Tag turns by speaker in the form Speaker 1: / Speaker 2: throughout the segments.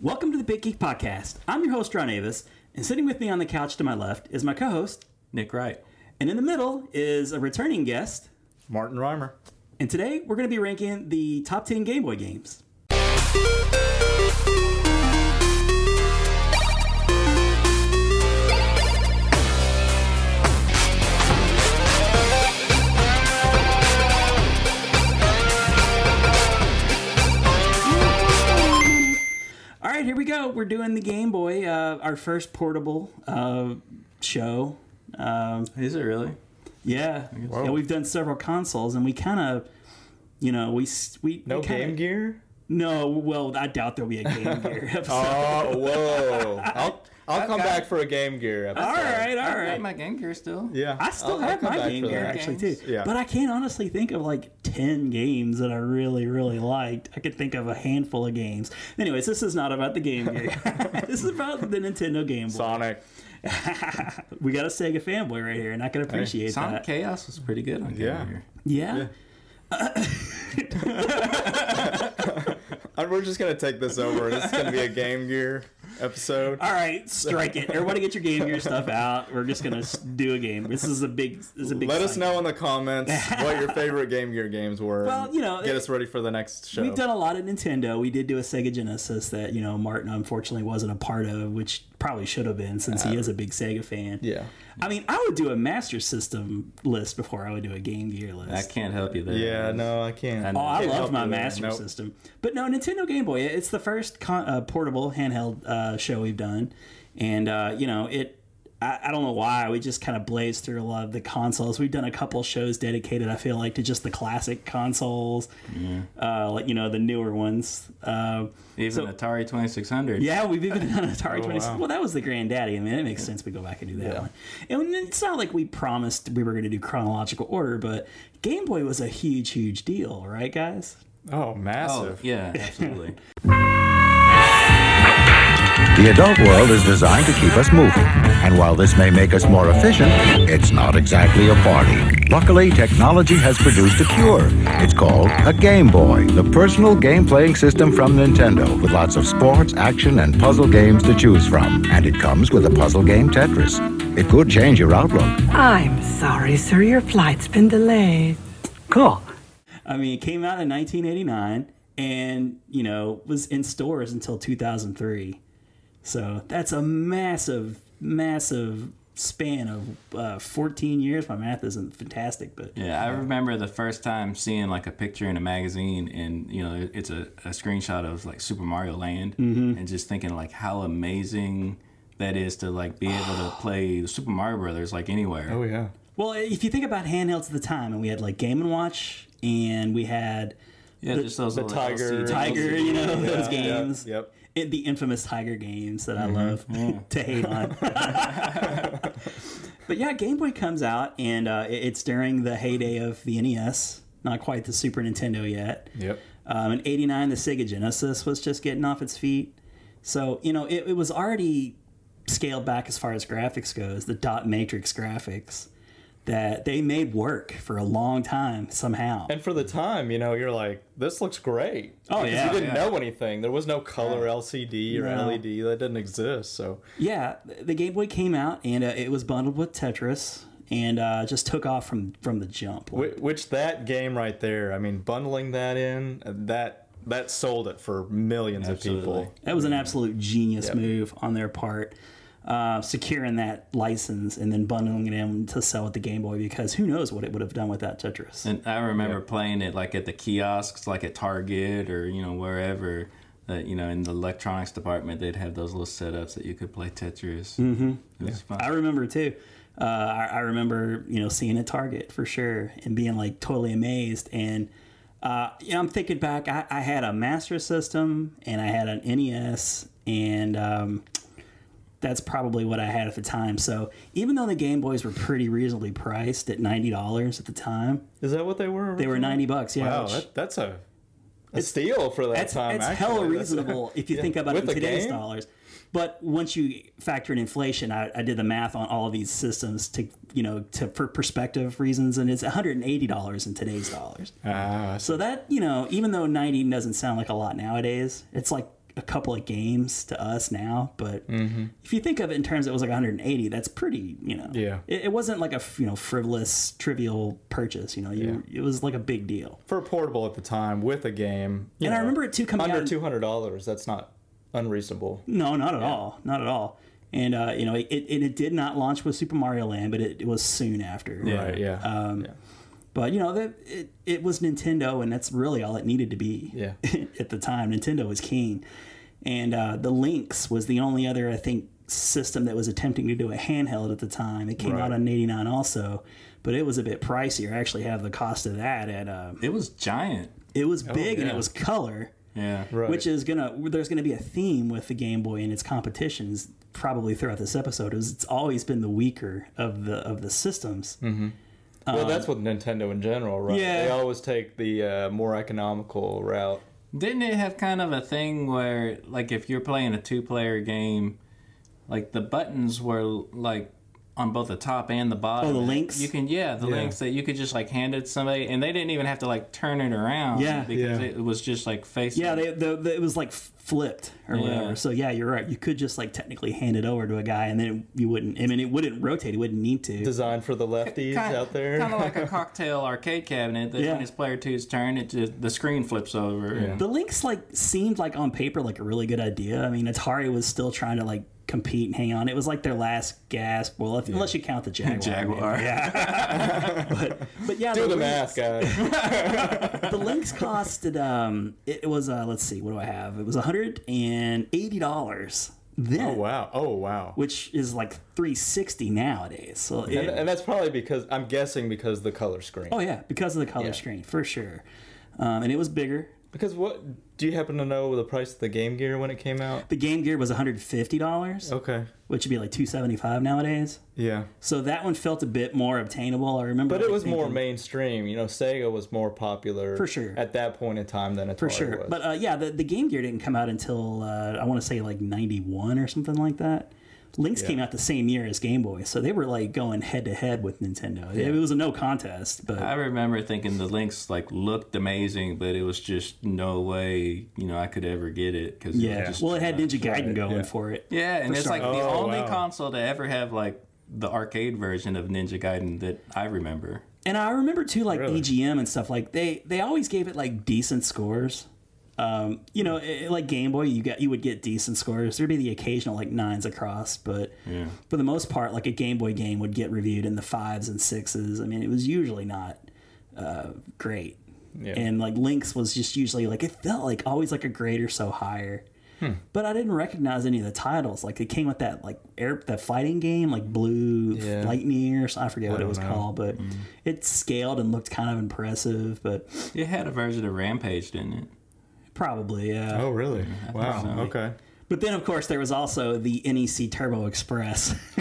Speaker 1: Welcome to the Big Geek Podcast. I'm your host, Ron Avis, and sitting with me on the couch to my left is my co host,
Speaker 2: Nick Wright.
Speaker 1: and in the middle is a returning guest.
Speaker 3: Martin Reimer.
Speaker 1: And today we're going to be ranking the top 10 Game Boy games. All right, here we go. We're doing the Game Boy, uh, our first portable uh, show. Um,
Speaker 2: Is it really?
Speaker 1: yeah, yeah, we've done several consoles, and we kind of, you know, we s- we
Speaker 3: No
Speaker 1: we kinda-
Speaker 3: Game Gear.
Speaker 1: No, well, I doubt there'll be a Game Gear episode.
Speaker 3: Oh, whoa! I'll I'll come
Speaker 2: got-
Speaker 3: back for a Game Gear. Episode.
Speaker 1: all right, all
Speaker 2: I got
Speaker 1: right.
Speaker 2: my Game Gear still.
Speaker 3: Yeah.
Speaker 1: I still
Speaker 3: I'll- I'll
Speaker 1: have
Speaker 3: come
Speaker 1: my
Speaker 3: back
Speaker 1: Game
Speaker 3: for
Speaker 1: Gear
Speaker 3: that.
Speaker 1: actually too,
Speaker 2: Games.
Speaker 3: Yeah.
Speaker 1: but I can't honestly think of like ten games that I really, really liked. I could think of a handful of games. Anyways, this is not about the Game Gear. this is about the Nintendo Game Boy.
Speaker 3: Sonic.
Speaker 1: we got a Sega fanboy right here, and I can appreciate
Speaker 2: Sonic
Speaker 1: that.
Speaker 2: Chaos was pretty good on Game
Speaker 3: Yeah.
Speaker 2: Gear.
Speaker 1: yeah.
Speaker 3: I- Uh, We're just gonna take this over. This is gonna be a Game Gear episode.
Speaker 1: All right, strike it. Everybody, get your Game Gear stuff out. We're just gonna s- do a game. This is a big. This is a big.
Speaker 3: Let us
Speaker 1: cycle.
Speaker 3: know in the comments what your favorite Game Gear games were.
Speaker 1: Well,
Speaker 3: and
Speaker 1: you know,
Speaker 3: get
Speaker 1: it-
Speaker 3: us ready for the next show.
Speaker 1: We've done a lot of Nintendo. We did do a Sega Genesis that you know Martin unfortunately wasn't a part of, which probably should have been since he is a big Sega fan.
Speaker 3: yeah.
Speaker 1: I mean, I would do a Master System list before I would do a Game Gear list.
Speaker 2: I can't help you there.
Speaker 3: Yeah. No, I can't.
Speaker 1: Oh, I
Speaker 3: Can't
Speaker 1: loved
Speaker 3: help
Speaker 1: my
Speaker 3: you there.
Speaker 1: Master
Speaker 3: Nope.
Speaker 1: System. But no, Nintendo Game Boy, it's the first con- uh, portable handheld uh, show we've done. And, uh, you know, it. I, I don't know why. We just kind of blazed through a lot of the consoles. We've done a couple shows dedicated, I feel like, to just the classic consoles, uh, like, you know, the newer ones. Uh,
Speaker 2: Even Atari 2600.
Speaker 1: yeah, we've even done Atari 26.
Speaker 3: Oh, wow.
Speaker 1: Well, that was the granddaddy. I mean, it makes sense we go back and do that one. And it's not like we promised we were going to do chronological order, but Game Boy was a huge, huge deal, right, guys?
Speaker 3: Oh,
Speaker 2: Oh,
Speaker 3: massive.
Speaker 2: yeah, absolutely.
Speaker 4: The adult world is designed to keep us moving. And while this may make us more efficient, it's not exactly a party. Luckily, technology has produced a cure. It's called a Game Boy, the personal game playing system from Nintendo, with lots of sports, action, and puzzle games to choose from. And it comes with a puzzle game Tetris. It could change your outlook.
Speaker 5: I'm sorry, sir. Your flight's been delayed. Cool.
Speaker 1: I mean, it came out in 1989 and, you know, was in stores until 2003. So that's a massive, massive span of uh, 14 years. My math isn't fantastic, but
Speaker 2: Yeah, I remember the first time seeing like a picture in a magazine, and you know, it's a, a screenshot of like Super Mario Land,
Speaker 3: Mm-hmm.
Speaker 2: and just thinking like how amazing that is to like be able to play Super Mario Brothers like anywhere.
Speaker 3: Oh yeah.
Speaker 1: Well, if you think about handhelds at the time, and we had like Game and Watch, and we had
Speaker 2: yeah, just those
Speaker 3: the
Speaker 2: little
Speaker 3: Tiger-
Speaker 2: LCD.
Speaker 1: Tiger, you know those games.
Speaker 3: Yep.
Speaker 1: It, the infamous Tiger games that I love to hate on. but yeah, Game Boy comes out, and uh, it- it's during the heyday of the NES, not quite the Super Nintendo yet.
Speaker 3: Yep.
Speaker 1: Um, in '89, the Sega Genesis was just getting off its feet. So, you know, it, it was already scaled back as far as graphics goes, the dot matrix graphics that they made work for a long time somehow.
Speaker 3: And for the time, you know, you're like, this looks great.
Speaker 1: Oh,
Speaker 3: Because
Speaker 1: yeah,
Speaker 3: you didn't know anything. There was no color LCD or
Speaker 1: No.
Speaker 3: LED that didn't exist. So
Speaker 1: Yeah, the Game Boy came out and uh, it was bundled with Tetris and uh, just took off from, from the jump. Like,
Speaker 3: Wh- which that game right there, I mean, bundling that in, uh, that that sold it for millions of
Speaker 2: Absolutely.
Speaker 3: people.
Speaker 1: That was an absolute genius move on their part, uh, securing that license and then bundling it in to sell with the Game Boy because who knows what it would have done without Tetris.
Speaker 2: And I remember playing it like at the kiosks, like at Target or you know wherever. That you know in the electronics department, they'd have those little setups that you could play Tetris. Mm-hmm. It was fun.
Speaker 1: I remember too. Uh, I, I remember you know seeing a Target for sure and being like totally amazed. And uh, you know, I'm thinking back. I, I had a Master System and I had an NES, and um, that's probably what I had at the time. So even though the Game Boys were pretty reasonably priced at ninety dollars at the time,
Speaker 3: Is that what they were?
Speaker 1: they were ninety bucks. Yeah,
Speaker 3: Wow,
Speaker 1: which-
Speaker 3: that, that's a, a steal for that
Speaker 1: that's,
Speaker 3: time.
Speaker 1: that's
Speaker 3: actually.
Speaker 1: hella
Speaker 3: That's-
Speaker 1: reasonable if you think about it
Speaker 3: With
Speaker 1: in
Speaker 3: a
Speaker 1: today's
Speaker 3: game?
Speaker 1: dollars. But once you factor in inflation, I, I did the math on all of these systems to you know to for perspective reasons, and it's one hundred and eighty dollars in today's dollars.
Speaker 3: Ah,
Speaker 1: So that you know, even though ninety doesn't sound like a lot nowadays, it's like a couple of games to us now, but
Speaker 3: Mm-hmm.
Speaker 1: if you think of it in terms, it was like 180. That's pretty, you know.
Speaker 3: Yeah.
Speaker 1: It, it wasn't like a f- you know frivolous, trivial purchase. You know, you, it was like a big deal.
Speaker 3: for a portable at the time with a game. you
Speaker 1: And I
Speaker 3: know,
Speaker 1: remember it too coming
Speaker 3: under
Speaker 1: out-
Speaker 3: two hundred dollars. That's not unreasonable.
Speaker 1: No, not at all. Not at all. And uh, you know, it, it, it did not launch with Super Mario Land, but it, it was soon after.
Speaker 3: Right? Yeah.
Speaker 1: Um,
Speaker 3: yeah.
Speaker 1: But you know, that it, it was Nintendo, and that's really all it needed to be.
Speaker 3: Yeah.
Speaker 1: at the time, Nintendo was king, and uh, the Lynx was the only other I think system that was attempting to do a handheld at the time. It came out on '89 also, but it was a bit pricier. I actually have the cost of that at. Uh,
Speaker 2: It was giant.
Speaker 1: it was big and
Speaker 3: Oh, yeah.
Speaker 1: it was color.
Speaker 2: Yeah.
Speaker 3: Right.
Speaker 1: which is gonna there's gonna be a theme with the Game Boy and its competitions probably throughout this episode. Is it's always been the weaker of the of the systems.
Speaker 3: Mm-hmm. well, that's with Nintendo in general, right?
Speaker 1: um, Yeah.
Speaker 3: They always take the uh, more economical route.
Speaker 2: Didn't it have kind of a thing where, like, if you're playing a two player game, like the buttons were like on both the top and the bottom.
Speaker 1: Oh, the links?
Speaker 2: You can, yeah, the links that you could just like hand it to somebody, and they didn't even have to like turn it around.
Speaker 1: Yeah.
Speaker 2: because
Speaker 3: Yeah.
Speaker 2: it was just like facing.
Speaker 1: Yeah, they, the, the, it was like flipped or whatever. So yeah, you're right. You could just like technically hand it over to a guy, and then you wouldn't. I mean, it wouldn't rotate. It wouldn't need to.
Speaker 3: Designed for the lefties out there.
Speaker 2: kind of like a cocktail arcade cabinet. That
Speaker 1: Yeah.
Speaker 2: when it's player two's turn, it just, the screen flips over. and-
Speaker 1: the links like seemed like on paper like a really good idea. I mean, Atari was still trying to like compete and hang on. It was like their last gasp. Well, if, unless you count the Jaguar.
Speaker 2: Jaguar.
Speaker 1: Yeah. but but yeah,
Speaker 3: Do the
Speaker 1: Lynx-
Speaker 3: math, guys.
Speaker 1: the links costed um it, it was uh let's see what do i have it was 180 dollars then
Speaker 3: oh wow! Oh wow!
Speaker 1: which is like 360 nowadays so it,
Speaker 3: And, and that's probably because I'm guessing because the color screen.
Speaker 1: oh yeah because of the color
Speaker 3: Yeah.
Speaker 1: screen for sure um, and it was bigger
Speaker 3: Because what do you happen to know the price of the Game Gear when it came out?
Speaker 1: the game gear was 150 dollars
Speaker 3: Okay.
Speaker 1: which would be like 275 nowadays
Speaker 3: Yeah.
Speaker 1: so that one felt a bit more obtainable i remember
Speaker 3: But it
Speaker 1: like,
Speaker 3: was more
Speaker 1: thinking-
Speaker 3: mainstream. You know, Sega was more popular
Speaker 1: For sure.
Speaker 3: at that point in time than Atari
Speaker 1: for sure
Speaker 3: was.
Speaker 1: but uh, yeah the, the game gear didn't come out until uh, i want to say like 91 or something like that lynx came out the same year as game boy so they were like going head to head with nintendo it, was a no contest but
Speaker 2: I remember thinking the links like looked amazing, but it was just no way you know I could ever get it because
Speaker 1: yeah
Speaker 2: just,
Speaker 1: well it had ninja gaiden going
Speaker 3: yeah.
Speaker 1: for it
Speaker 2: yeah, and it's like the
Speaker 3: Oh,
Speaker 2: only
Speaker 3: wow.
Speaker 2: console to ever have like the arcade version of Ninja Gaiden that I remember.
Speaker 1: and i remember too like
Speaker 3: Really?
Speaker 1: egm and stuff like they they always gave it like decent scores um, you know, it, like Game Boy, you got you would get decent scores. There'd be the occasional like nines across, but for the most part, like a Game Boy game would get reviewed in the fives and sixes. I mean, it was usually not uh, great. And like Lynx was just usually like it felt like always like a grade or so higher. But I didn't recognize any of the titles. Like it came with that like air the fighting game, like Blue
Speaker 3: Yeah.
Speaker 1: Lightning or something. I forget what it
Speaker 3: don't
Speaker 1: was
Speaker 3: know. Mm.
Speaker 1: called, but it scaled and looked kind of impressive, but
Speaker 2: It had a version of Rampage, didn't it?
Speaker 1: probably yeah.
Speaker 3: oh, really? Wow. Okay.
Speaker 1: But then of course there was also the NEC Turbo Express.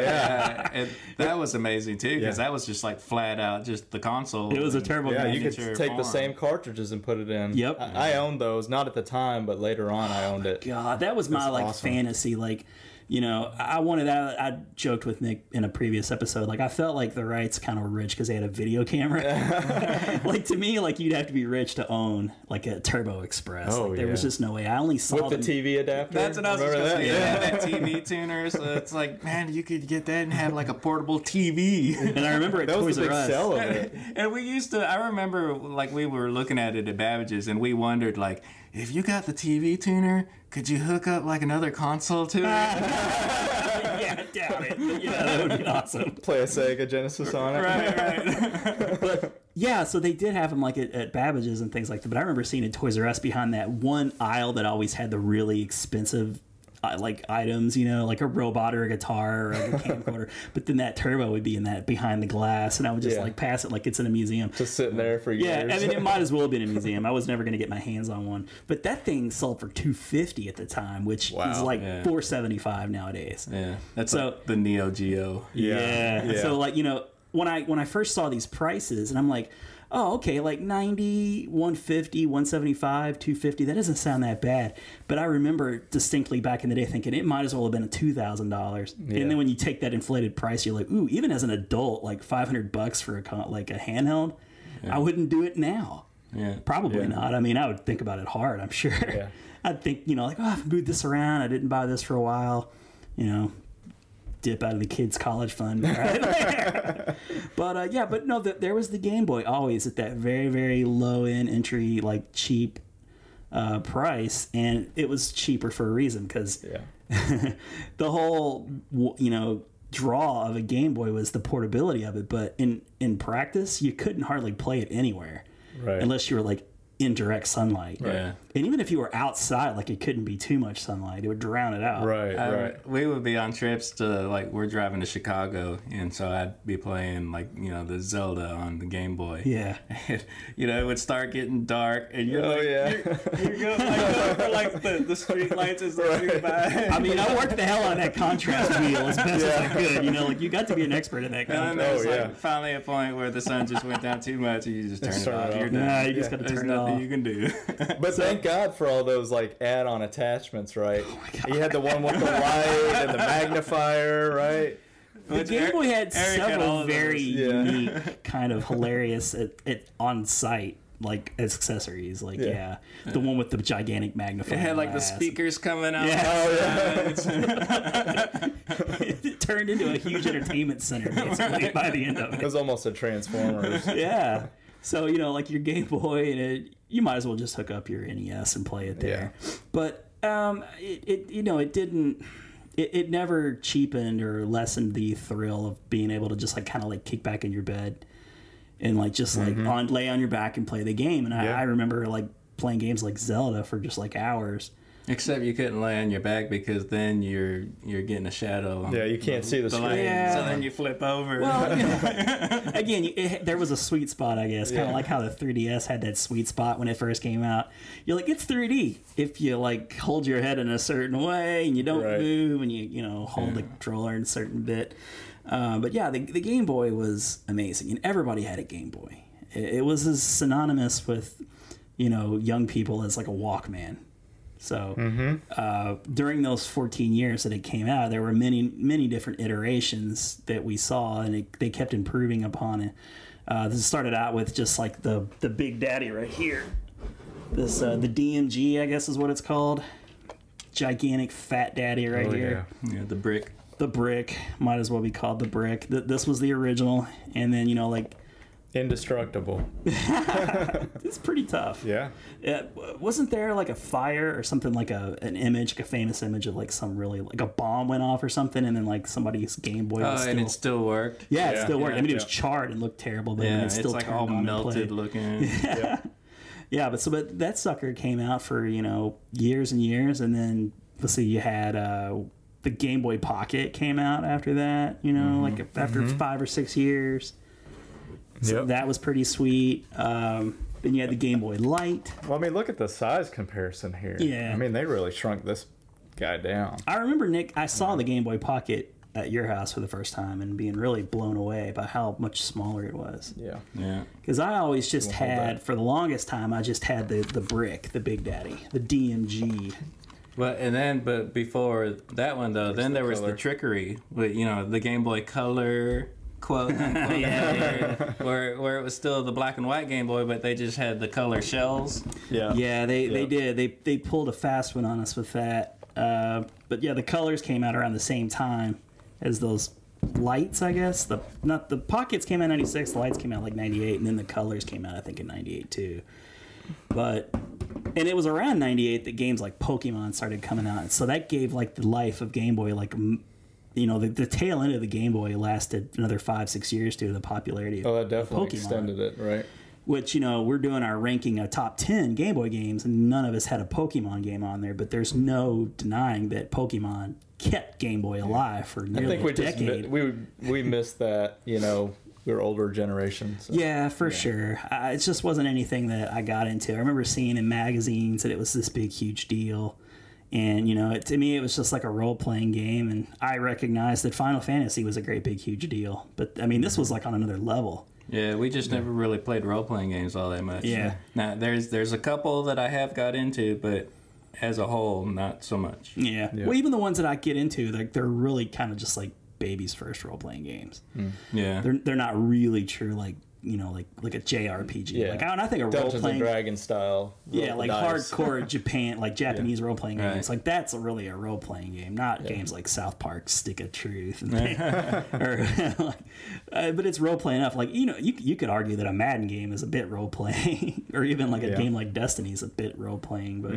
Speaker 2: Yeah, and that was amazing too because
Speaker 3: Yeah.
Speaker 2: that was just like flat out just the console.
Speaker 1: it was a turbo
Speaker 3: Yeah,
Speaker 1: game.
Speaker 3: you could
Speaker 2: Miniature
Speaker 3: take the
Speaker 2: farm.
Speaker 3: same cartridges and put it in.
Speaker 1: Yep.
Speaker 3: I, I owned those, not at the time, but later on I owned it.
Speaker 1: God, that was my like
Speaker 3: awesome.
Speaker 1: fantasy. Like, you know, I I wanted that. I joked with Nick in a previous episode. Like, I felt like the rights kind of were rich because they had a video camera. like to me, like you'd have to be rich to own like a Turbo Express.
Speaker 3: Oh,
Speaker 1: like, there was
Speaker 3: yeah.
Speaker 1: just no way. I only saw
Speaker 3: With the
Speaker 1: them-
Speaker 3: TV adapter.
Speaker 2: That's what I was
Speaker 3: Remember
Speaker 2: just gonna
Speaker 3: that?
Speaker 2: say. Yeah, that TV tuner. So it's like, man, you could get that and have like a portable TV.
Speaker 1: and I remember it
Speaker 3: That
Speaker 1: Toys
Speaker 3: was the
Speaker 1: R
Speaker 3: big
Speaker 1: Us.
Speaker 3: sell of it.
Speaker 2: And we used to, I remember like we were looking at it at Babbage's and we wondered like, if you got the TV tuner, could you hook up like another console to it?
Speaker 1: yeah, damn it. Yeah, that would be awesome.
Speaker 3: Play a Sega Genesis on it.
Speaker 1: Yeah, so they did have them like at, at Babbage's and things like that. But I remember seeing at Toys R Us behind that one aisle that always had the really expensive. Uh, like items, you know, like a robot or a guitar or like a camcorder, but then that turbo would be in that behind the glass, and I would just
Speaker 3: Yeah.
Speaker 1: like pass it like it's in a museum.
Speaker 3: Just sitting there for years.
Speaker 1: yeah, I mean, it might as well have been a museum. I was never going to get my hands on one, but that thing sold for two fifty at the time, which is
Speaker 3: Wow.
Speaker 1: like
Speaker 2: Yeah.
Speaker 1: four seventy five nowadays.
Speaker 2: Yeah, that's
Speaker 1: So-
Speaker 2: like the Neo Geo.
Speaker 1: Yeah. So like, you know, when I when I first saw these prices and I'm like, oh, okay, like 90, 150, 175, 250, that doesn't sound that bad. But I remember distinctly back in the day thinking it might as well have been a two thousand dollars. And then when you take that inflated price, you're like, ooh, even as an adult, like five hundred bucks for a con- like a handheld, I wouldn't do it now.
Speaker 2: Yeah.
Speaker 1: Probably not. I mean, I would think about it hard, I'm sure. I'd think, you know, like, oh, I've moved this around. I didn't buy this for a while. You know, dip out of the kids' college fund. right? but uh, yeah, but no, the, there was the Game Boy always at that very, very low end entry, like cheap uh, price. And it was cheaper for a reason because
Speaker 3: Yeah.
Speaker 1: the whole w- you know draw of a Game Boy was the portability of it, but in in practice you couldn't hardly play it anywhere
Speaker 3: Right.
Speaker 1: unless you were like in direct sunlight.
Speaker 2: Yeah. Um,
Speaker 1: And even if you were outside, like it couldn't be too much sunlight; it would drown it out.
Speaker 3: Right.
Speaker 2: I-
Speaker 3: right.
Speaker 2: We would be on trips to like we're driving to Chicago, and so I'd be playing like you know the Zelda on the Game Boy.
Speaker 1: Yeah.
Speaker 2: you know it would start getting dark, and you're
Speaker 3: Oh
Speaker 2: like,
Speaker 3: yeah.
Speaker 2: you're going like, going for like the, the street lights as they shoot by.
Speaker 1: I mean, I worked the hell on that contrast wheel as best as I could. You know, like you got to be an expert in that.
Speaker 2: And then
Speaker 1: Contrast.
Speaker 3: Oh,
Speaker 2: there's
Speaker 3: yeah.
Speaker 2: like finally a point where the sun just went down too much, and you just turn it
Speaker 3: turn it
Speaker 2: off.
Speaker 3: off.
Speaker 2: You're done.
Speaker 1: Nah, you just got to
Speaker 2: There's
Speaker 1: turn it
Speaker 2: nothing
Speaker 1: off.
Speaker 2: you can do.
Speaker 3: But thank God for all those like add-on attachments, right? you had the one with the light and the magnifier, right?
Speaker 1: The Game Boy had several very
Speaker 3: Yeah.
Speaker 1: unique, kind of hilarious at, at on site like accessories. Like yeah.
Speaker 3: Yeah.
Speaker 1: the one with the gigantic magnifier.
Speaker 2: It had like the
Speaker 1: glass.
Speaker 2: speakers coming out.
Speaker 1: Yeah.
Speaker 3: Oh yeah.
Speaker 1: it turned into a huge entertainment center basically by the end of
Speaker 3: It
Speaker 1: it.
Speaker 3: was almost a Transformers.
Speaker 1: Yeah. So you know, like your Game Boy, and it, you might as well just hook up your NES and play it there. But um, it, it you know it didn't. It, it never cheapened or lessened the thrill of being able to just like kind of like kick back in your bed and like just like on lay on your back and play the game. And I,
Speaker 3: Yeah.
Speaker 1: I remember like playing games like Zelda for just like hours.
Speaker 2: Except you couldn't lay on your back because then you're you're getting a shadow. On
Speaker 3: Yeah, you can't see the
Speaker 2: the
Speaker 3: screen.
Speaker 2: light.
Speaker 1: Yeah.
Speaker 2: So then you flip over.
Speaker 1: Well, you know, again, it, there was a sweet spot, I guess. Kind of like how the 3DS had that sweet spot when it first came out. You're like, it's 3D if you like hold your head in a certain way and you don't
Speaker 3: Right.
Speaker 1: move and you you know hold the controller in a certain bit. Uh, but yeah, the, the Game Boy was amazing, and everybody had a Game Boy. It, it was as synonymous with you know young people as like a Walkman. So uh, during those 14 years that it came out, there were many, many different iterations that we saw, and it, they kept improving upon it. Uh, this started out with just like the the Big Daddy right here. This uh, the DMG, I guess, is what it's called. Gigantic Fat Daddy right
Speaker 3: Oh,
Speaker 1: here.
Speaker 2: Yeah, the brick.
Speaker 1: The brick might as well be called the brick. Th- this was the original, and then you know like
Speaker 3: Indestructible.
Speaker 1: it's pretty tough.
Speaker 3: Yeah.
Speaker 1: Uh, w- wasn't there like a fire or something like a an image, like a famous image of like some really like a bomb went off or something, and then like somebody's Game Boy
Speaker 2: Oh,
Speaker 1: was still.
Speaker 2: and it still worked.
Speaker 1: yeah, it
Speaker 3: yeah,
Speaker 1: still worked. I
Speaker 3: yeah,
Speaker 1: mean, it was
Speaker 3: yeah.
Speaker 1: charred and looked terrible, but
Speaker 2: Yeah,
Speaker 1: it
Speaker 2: it's,
Speaker 1: still
Speaker 2: like
Speaker 1: turned
Speaker 2: all
Speaker 1: on and
Speaker 2: melted
Speaker 1: played.
Speaker 2: looking.
Speaker 1: Yeah, but so but that sucker came out for you know years and years, and then let's see, you had uh, the Game Boy Pocket came out after that. You
Speaker 2: Mm-hmm,
Speaker 1: know, like after five or six years, so
Speaker 3: Yep.
Speaker 1: that was pretty sweet. Um, then you had the Game Boy Light.
Speaker 3: Well, I mean, look at the size comparison here.
Speaker 1: Yeah.
Speaker 3: I mean, they really shrunk this guy down.
Speaker 1: I remember Nick. I saw the Game Boy Pocket at your house for the first time and being really blown away by how much smaller it was.
Speaker 3: Yeah.
Speaker 2: Yeah.
Speaker 1: Because I always just had, for the longest time, I just had the the brick, the Big Daddy, the DMG.
Speaker 2: But and then but before that one though, then there was the
Speaker 3: color.
Speaker 2: trickery with you know the Game Boy Color quote unquote, color, where where it was still the black and white Game Boy, but they just had the color shells.
Speaker 3: Yeah.
Speaker 1: Yeah, they they
Speaker 3: Yeah.
Speaker 1: did. They they pulled a fast one on us with that. Uh, but yeah, the colors came out around the same time as those lights. I guess the not the pockets came out ninety six, the lights came out like ninety eight, and then the colors came out I think in ninety eight too. But and it was around ninety eight that games like Pokemon started coming out, so that gave like the life of Game Boy like. m- You know, the, the tail end of the Game Boy lasted another five, six years due to the popularity of
Speaker 3: Oh, that definitely
Speaker 1: Pokemon
Speaker 3: extended it, right?
Speaker 1: which you know we're doing our ranking of top 10 game boy games and none of us had a pokemon game on there but there's no denying that pokemon kept game boy alive for
Speaker 3: I
Speaker 1: nearly
Speaker 3: think we
Speaker 1: a
Speaker 3: just
Speaker 1: decade
Speaker 3: mi- we we missed that. You know, we were older generations. So.
Speaker 1: yeah for sure I, it just wasn't anything that i got into i remember seeing in magazines that it was this big huge deal and you know it, to me it was just like a role-playing game and i recognized that final fantasy was a great big huge deal but i mean this was like on another level
Speaker 2: Yeah, we just never really played role playing games all that much.
Speaker 1: Yeah.
Speaker 2: Now there's there's a couple that I have got into, but as a whole, not so much.
Speaker 1: Yeah. Well, even the ones that I get into, like they're really kind of just like baby's first role playing games.
Speaker 2: Yeah.
Speaker 1: They're they're not really true like you know, like like a JRPG.
Speaker 3: Yeah.
Speaker 1: Like I, and I think a role
Speaker 3: Dungeons and
Speaker 1: playing
Speaker 3: Dragon style.
Speaker 1: yeah,
Speaker 3: roll the
Speaker 1: like
Speaker 3: dice.
Speaker 1: hardcore Japan, like Japanese role playing
Speaker 2: Right.
Speaker 1: games. Like that's really a role playing game, not games like South Park, Stick of Truth, and or, like, uh, but it's role playing enough. Like you know, you you could argue that a Madden game is a bit role playing, or even like a
Speaker 3: Yeah.
Speaker 1: game like Destiny is a bit role playing. But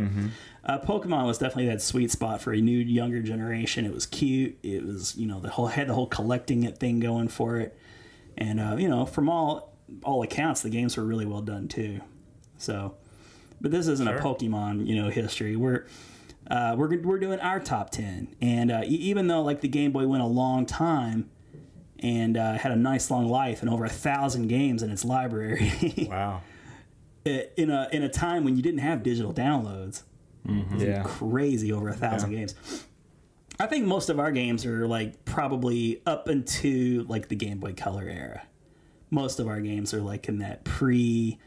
Speaker 1: uh, Pokemon was definitely that sweet spot for a new younger generation. It was cute. It was you know the whole had the whole collecting it thing going for it, and uh, you know from all all accounts the games were really well done too. So but this isn't a Pokemon, you know, history. We're uh, we're we're doing our top ten, and uh, e- even though like the Game Boy went a long time and uh, had a nice long life and over a thousand games in its library,
Speaker 3: Wow.
Speaker 1: it- in a in a time when you didn't have digital downloads,
Speaker 3: Yeah.
Speaker 1: crazy over a thousand games. I think most of our games are like probably up into like the Game Boy Color era. Most of our games are like in that pre,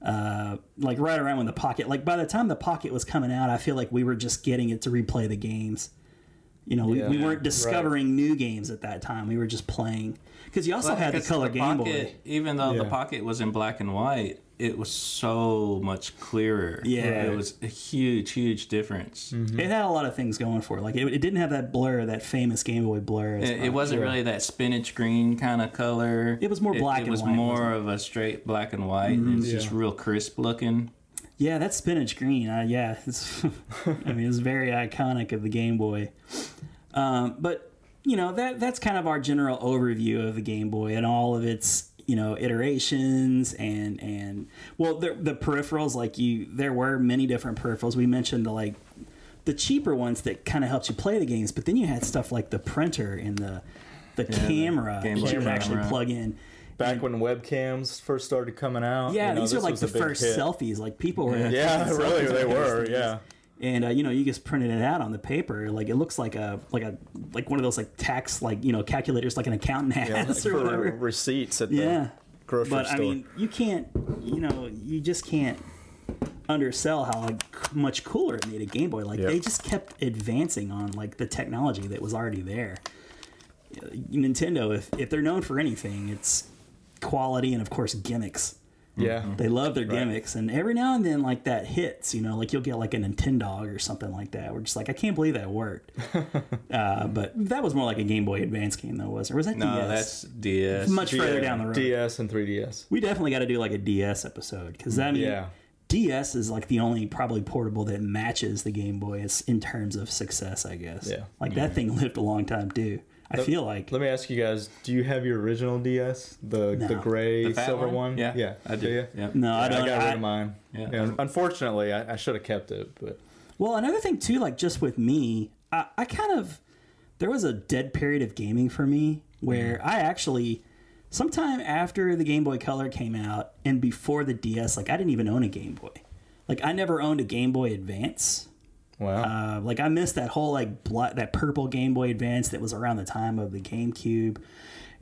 Speaker 1: uh, like right around when the Pocket. Like by the time the Pocket was coming out, I feel like we were just getting it to replay the games. You know,
Speaker 3: Yeah.
Speaker 1: we, we weren't discovering new games at that time. We were just playing because you also had the
Speaker 2: Because
Speaker 1: Color Game
Speaker 2: pocket,
Speaker 1: Boy.
Speaker 2: Even though the
Speaker 3: Yeah.
Speaker 2: pocket was in black and white, it was so much clearer.
Speaker 1: Yeah.
Speaker 2: it was a huge, huge difference.
Speaker 1: It had a lot of things going for it. Like it, it didn't have that blur, that famous Game Boy blur.
Speaker 2: It, it wasn't really that spinach green kind of color.
Speaker 1: It was more black
Speaker 2: It,
Speaker 1: and
Speaker 2: was
Speaker 1: white, Mm-hmm.
Speaker 2: more of a straight black and white. and It was just real crisp looking.
Speaker 1: Yeah, that's spinach green. Uh, yeah, it's, I mean, it's very iconic of the Game Boy. Um, but you know that that's kind of our general overview of the Game Boy and all of its you know iterations and and well the, the peripherals like you there were many different peripherals. We mentioned the like the cheaper ones that kind of helped you play the games, but then you had stuff like the printer and the the camera
Speaker 2: Game
Speaker 1: that
Speaker 2: Boy
Speaker 1: you would actually
Speaker 2: camera.
Speaker 1: plug in.
Speaker 3: Back when webcams first started coming out.
Speaker 1: Yeah,
Speaker 3: you know,
Speaker 1: these are
Speaker 3: this
Speaker 1: like
Speaker 3: was
Speaker 1: the
Speaker 3: a big
Speaker 1: first
Speaker 3: hit.
Speaker 1: selfies. Like people were
Speaker 3: Yeah,
Speaker 1: taking
Speaker 3: really,
Speaker 1: selfies
Speaker 3: they
Speaker 1: with those
Speaker 3: were.
Speaker 1: things.
Speaker 3: Yeah.
Speaker 1: and uh, you know you just printed it out on the paper like it looks like a like a like one of those like tax like you know calculators like an accountant has or
Speaker 3: for
Speaker 1: whatever
Speaker 3: receipts at the
Speaker 1: yeah
Speaker 3: grocery
Speaker 1: but
Speaker 3: store.
Speaker 1: i mean you can't you know you just can't undersell how like, c- much cooler it made a game boy like
Speaker 3: Yep.
Speaker 1: they just kept advancing on like the technology that was already there Uh, nintendo if, if they're known for anything it's quality and of course gimmicks
Speaker 3: yeah.
Speaker 1: they love their gimmicks, and every now and then, like that hits. You know, like you'll get like a Nintendog or something like that. We're just like, I can't believe that worked. uh, but that was more like a Game Boy Advance game, though, wasn't it? Or Was that
Speaker 2: No,
Speaker 1: DS?
Speaker 2: that's DS.
Speaker 1: much
Speaker 3: uh,
Speaker 1: further down the road.
Speaker 3: DS and 3DS.
Speaker 1: We definitely got to do like a DS episode because I mean,
Speaker 3: Yeah.
Speaker 1: DS is like the only probably portable that matches the Game Boy is- in terms of success, I guess.
Speaker 3: Yeah.
Speaker 1: like that thing lived a long time too. I feel like
Speaker 3: Let me ask you guys: Do you have your original DS, the the
Speaker 1: No.
Speaker 3: gray
Speaker 2: The fat
Speaker 3: silver one?
Speaker 2: Yeah,
Speaker 3: yeah,
Speaker 2: I
Speaker 3: Do
Speaker 2: did.
Speaker 3: ya?
Speaker 2: Yeah.
Speaker 1: no, I
Speaker 3: I,
Speaker 1: don't.
Speaker 3: got rid
Speaker 1: I-
Speaker 3: of mine.
Speaker 2: Yeah.
Speaker 3: Yeah, unfortunately, I, I should have kept it, but
Speaker 1: Well, another thing too, like just with me, I, I kind of there was a dead period of gaming for me where I actually sometime after the Game Boy Color came out and before the DS, like I didn't even own a Game Boy. Like I never owned a Game Boy Advance.
Speaker 3: wow,
Speaker 1: Uh, like I missed that whole like bla that purple Game Boy Advance that was around the time of the GameCube,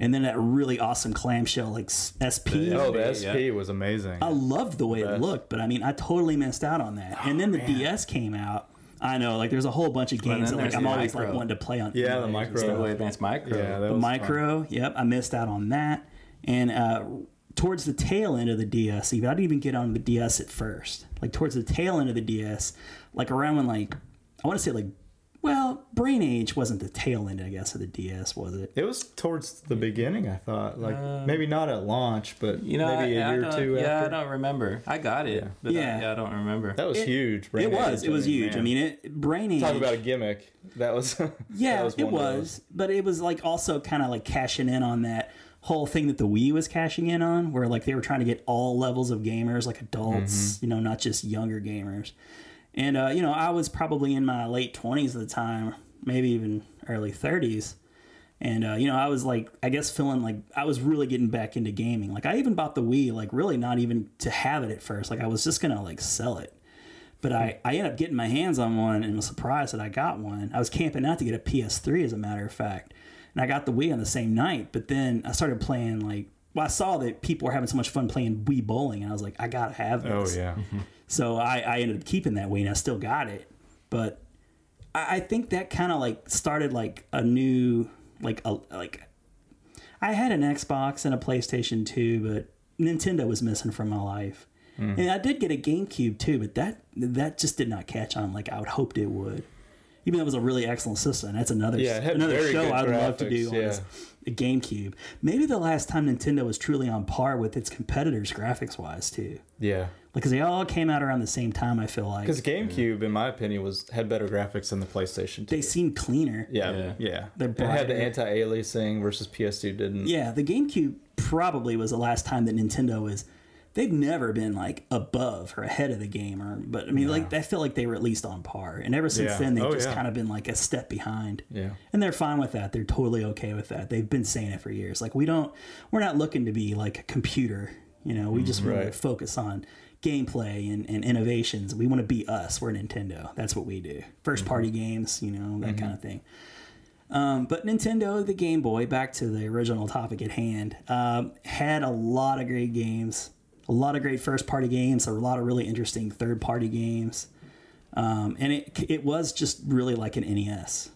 Speaker 1: and then that really awesome clamshell like s- SP.
Speaker 2: yeah.
Speaker 3: oh, the SP was amazing.
Speaker 1: I loved the way it looked, but I mean, I totally missed out on that. and then the DS came out. I know, like, there's a whole bunch of games that
Speaker 2: then
Speaker 1: like
Speaker 2: there's
Speaker 1: I'm
Speaker 2: the
Speaker 1: always like
Speaker 2: micro.
Speaker 1: wanting to play on. E
Speaker 3: yeah, the
Speaker 1: emulators.
Speaker 2: Game Boy
Speaker 3: micro.
Speaker 2: Advance Micro.
Speaker 3: Yeah, that
Speaker 1: The
Speaker 3: was
Speaker 1: micro. Yep, I missed out on that. And uh, towards the tail end of the DS, even I didn't even get on the DS at first. Like towards the tail end of the DS, like around when like I want to say like, well, Brain Age wasn't the tail end, I guess, of the DS, was it?
Speaker 3: It was towards the beginning, I thought. Like
Speaker 1: Uh,
Speaker 3: maybe not at launch, but
Speaker 2: You know,
Speaker 3: maybe
Speaker 2: I,
Speaker 3: a
Speaker 2: I
Speaker 3: year or
Speaker 2: don't-
Speaker 3: two
Speaker 2: Yeah,
Speaker 3: after.
Speaker 2: I don't remember. I got it, but I-
Speaker 1: Yeah.
Speaker 2: yeah. I, don't remember.
Speaker 3: that was huge. Brain
Speaker 1: It was.
Speaker 3: Age,
Speaker 1: It was
Speaker 3: I mean,
Speaker 1: huge. I
Speaker 3: man.
Speaker 1: mean, it Brain Age.
Speaker 3: talk about a gimmick. That was.
Speaker 1: Yeah,
Speaker 3: that
Speaker 1: it
Speaker 3: one of those.
Speaker 1: was, but it was like also kind of like cashing in on that whole thing that the Wii was cashing in on, where like they were trying to get all levels of gamers, like adults,
Speaker 3: Mm-hmm.
Speaker 1: you know, not just younger gamers. And uh, you know, I was probably in my late twenties at the time, maybe even early thirties. And uh, you know, I was like, I guess feeling like I was really getting back into gaming. Like I even bought the Wii, like really not even to have it at first. Like I was just gonna like sell it. But I, I ended up getting my hands on one and was surprised that I got one. I was camping out to get a PS3, as a matter of fact. And I got the Wii on the same night, but then I started playing like, well, I saw that people were having so much fun playing Wii bowling, and I was like, I gotta have
Speaker 3: Oh
Speaker 1: this.
Speaker 3: yeah.
Speaker 1: So I, I ended up keeping that Wii, and I still got it. But I, I think that kind of like started like a new, like, a, like, I had an Xbox and a PlayStation 2, but Nintendo was missing from my life.
Speaker 3: Hmm.
Speaker 1: And I did get a GameCube too, but that that just did not catch on like I would hoped it would. Even though it was a really excellent system, that's another
Speaker 3: Yeah, it had
Speaker 1: another
Speaker 3: very
Speaker 1: show
Speaker 3: good
Speaker 1: I'd love to do
Speaker 3: graphics,
Speaker 1: on this the GameCube. Maybe the last time Nintendo was truly on par with its competitors graphics wise too,
Speaker 3: Yeah.
Speaker 1: because they all came out around the same time. I feel like
Speaker 3: Because GameCube, in my opinion, was had better graphics than the PlayStation. 2.
Speaker 1: they seemed cleaner.
Speaker 3: yeah,
Speaker 2: Yeah.
Speaker 3: yeah.
Speaker 1: They're
Speaker 3: It had
Speaker 1: brighter.
Speaker 3: the anti-aliasing versus PS2 didn't.
Speaker 1: Yeah, the GameCube probably was the last time that Nintendo was. They've never been like above or ahead of the game, or but I mean, like I feel like they were at least on par. And ever since
Speaker 3: Yeah.
Speaker 1: then, they've
Speaker 3: Oh,
Speaker 1: just
Speaker 3: yeah.
Speaker 1: kind of been like a step behind.
Speaker 3: Yeah.
Speaker 1: And they're fine with that. They're totally okay with that. They've been saying it for years. Like we don't, we're not looking to be like a computer. You know, we just want to
Speaker 3: right.
Speaker 1: focus on gameplay and, and innovations. We want to be us. We're Nintendo. That's what we do. 1st party games. You know that kind of thing. Um, but Nintendo, the Game Boy, back to the original topic at hand, um, had a lot of great games, a lot of great first party games, a lot of really interesting third party games. Um, and it, it was just really like an E NES,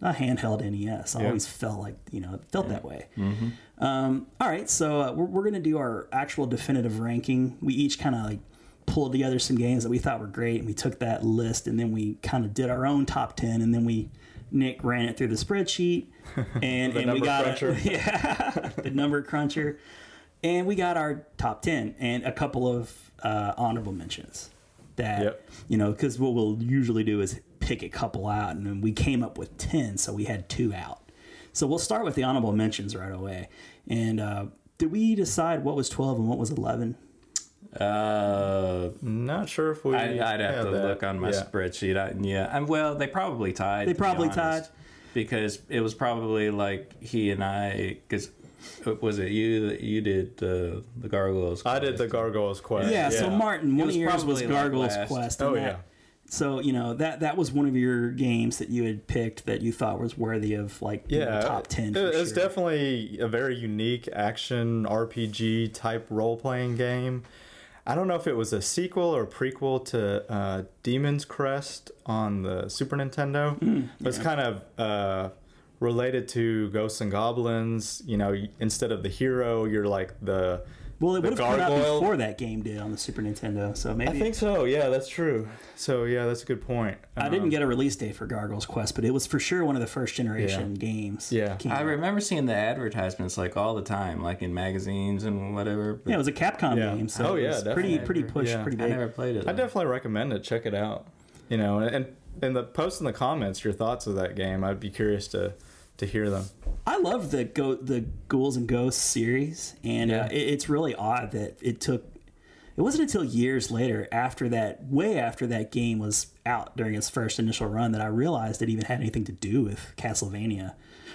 Speaker 1: a handheld NES. I always felt like, you know, it felt that way.
Speaker 3: Mm-hmm.
Speaker 1: Um, all right, so uh, we're, we're going to do our actual definitive ranking. We each kind of like pulled together some games that we thought were great, and we took that list, and then we kind of did our own top ten, and then we Nick ran it through the spreadsheet, and, and we
Speaker 3: number
Speaker 1: got
Speaker 3: cruncher.
Speaker 1: a, yeah, the number cruncher, and we got our top ten and a couple of uh, honorable mentions that
Speaker 3: Yep.
Speaker 1: you know because what we'll usually do is pick a couple out, and then we came up with ten, so we had two out. So we'll start with the honorable mentions right away. And uh, did we decide what was 12 and what was 11?
Speaker 2: Uh,
Speaker 3: Not sure if we.
Speaker 2: I, I'd have to
Speaker 3: that.
Speaker 2: look on my
Speaker 3: Yeah.
Speaker 2: spreadsheet. I, yeah, and well, they probably tied.
Speaker 1: They
Speaker 2: to be
Speaker 1: probably
Speaker 2: honest.
Speaker 1: tied.
Speaker 2: because it was probably like he and I. Because was it you that you did the the gargoyles?
Speaker 3: I did the Gargoyles quest.
Speaker 1: Yeah, so Martin, one
Speaker 2: was
Speaker 1: of yours was
Speaker 2: probably, like,
Speaker 1: Gargoyle's
Speaker 2: last.
Speaker 1: Quest.
Speaker 3: Oh,
Speaker 1: and that-
Speaker 3: yeah.
Speaker 1: So, you know, that that was one of your games that you had picked that you thought was worthy of like you know,
Speaker 3: Yeah,
Speaker 1: top 10.
Speaker 3: It,
Speaker 1: for
Speaker 3: it's
Speaker 1: sure.
Speaker 3: definitely a very unique action RPG type role playing game. I don't know if it was a sequel or a prequel to uh, Demon's Crest on the Super Nintendo.
Speaker 1: Mm,
Speaker 3: but it's kind of uh, related to Ghosts and Goblins. You know, y- instead of the hero, you're like the
Speaker 1: well, it
Speaker 3: the
Speaker 1: would have come out
Speaker 3: gargoyle.
Speaker 1: before that game did on the Super Nintendo. So maybe
Speaker 3: I think so. Yeah, that's true. So yeah, that's a good point.
Speaker 1: I didn't get a release date for Gargoyle's Quest, but it was for sure one of the first generation
Speaker 3: Yeah.
Speaker 1: games.
Speaker 3: Yeah.
Speaker 1: that came
Speaker 2: I
Speaker 1: out.
Speaker 2: remember seeing the advertisements like all the time, like in magazines and whatever. But
Speaker 1: Yeah, it was a Capcom
Speaker 3: Yeah.
Speaker 1: game, so
Speaker 3: Oh,
Speaker 1: it
Speaker 3: yeah,
Speaker 1: was pretty
Speaker 3: definitely.
Speaker 1: pretty pushed,
Speaker 3: Yeah.
Speaker 1: pretty
Speaker 2: I
Speaker 1: big.
Speaker 2: never played it.
Speaker 3: I
Speaker 2: though.
Speaker 3: definitely recommend it. Check it out. You know, and and the post in the comments your thoughts of that game. I'd be curious to to hear them.
Speaker 1: I love the go the ghouls and ghosts series, and uh, it, it's really odd that it took. It wasn't until years later, after that, way after that game was out during its first initial run, that I realized it even had anything to do with Castlevania,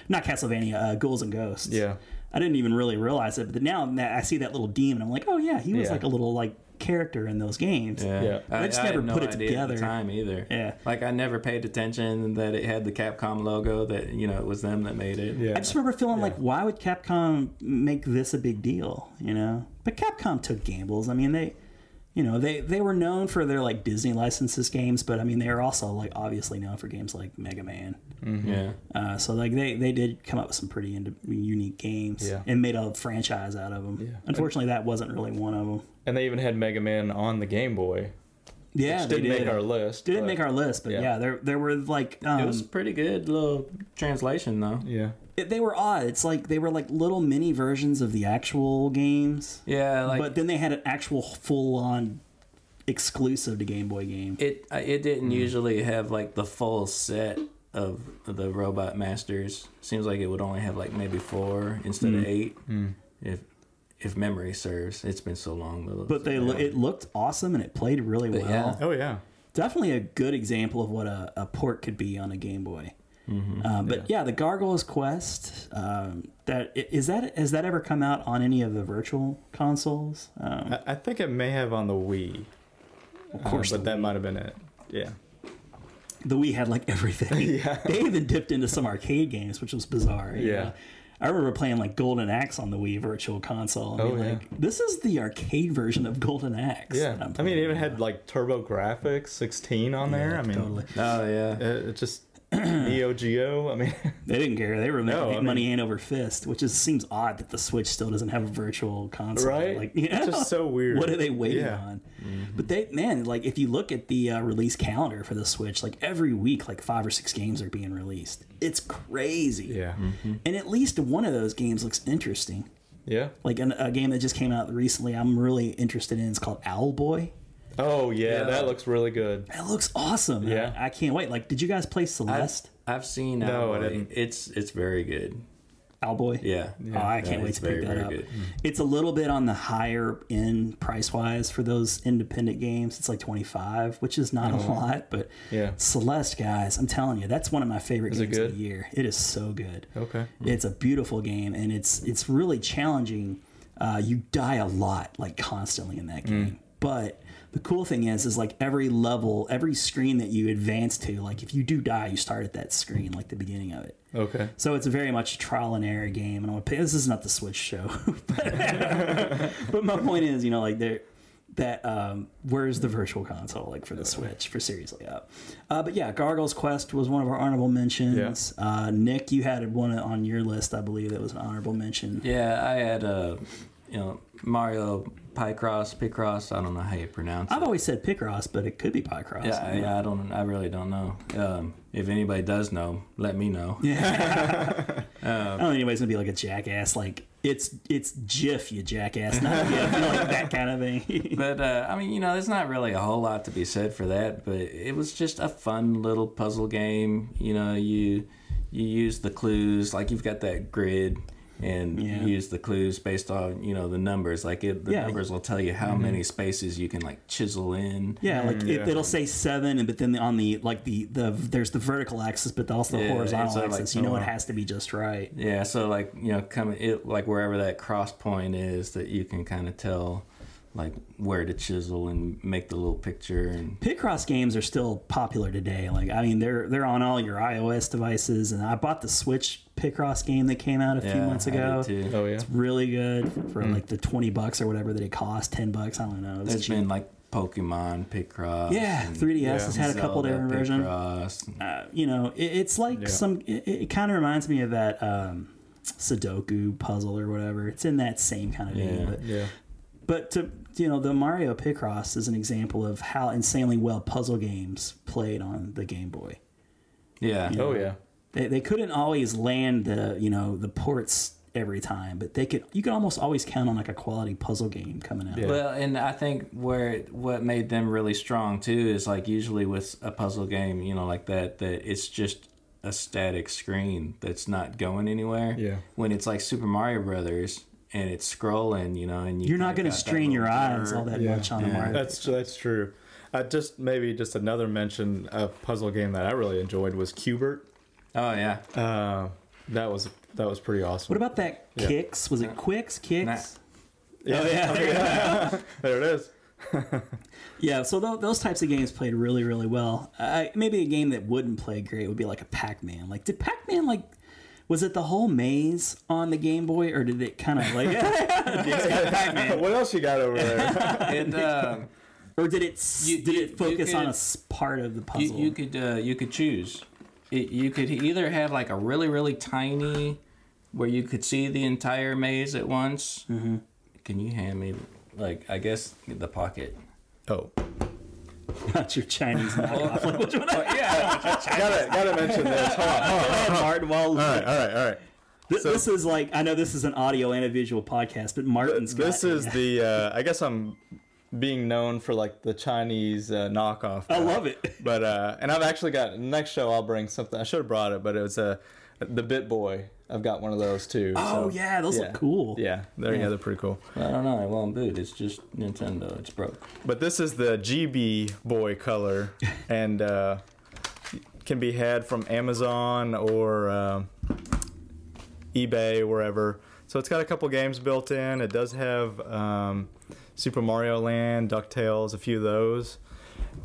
Speaker 1: not Castlevania, uh, Ghouls and Ghosts.
Speaker 3: Yeah.
Speaker 1: I didn't even really realize it, but now that I see that little demon, I'm like, oh yeah, he was
Speaker 3: Yeah.
Speaker 1: like a little like character in those games.
Speaker 3: Yeah.
Speaker 1: I just
Speaker 2: had
Speaker 1: never put it
Speaker 2: idea
Speaker 1: together.
Speaker 2: At the time either.
Speaker 1: Yeah.
Speaker 2: Like I never paid attention that it had the Capcom logo. That you know it was them that made it.
Speaker 3: Yeah.
Speaker 1: I just remember feeling like, why would Capcom make this a big deal? You know, but Capcom took gambles. I mean, they, you know, they they were known for their like Disney licenses games, but I mean, they were also like obviously known for games like Mega Man.
Speaker 2: Yeah.
Speaker 1: Uh, so like they they did come up with some pretty ind- unique games
Speaker 3: Yeah.
Speaker 1: and made a franchise out of them. Unfortunately, that wasn't really one of them.
Speaker 3: And they even had Mega Man on the Game Boy.
Speaker 1: Yeah, they
Speaker 3: Didn't
Speaker 1: did.
Speaker 3: make our list.
Speaker 1: didn't
Speaker 3: but-
Speaker 1: make our list, but yeah,
Speaker 3: Yeah.
Speaker 1: there there were like um,
Speaker 2: It was pretty good little translation though.
Speaker 3: Yeah.
Speaker 1: it- they were odd. It's like they were like little mini versions of the actual games.
Speaker 2: Yeah, like
Speaker 1: but then they had an actual full on exclusive to Game Boy game.
Speaker 2: it uh, it
Speaker 1: Mm-hmm.
Speaker 2: didn't usually have like the full set of the robot masters. Seems like it would only have like maybe four instead
Speaker 1: Mm.
Speaker 2: of eight. If if memory serves, it's been so long. Though,
Speaker 1: but they lo- it looked awesome and it played really well.
Speaker 2: yeah.
Speaker 3: Oh yeah.
Speaker 1: Definitely a good example of what a, a port could be on a Game Boy.
Speaker 2: Mm-hmm.
Speaker 1: Uh, but yeah. the Gargoyles Quest. Um, that i- is that has that ever come out on any of the virtual consoles? Um,
Speaker 3: I, I think it may have on the Wii.
Speaker 1: of course,
Speaker 3: Uh, but that might have been it. Yeah.
Speaker 1: the Wii had like everything. They even dipped into some arcade games, which was bizarre. you
Speaker 3: Yeah.
Speaker 1: know? I remember playing like Golden Axe on the Wii Virtual Console. And
Speaker 3: Oh,
Speaker 1: being
Speaker 3: yeah.
Speaker 1: like, This is the arcade version of Golden Axe. that I'm
Speaker 3: I
Speaker 1: playing.
Speaker 3: mean, it even had like Turbo Graphics 16 on there. I mean,
Speaker 1: totally.
Speaker 2: Oh yeah.
Speaker 3: it, it just Neo Geo. I mean,
Speaker 1: They didn't care. They were making
Speaker 3: I mean-
Speaker 1: money hand over fist, which is seems odd that the Switch still doesn't have a virtual console.
Speaker 3: Right?
Speaker 1: Like, you
Speaker 3: It's just so weird.
Speaker 1: What are they waiting
Speaker 3: Yeah. Mm-hmm.
Speaker 1: on? But they, man, like if you look at the uh, release calendar for the Switch, like every week, like five or six games are being released. It's crazy.
Speaker 3: yeah,
Speaker 1: And at least one of those games looks interesting.
Speaker 3: yeah.
Speaker 1: Like an, a game that just came out recently, I'm really interested in. It's called Owl Boy.
Speaker 3: Oh yeah, that looks really good.
Speaker 1: That looks awesome.
Speaker 3: Yeah.
Speaker 1: I, I can't wait. Like, did you guys play Celeste?
Speaker 2: I've seen
Speaker 3: No, I
Speaker 2: Alloy.
Speaker 3: didn't.
Speaker 2: It's it's very good.
Speaker 1: Owl Boy?
Speaker 2: Yeah.
Speaker 1: oh, I can't
Speaker 2: Yeah,
Speaker 1: wait
Speaker 2: it's
Speaker 1: to pick
Speaker 2: very,
Speaker 1: that
Speaker 2: very
Speaker 1: up. Mm.
Speaker 2: good.
Speaker 1: It's a little bit on the higher end price wise for those independent games. It's like twenty five, which is not
Speaker 2: Mm-hmm.
Speaker 1: a lot, but
Speaker 3: Yeah.
Speaker 1: Celeste, guys, I'm telling you, that's one of my favorite
Speaker 3: it
Speaker 1: games of
Speaker 3: good?
Speaker 1: the year. It is so good. Mm.
Speaker 3: Okay.
Speaker 1: It's a beautiful game, and it's it's really challenging. Uh, you die a lot, like constantly in
Speaker 2: Mm.
Speaker 1: that game. But the cool thing is, is like every level, every screen that you advance to, like if you do die, you start at that screen, like the beginning of it.
Speaker 2: Oh,
Speaker 3: Okay.
Speaker 1: So it's very much a trial and error game, and I'm gonna, this is not the Switch show. but my point is, you know, like there, that um, where's the virtual console like for the Switch for seriously up? Uh, but yeah, Gargoyle's Quest was one of our honorable mentions. Uh, Nick, you had one on your list, I believe, that was an honorable mention.
Speaker 2: Yeah, I had uh, you know, Mario Picross, Picross. I don't know how you pronounce
Speaker 1: I've
Speaker 2: it.
Speaker 1: always said Picross, but it could be Picross.
Speaker 2: Yeah, I, yeah, I don't. I really don't know. Um, if anybody does know, let me know.
Speaker 1: I don't think anybody's gonna be like a jackass. Like it's it's GIF, you jackass, not GIF, you know, like that kind of thing.
Speaker 2: But uh, I mean, you know, there's not really a whole lot to be said for that. But it was just a fun little puzzle game. You know, you you use the clues like you've got that grid, and
Speaker 1: Yeah.
Speaker 2: you use the clues based on you know the numbers. Like it, the
Speaker 1: Yeah. Mm-hmm.
Speaker 2: numbers will tell you how many spaces you can like chisel in.
Speaker 1: Yeah, like it,
Speaker 3: yeah.
Speaker 1: it'll say seven, and but then on the like the the there's the vertical axis, but also the
Speaker 2: Yeah,
Speaker 1: horizontal
Speaker 2: it's sort of like
Speaker 1: axis. you know, it
Speaker 2: someone-
Speaker 1: has to be just right.
Speaker 2: Yeah, so like you know, come it like wherever that cross point is, that you can kind of tell, like where to chisel and make the little picture. And
Speaker 1: Picross games are still popular today. Like I mean, they're they're on all your iOS devices, and I bought the Switch Picross game that came out a few
Speaker 2: Yeah,
Speaker 1: months
Speaker 2: I did
Speaker 1: ago.
Speaker 2: too. Mm.
Speaker 3: Oh yeah.
Speaker 1: Really good for like the twenty bucks or whatever that it cost. Ten bucks, I don't know. It was
Speaker 2: There's
Speaker 1: cheap.
Speaker 2: been like Pokemon Picross.
Speaker 1: yeah, 3DS has had a couple
Speaker 2: Zelda
Speaker 1: different versions.
Speaker 2: Picross, and-
Speaker 1: uh, you know, it, it's like some. It, it kind of reminds me of that um, Sudoku puzzle or whatever. It's in that same kind of
Speaker 2: Yeah.
Speaker 1: game. But,
Speaker 3: Yeah.
Speaker 1: but to you know, the Mario Picross is an example of how insanely well puzzle games played on the Game Boy.
Speaker 2: yeah.
Speaker 3: Oh yeah.
Speaker 1: They, they couldn't always land the you know the ports every time, but they could. You could almost always count on like a quality puzzle game coming out.
Speaker 3: Yeah.
Speaker 2: Well, and I think where what made them really strong too is like usually with a puzzle game, you know, like that, that it's just a static screen that's not going anywhere.
Speaker 3: Yeah.
Speaker 2: When it's like Super Mario Brothers and it's scrolling, you know, and you
Speaker 1: You're not
Speaker 2: kinda
Speaker 1: going to
Speaker 2: got that
Speaker 1: strain your
Speaker 2: little
Speaker 1: eyes
Speaker 2: blur.
Speaker 1: all that
Speaker 3: Yeah.
Speaker 1: much on a Mario.
Speaker 3: That's that's true. Uh, just maybe just another mention a puzzle game that I really enjoyed was Cubert.
Speaker 2: Oh yeah,
Speaker 3: Uh, that was that was pretty awesome.
Speaker 1: what about that Kicks? Was it Quicks? Kicks?
Speaker 3: Yeah, there it is.
Speaker 1: Yeah, so th- those types of games played really, really well. Uh, maybe a game that wouldn't play great would be like a Pac-Man. Like, did Pac-Man like? Was it the whole maze on the Game Boy, or did it kind of like,
Speaker 3: What else you got over there?
Speaker 2: and um,
Speaker 1: or did it s
Speaker 2: You-
Speaker 1: did
Speaker 2: you-
Speaker 1: it focus
Speaker 2: you
Speaker 1: on a
Speaker 2: could-
Speaker 1: s- part of the
Speaker 2: you,
Speaker 1: puzzle?
Speaker 2: you could uh, you could choose. It, you could either have like a really really tiny, where you could see the entire maze at once. Mm-hmm. Can you hand me like I guess the pocket?
Speaker 3: oh,
Speaker 1: Not your Chinese knockoff. Like, which one?
Speaker 3: gotta gotta mention this. Hold on. All
Speaker 1: Hard wall.
Speaker 3: right, all right, all right.
Speaker 1: Th- this is like I know this is an audio and a visual podcast, but Martin's got
Speaker 3: This
Speaker 1: it.
Speaker 3: is the. Uh, I guess I'm being known for like the Chinese uh, knockoff.
Speaker 1: I
Speaker 3: guy.
Speaker 1: love it.
Speaker 3: But uh, and I've actually got next show. I'll bring something. I should have brought it, but it was uh, the Bit Boy. I've got one of those too.
Speaker 1: Oh
Speaker 3: so,
Speaker 1: yeah, those look cool.
Speaker 3: Yeah, they're yeah, they're pretty cool.
Speaker 2: I don't know. It won't boot. It's just Nintendo. It's broke.
Speaker 3: But this is the GB Boy color, and uh, can be had from Amazon or um eBay, wherever. So it's got a couple games built in. It does have um, Super Mario Land, Ducktales, a few of those,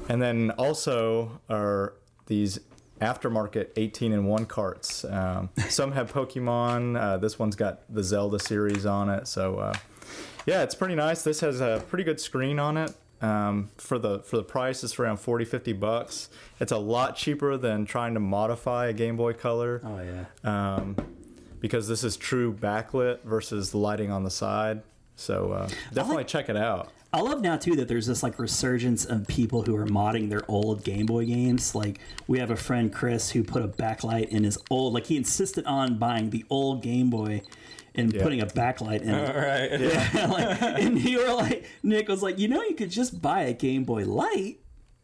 Speaker 3: and then also are these aftermarket 18 and 1 carts um, some have pokemon uh, this one's got the zelda series on it so uh, yeah, it's pretty nice. This has a pretty good screen on it. um, for the for the price. It's around 40, 50 bucks. It's a lot cheaper than trying to modify a Game Boy Color
Speaker 1: Oh yeah.
Speaker 3: um, because this is true backlit versus lighting on the side. So uh, definitely check it out.
Speaker 1: I love now too that there's this like resurgence of people who are modding their old Game Boy games. Like we have a friend Chris who put a backlight in his old like he insisted on buying the old Game Boy and putting a backlight in it.
Speaker 2: right.
Speaker 1: like, and you were like Nick was like, you know you could just buy a Game Boy light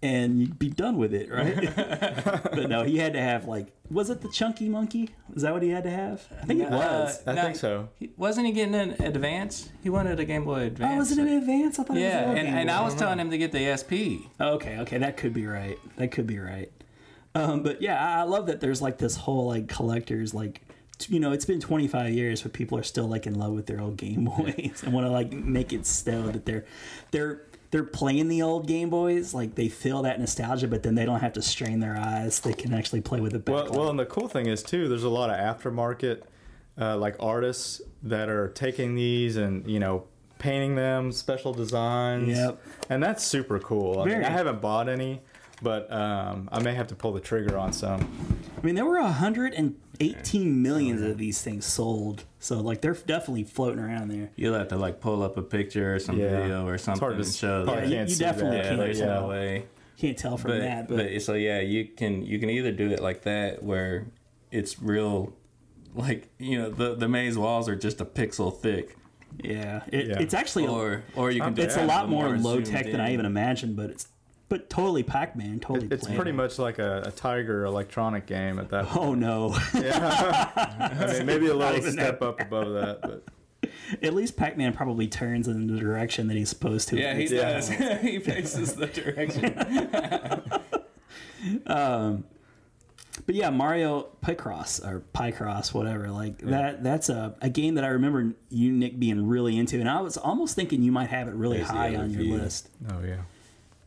Speaker 1: and you'd be done with it, right? but no, he had to have like was it the chunky monkey? Is that what he had to have? I think it
Speaker 2: Uh,
Speaker 1: was.
Speaker 3: I think so.
Speaker 2: He, wasn't he getting an advance? He wanted a Game Boy Advance.
Speaker 1: oh, was it in advance? I thought it was
Speaker 2: Yeah,
Speaker 1: all
Speaker 2: and,
Speaker 1: Game
Speaker 2: and
Speaker 1: Boy.
Speaker 2: I was telling him to get the SP.
Speaker 1: Oh, Okay, okay, that could be right. That could be right. Um, but yeah, I I love that there's like this whole like collectors like t- you know it's been 25 years but people are still like in love with their old Game Boys and want to like make it so that they're they're they're playing the old Game Boys like they feel that nostalgia but then they don't have to strain their eyes they can actually play with the
Speaker 3: Well,
Speaker 1: backlight.
Speaker 3: well, and the cool thing is too, there's a lot of aftermarket, uh, like artists that are taking these and you know painting them, special designs.
Speaker 1: Yep.
Speaker 3: And that's super cool. I,
Speaker 1: Very.
Speaker 3: mean, I haven't bought any, but um, I may have to pull the trigger on some.
Speaker 1: I mean there were 118
Speaker 2: Oh,
Speaker 1: millions of these things sold so like they're definitely floating around there.
Speaker 2: You'll have to like pull up a picture or some
Speaker 3: Yeah.
Speaker 2: video or
Speaker 3: It's
Speaker 2: something
Speaker 3: hard to
Speaker 2: and
Speaker 3: s-
Speaker 2: show
Speaker 3: hard
Speaker 2: that.
Speaker 3: to
Speaker 1: you-
Speaker 3: can't
Speaker 1: you
Speaker 3: see
Speaker 1: definitely
Speaker 3: that,
Speaker 2: Yeah,
Speaker 1: can't
Speaker 2: there's
Speaker 1: tell.
Speaker 2: no way.
Speaker 1: Can't tell from
Speaker 2: But,
Speaker 1: that
Speaker 2: but so yeah, you can you can either do it like that where it's real, like you know the the maze walls are just a pixel thick,
Speaker 1: Yeah, it,
Speaker 3: Yeah.
Speaker 1: it's actually a-
Speaker 2: or or you can do
Speaker 1: it's
Speaker 2: it
Speaker 1: a lot more
Speaker 2: zoomed
Speaker 1: low tech than I
Speaker 2: in.
Speaker 1: even imagined, but it's but totally Pac Man, totally.
Speaker 3: It's
Speaker 1: playable.
Speaker 3: pretty much like a, a Tiger electronic game at that.
Speaker 1: Oh no!
Speaker 3: I mean, maybe a little
Speaker 1: even
Speaker 3: step up above that, but
Speaker 1: At least Pac Man probably turns in the direction that he's supposed to.
Speaker 2: Yeah, he
Speaker 3: Yeah.
Speaker 2: does. he faces the direction.
Speaker 1: but yeah, Mario Picross or Picross, whatever. Like that. That's a, a game that I remember you Nick being really into, and I was almost thinking you might have it really
Speaker 2: There's the
Speaker 1: high
Speaker 2: other
Speaker 1: on your
Speaker 2: view.
Speaker 1: list.
Speaker 3: oh yeah.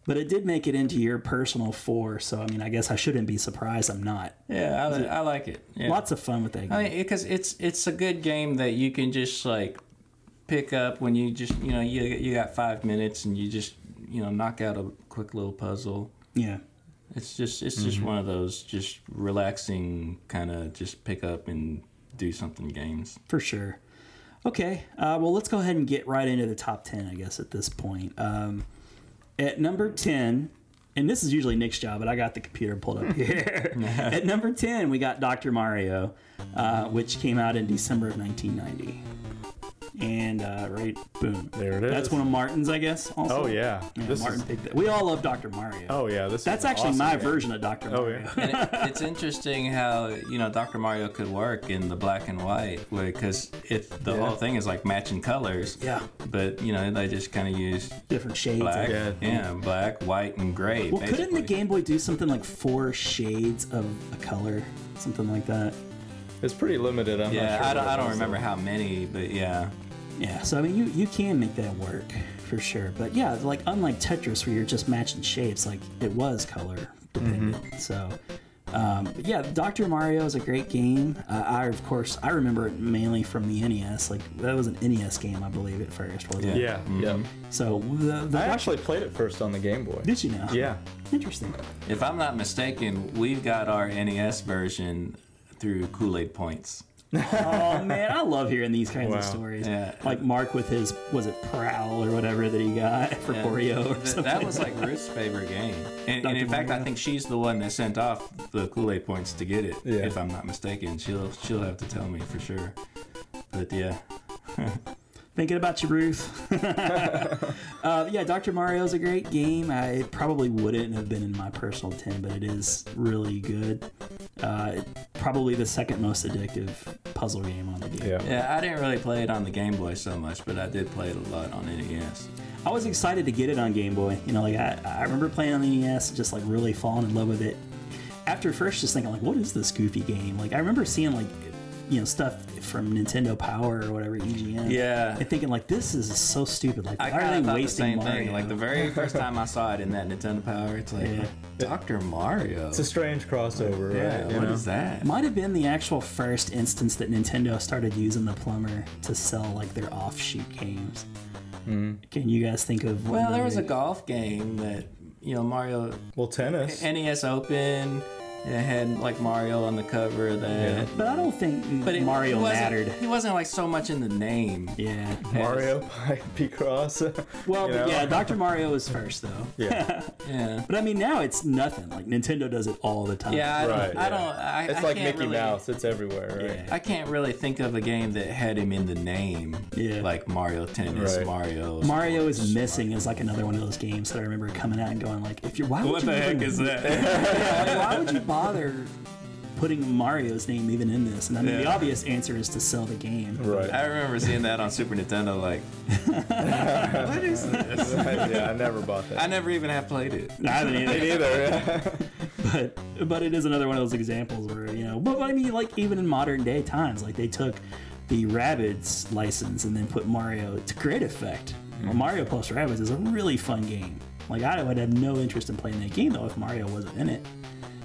Speaker 1: But it did make it into your personal four, so I mean, I guess I shouldn't be surprised. I'm not.
Speaker 2: yeah, I, li- I like it. Yeah.
Speaker 1: Lots of fun with that game.
Speaker 2: I mean, because it's it's a good game that you can just like pick up when you just you know you you got five minutes and you just you know knock out a quick little puzzle.
Speaker 1: yeah.
Speaker 2: It's just it's just one of those just relaxing kind of just pick up and do something games.
Speaker 1: for sure. Okay, uh, well, let's go ahead and get right into the top 10, I guess, at this point. Um, at number 10, and this is usually Nick's job, but I got the computer pulled up here. at number 10, we got Dr. Mario, uh, which came out in December of 1990. And uh, right, boom.
Speaker 3: There it
Speaker 1: That's
Speaker 3: is.
Speaker 1: one of Martin's, I guess, also.
Speaker 3: Oh yeah. This
Speaker 1: Martin
Speaker 3: is.
Speaker 1: picked that. We all love Dr. Mario.
Speaker 3: Oh yeah. This.
Speaker 1: That's
Speaker 3: is an
Speaker 1: actually
Speaker 3: awesome
Speaker 1: my
Speaker 3: game.
Speaker 1: version of Dr.
Speaker 3: Oh
Speaker 1: Mario.
Speaker 3: yeah.
Speaker 2: And it, it's interesting how you know Dr. Mario could work in the black and white because if the whole thing is like matching colors.
Speaker 1: Yeah.
Speaker 2: But you know they just kind of use
Speaker 1: Different shades. of
Speaker 2: black, yeah.
Speaker 3: Yeah.
Speaker 2: black, white, and gray.
Speaker 1: Well, couldn't the
Speaker 2: basically.
Speaker 1: Game Boy do something like four shades of a color, something like that?
Speaker 3: It's pretty limited. I'm
Speaker 2: Yeah,
Speaker 3: not sure
Speaker 2: I don't,
Speaker 3: what
Speaker 2: I
Speaker 3: it
Speaker 2: don't
Speaker 3: is, though.
Speaker 2: remember how many, but yeah.
Speaker 1: Yeah. So I mean, you you can make that work for sure. But yeah, like unlike Tetris, where you're just matching shapes, like it was color dependent.
Speaker 3: Mm-hmm.
Speaker 1: So. Um, but yeah, Dr. Mario is a great game. Uh, I, of course, I remember it mainly from the NES. Like, that was an NES game, I believe, at first, wasn't it?
Speaker 3: Yeah. Yeah.
Speaker 1: So, the, the
Speaker 3: I actually played it first on the Game Boy.
Speaker 1: Mm-hmm. Did you know?
Speaker 3: Yeah.
Speaker 1: Interesting.
Speaker 2: If I'm not mistaken, we've got our NES version through Kool Aid Points.
Speaker 1: Oh man, I love hearing these kinds
Speaker 3: Wow.
Speaker 1: of stories.
Speaker 2: Yeah.
Speaker 1: Like Mark with his was it prowl or whatever that he got for
Speaker 2: Yeah.
Speaker 1: Oreo or
Speaker 2: Th-
Speaker 1: something.
Speaker 2: that was like Ruth's favorite game. And, and
Speaker 1: Dr.
Speaker 2: in fact, I
Speaker 1: Mario.
Speaker 2: think she's the one that sent off the Kool Aid Points to get it,
Speaker 3: Yeah.
Speaker 2: if I'm not mistaken. She'll, she'll have to tell me for sure. But yeah.
Speaker 1: Thinking about you, Ruth. uh, yeah, Dr. Mario's a great game. I, it probably wouldn't have been in my personal 10, but it is really good. Uh, probably the second most addictive puzzle game on the game.
Speaker 3: Yeah.
Speaker 2: Yeah, I didn't really play it on the Game Boy so much, but I did play it a lot on E NES.
Speaker 1: I was excited to get it on Game Boy. You know, like I, I remember playing on the NES, and just like really falling in love with it. After first, just thinking like, what is this goofy game? Like I remember seeing like, you know, stuff from Nintendo Power or whatever EGM.
Speaker 2: Yeah.
Speaker 1: And thinking like, this is so stupid. Like, why
Speaker 2: I kind
Speaker 1: are
Speaker 2: of
Speaker 1: they
Speaker 2: thought the
Speaker 1: wasting
Speaker 2: same
Speaker 1: Mario?
Speaker 2: thing. Like the very first time I saw it in that Nintendo Power, it's like
Speaker 1: Yeah.
Speaker 2: Doctor Mario.
Speaker 3: It's a strange crossover,
Speaker 2: yeah,
Speaker 3: right?
Speaker 2: what is
Speaker 3: You know?
Speaker 2: that?
Speaker 1: Might have been the actual first instance that Nintendo started using the plumber to sell like their offshoot games. Can you guys think of?
Speaker 2: Hmm. Well,
Speaker 1: one
Speaker 2: there was a
Speaker 1: other-
Speaker 2: golf game that you know Mario
Speaker 3: Well, tennis.
Speaker 2: NES E Open. It had like Mario on the cover of that.
Speaker 1: but I don't think
Speaker 2: But it,
Speaker 1: Mario
Speaker 2: he wasn't-
Speaker 1: mattered.
Speaker 2: He wasn't like so much in the name.
Speaker 1: Yeah.
Speaker 3: Mario by P. Cross.
Speaker 1: Well,
Speaker 3: You
Speaker 1: but
Speaker 3: know?
Speaker 1: yeah, Dr. Mario was first though.
Speaker 3: Yeah.
Speaker 2: Yeah.
Speaker 1: But I mean, now it's nothing. Like Nintendo does it all the time.
Speaker 2: Yeah, I
Speaker 3: Right.
Speaker 2: don't. I
Speaker 3: yeah.
Speaker 2: don't I,
Speaker 3: it's
Speaker 2: I
Speaker 3: like
Speaker 2: can't
Speaker 3: Mickey
Speaker 2: really-
Speaker 3: Mouse. It's everywhere, right?
Speaker 1: Yeah.
Speaker 2: I can't really think of a game that had him in the name.
Speaker 1: Yeah.
Speaker 2: Like Mario Tennis,
Speaker 3: Right.
Speaker 2: Mario.
Speaker 1: Mario is missing is like another one of those games that I remember coming out and going like, if you're why would
Speaker 2: What
Speaker 1: you
Speaker 2: the heck
Speaker 1: even-
Speaker 2: is that?
Speaker 1: Yeah, like, why would you bother putting Mario's name even in this? And I mean, the
Speaker 2: Yeah.
Speaker 1: obvious answer is to sell the game.
Speaker 3: Right.
Speaker 2: I remember seeing that on Super Nintendo. Like, what is this?
Speaker 3: yeah, I never bought
Speaker 2: I
Speaker 3: that.
Speaker 2: never even have played it.
Speaker 1: I haven't either,
Speaker 3: Either.
Speaker 1: but but it is another one of those examples where you know. But I mean, like even in modern day times, like they took the Rabbids license and then put Mario to great effect.
Speaker 2: Mm.
Speaker 1: Well, Mario plus Rabbids is a really fun game. Like I would have no interest in playing that game though if Mario wasn't in it.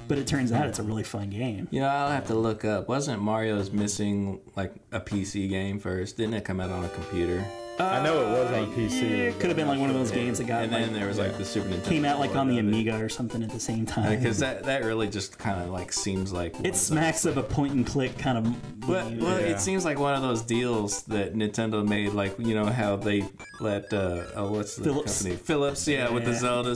Speaker 1: But it turns out it's a really fun game.
Speaker 2: You know, I'll have to look up. Wasn't Mario's missing like a PC game first? Didn't it come out on a computer?
Speaker 3: I know it was on PC.
Speaker 1: It could have been like one of those games that got
Speaker 2: and then
Speaker 1: like,
Speaker 2: there was like the Super Nintendo.
Speaker 1: came out like on the Amiga or something at the same time.
Speaker 2: Because that, that really just kind of like seems like one of
Speaker 1: it
Speaker 2: those-
Speaker 1: smacks of a point and click kind of.
Speaker 2: But
Speaker 1: game.
Speaker 2: well,
Speaker 3: Yeah.
Speaker 2: it seems like one of those deals that Nintendo made, like you know how they let uh, oh, what's the
Speaker 1: Philips.
Speaker 2: company Philips, yeah, with the
Speaker 1: Yeah.
Speaker 2: Zelda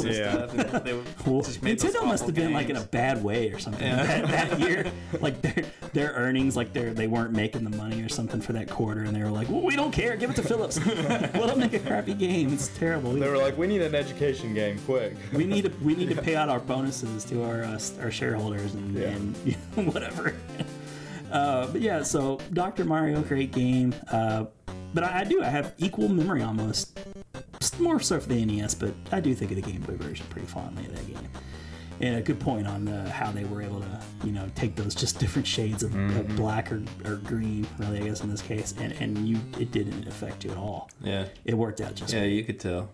Speaker 2: and
Speaker 3: Yeah.
Speaker 2: stuff. And they
Speaker 1: Well,
Speaker 2: just made those
Speaker 1: Nintendo must
Speaker 2: awful
Speaker 1: have been like in a
Speaker 2: games.
Speaker 1: bad way or something that, that year. Like their their earnings, like they they weren't making the money or something for that quarter, and they were like, well, "We don't care, give it to Phillips. Let them make a crappy game. It's terrible.
Speaker 3: They were
Speaker 1: We,
Speaker 3: like, we need an education game, quick.
Speaker 1: we need to we need to pay out our bonuses to our uh, s- our shareholders and,
Speaker 3: Yeah.
Speaker 1: and you know, whatever." Uh, but yeah, so Dr. Mario, great game. Uh, but I, I do I have equal memory almost, Just more so for the NES. But I do think of the Game Boy version pretty fondly of that game and a good point on uh, how they were able to, you know, take those just different shades of, of black or, or green, really, I guess in this case, and, and you it didn't affect you at all.
Speaker 2: yeah,
Speaker 1: It worked out just
Speaker 2: yeah, you could tell.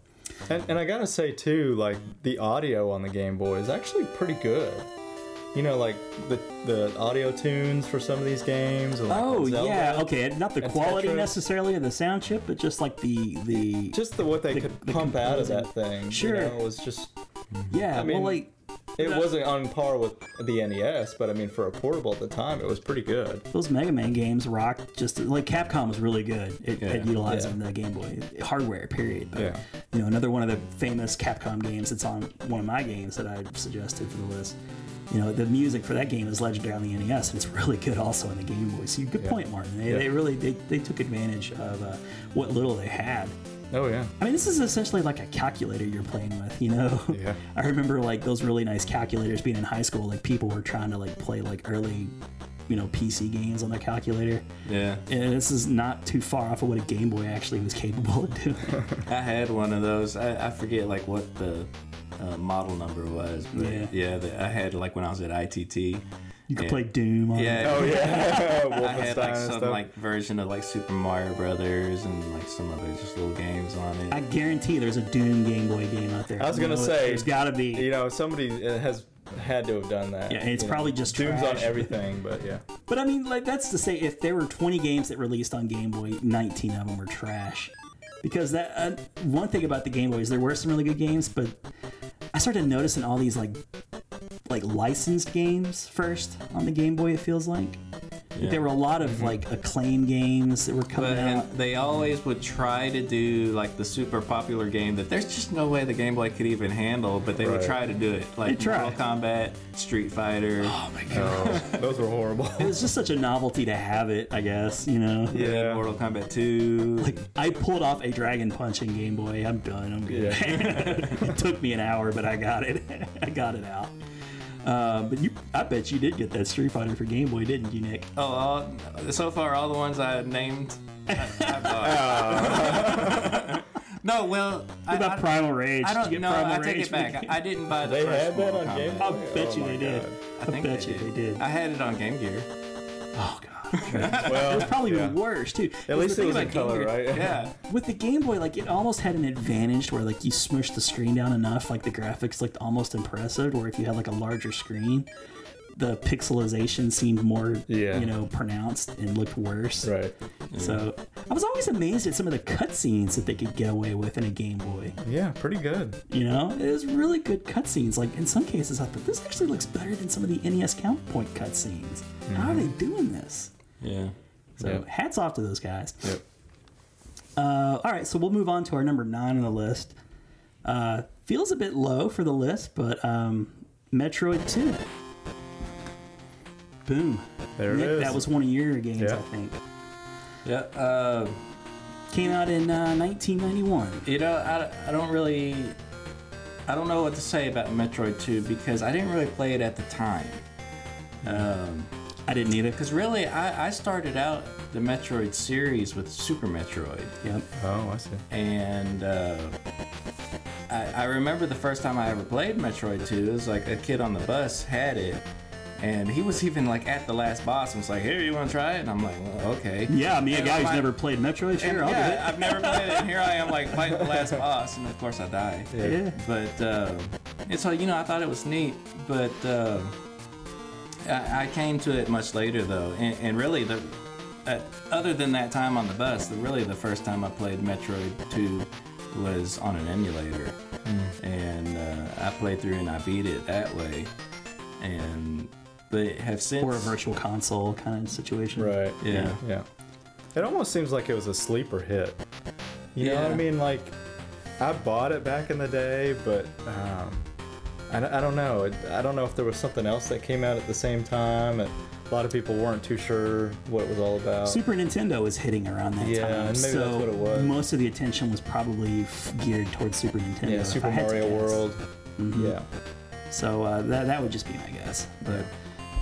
Speaker 3: And, and I gotta say too, like the audio on the Game Boy is actually pretty good. You know, like the the audio tunes for some of these games. Or like on
Speaker 1: Oh
Speaker 3: Zelda.
Speaker 1: yeah, okay. Not the
Speaker 3: and
Speaker 1: quality
Speaker 3: Tetris.
Speaker 1: necessarily of the sound chip, but just like the the
Speaker 3: Just the what they
Speaker 1: The-
Speaker 3: could
Speaker 1: the
Speaker 3: pump out of
Speaker 1: composing.
Speaker 3: that thing.
Speaker 1: Sure.
Speaker 3: you know, was just
Speaker 1: yeah.
Speaker 3: I mean-
Speaker 1: well, like
Speaker 3: it
Speaker 1: No.
Speaker 3: wasn't on par with the NES, but I mean for a portable at the time, it was pretty good.
Speaker 1: those Mega Man games rocked. Just like Capcom was really good at, at
Speaker 2: Yeah,
Speaker 1: utilizing
Speaker 3: yeah.
Speaker 1: the Game Boy hardware. Period. But,
Speaker 3: Yeah.
Speaker 1: You know, another one of the famous Capcom games that's on one of my games that I suggested for the list. You know, the music for that game is legendary on the NES, and it's really good also on the Game Boy. So, good point, Martin. They, they really they, they took advantage of uh, what little they had.
Speaker 3: Oh yeah.
Speaker 1: I mean, this is essentially like a calculator you're playing with, you know?
Speaker 3: Yeah.
Speaker 1: I remember like those really nice calculators being in high school. Like people were trying to like play like early, you know, PC games on the calculator.
Speaker 2: Yeah,
Speaker 1: And this is not too far off of what a Game Boy actually was capable of doing.
Speaker 2: I had one of those. I, I forget like what the uh, model number was, but
Speaker 1: Yeah.
Speaker 2: yeah, the, I had like when I was at ITT.
Speaker 1: You could
Speaker 2: Yeah.
Speaker 1: play Doom on
Speaker 2: Yeah,
Speaker 3: Oh yeah.
Speaker 2: I had like
Speaker 3: and
Speaker 2: some
Speaker 3: stuff.
Speaker 2: like version of like Super Mario Brothers and like some other just little games on it.
Speaker 1: I guarantee there's a Doom Game Boy game out there.
Speaker 3: I was
Speaker 1: You
Speaker 3: gonna
Speaker 1: know,
Speaker 3: say,
Speaker 1: there's got to be.
Speaker 3: you know, somebody uh, has had to have done that.
Speaker 1: Yeah, and it's
Speaker 3: you
Speaker 1: probably just
Speaker 3: tunes on
Speaker 1: trash.
Speaker 3: everything, but yeah.
Speaker 1: But I mean, like that's to say, if there were 20 games that released on Game Boy, 19 of them were trash. Because that uh, one thing about the Game Boy is there were some really good games, but I started noticing all these like like licensed games first on the Game Boy. It feels like
Speaker 2: Yeah.
Speaker 1: there were a lot of like acclaim games that were coming
Speaker 2: But
Speaker 1: out.
Speaker 2: and they always would try to do like the super popular game that there's just no way the Game Boy could even handle, but they would
Speaker 3: Right.
Speaker 2: try to do it. Like
Speaker 1: They try.
Speaker 2: Mortal Kombat, Street Fighter.
Speaker 1: oh my god!
Speaker 3: Those were horrible.
Speaker 1: It was just such a novelty to have it. I guess you know.
Speaker 2: and then
Speaker 3: Yeah.
Speaker 2: Mortal Kombat 2.
Speaker 1: Like I pulled off a dragon punch in Game Boy. I'm done. I'm good. it took me an hour, but I got it. I got it out. Uh, but you, I bet you did get that Street Fighter for Game Boy, didn't you, Nick?
Speaker 2: oh, all, so far all the ones I named. I, I bought. no, well,
Speaker 1: Oh. What
Speaker 2: I,
Speaker 1: about
Speaker 2: I,
Speaker 1: Primal Rage?
Speaker 2: I
Speaker 1: did you
Speaker 2: don't
Speaker 1: get
Speaker 2: know.
Speaker 1: Primal
Speaker 2: I take
Speaker 1: Rage
Speaker 2: it
Speaker 1: for the
Speaker 2: back.
Speaker 1: Game-
Speaker 2: I didn't buy the
Speaker 3: They
Speaker 2: first
Speaker 3: had that
Speaker 2: Mortal
Speaker 3: on
Speaker 2: Boy.
Speaker 3: Game
Speaker 1: I
Speaker 3: Boy.
Speaker 1: bet you
Speaker 3: Oh,
Speaker 1: they
Speaker 3: my
Speaker 1: did. I,
Speaker 3: God.
Speaker 2: I think
Speaker 1: bet
Speaker 2: they
Speaker 1: you
Speaker 2: did.
Speaker 1: they did.
Speaker 2: I had it on Game Gear.
Speaker 1: oh god,
Speaker 3: Well,
Speaker 1: probably
Speaker 3: yeah.
Speaker 1: worse too.
Speaker 3: At least it was in color, right?
Speaker 2: Yeah.
Speaker 1: With the Game Boy, like it almost had an advantage where like you smushed the screen down enough, like the graphics looked almost impressive. Or if you had like a larger screen, the pixelization seemed more,
Speaker 3: Yeah.
Speaker 1: you know, pronounced and looked worse.
Speaker 3: Right.
Speaker 1: So I was always amazed at some of the cutscenes that they could get away with in a Game Boy.
Speaker 3: Yeah, pretty good.
Speaker 1: You know, it was really good cutscenes. Like in some cases, I thought this actually looks better than some of the NES Countpoint cutscenes. How are they doing this?
Speaker 2: Yeah.
Speaker 1: So
Speaker 3: Yep.
Speaker 1: hats off to those guys.
Speaker 3: Yep.
Speaker 1: Uh, all right, so we'll move on to our number nine on the list. Uh, feels a bit low for the list, but um, Metroid Two. Boom.
Speaker 3: There it
Speaker 1: Nick,
Speaker 3: is.
Speaker 1: That was one of your games,
Speaker 3: Yeah.
Speaker 1: I think.
Speaker 2: Yeah. Uh,
Speaker 1: Came out in uh, 1991.
Speaker 2: you know, I, I don't really, I don't know what to say about Metroid 2 because I didn't really play it at the time.
Speaker 1: I didn't either.
Speaker 2: Because really, I, I started out the Metroid series with Super Metroid.
Speaker 1: Yep.
Speaker 3: Oh, I see.
Speaker 2: and uh, I, I remember the first time I ever played Metroid 2. It was like a kid on the bus had it, and he was even like at the last boss and was like, "Here, you want to try it?" And I'm like, well, "Okay."
Speaker 1: Yeah, me, a
Speaker 2: And
Speaker 1: guy who's
Speaker 2: my-
Speaker 1: never played Metroid.
Speaker 2: and
Speaker 1: Sure, I'll
Speaker 2: yeah,
Speaker 1: do it.
Speaker 2: I've never played it, and here I am like fighting the last boss, and of course I die.
Speaker 1: Yeah.
Speaker 2: But uh, and so you know, I thought it was neat, but uh, I, I came to it much later though, and, and really the uh, other than that time on the bus, the, really the first time I played Metroid Two was on an emulator,
Speaker 1: Hmm.
Speaker 2: and uh, I played through and I beat it that way, and but have since
Speaker 1: Or a virtual console kind of situation.
Speaker 3: Right.
Speaker 2: yeah.
Speaker 3: Yeah. It almost seems like it was a sleeper hit. You know what I
Speaker 2: Yeah.
Speaker 3: mean? Like, I bought it back in the day, but um, I, don't- I don't know. It- I don't know if there was something else that came out at the same time. And a lot of people weren't too sure what it was all about.
Speaker 1: Super Nintendo was hitting around that
Speaker 3: Yeah,
Speaker 1: time,
Speaker 3: and maybe that's
Speaker 1: so
Speaker 3: what it was.
Speaker 1: most of the attention was probably f- geared towards Super Nintendo.
Speaker 3: yeah,
Speaker 1: if
Speaker 3: Super
Speaker 1: I had to
Speaker 3: Mario
Speaker 1: guess.
Speaker 3: Mm-hmm. World. Yeah.
Speaker 1: So uh, that, that would just be my guess. But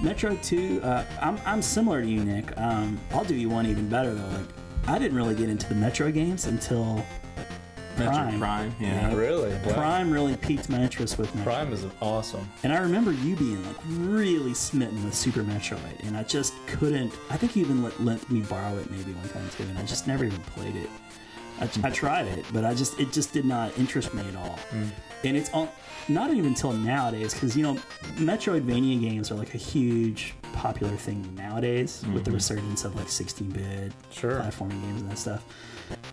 Speaker 1: Metro 2, uh, I'm, I'm similar to you, Nick. Um, I'll do you one even better, though. Like, I didn't really get into the Metro games until
Speaker 2: Metroid
Speaker 1: Prime.
Speaker 2: Prime, yeah.
Speaker 3: Really? Wow.
Speaker 1: Prime really piqued my interest with Metro.
Speaker 3: Prime is awesome.
Speaker 1: And I remember you being like really smitten with Super Metroid, and I just couldn't. I think you even let, let me borrow it maybe one time too, and I just never even played it. I, I tried it, but I just it just did not interest me at all. And it's all, not even until nowadays because you know Metroidvania games are like a huge popular thing nowadays with the resurgence of like 16-bit
Speaker 3: Sure.
Speaker 1: platforming games and that stuff.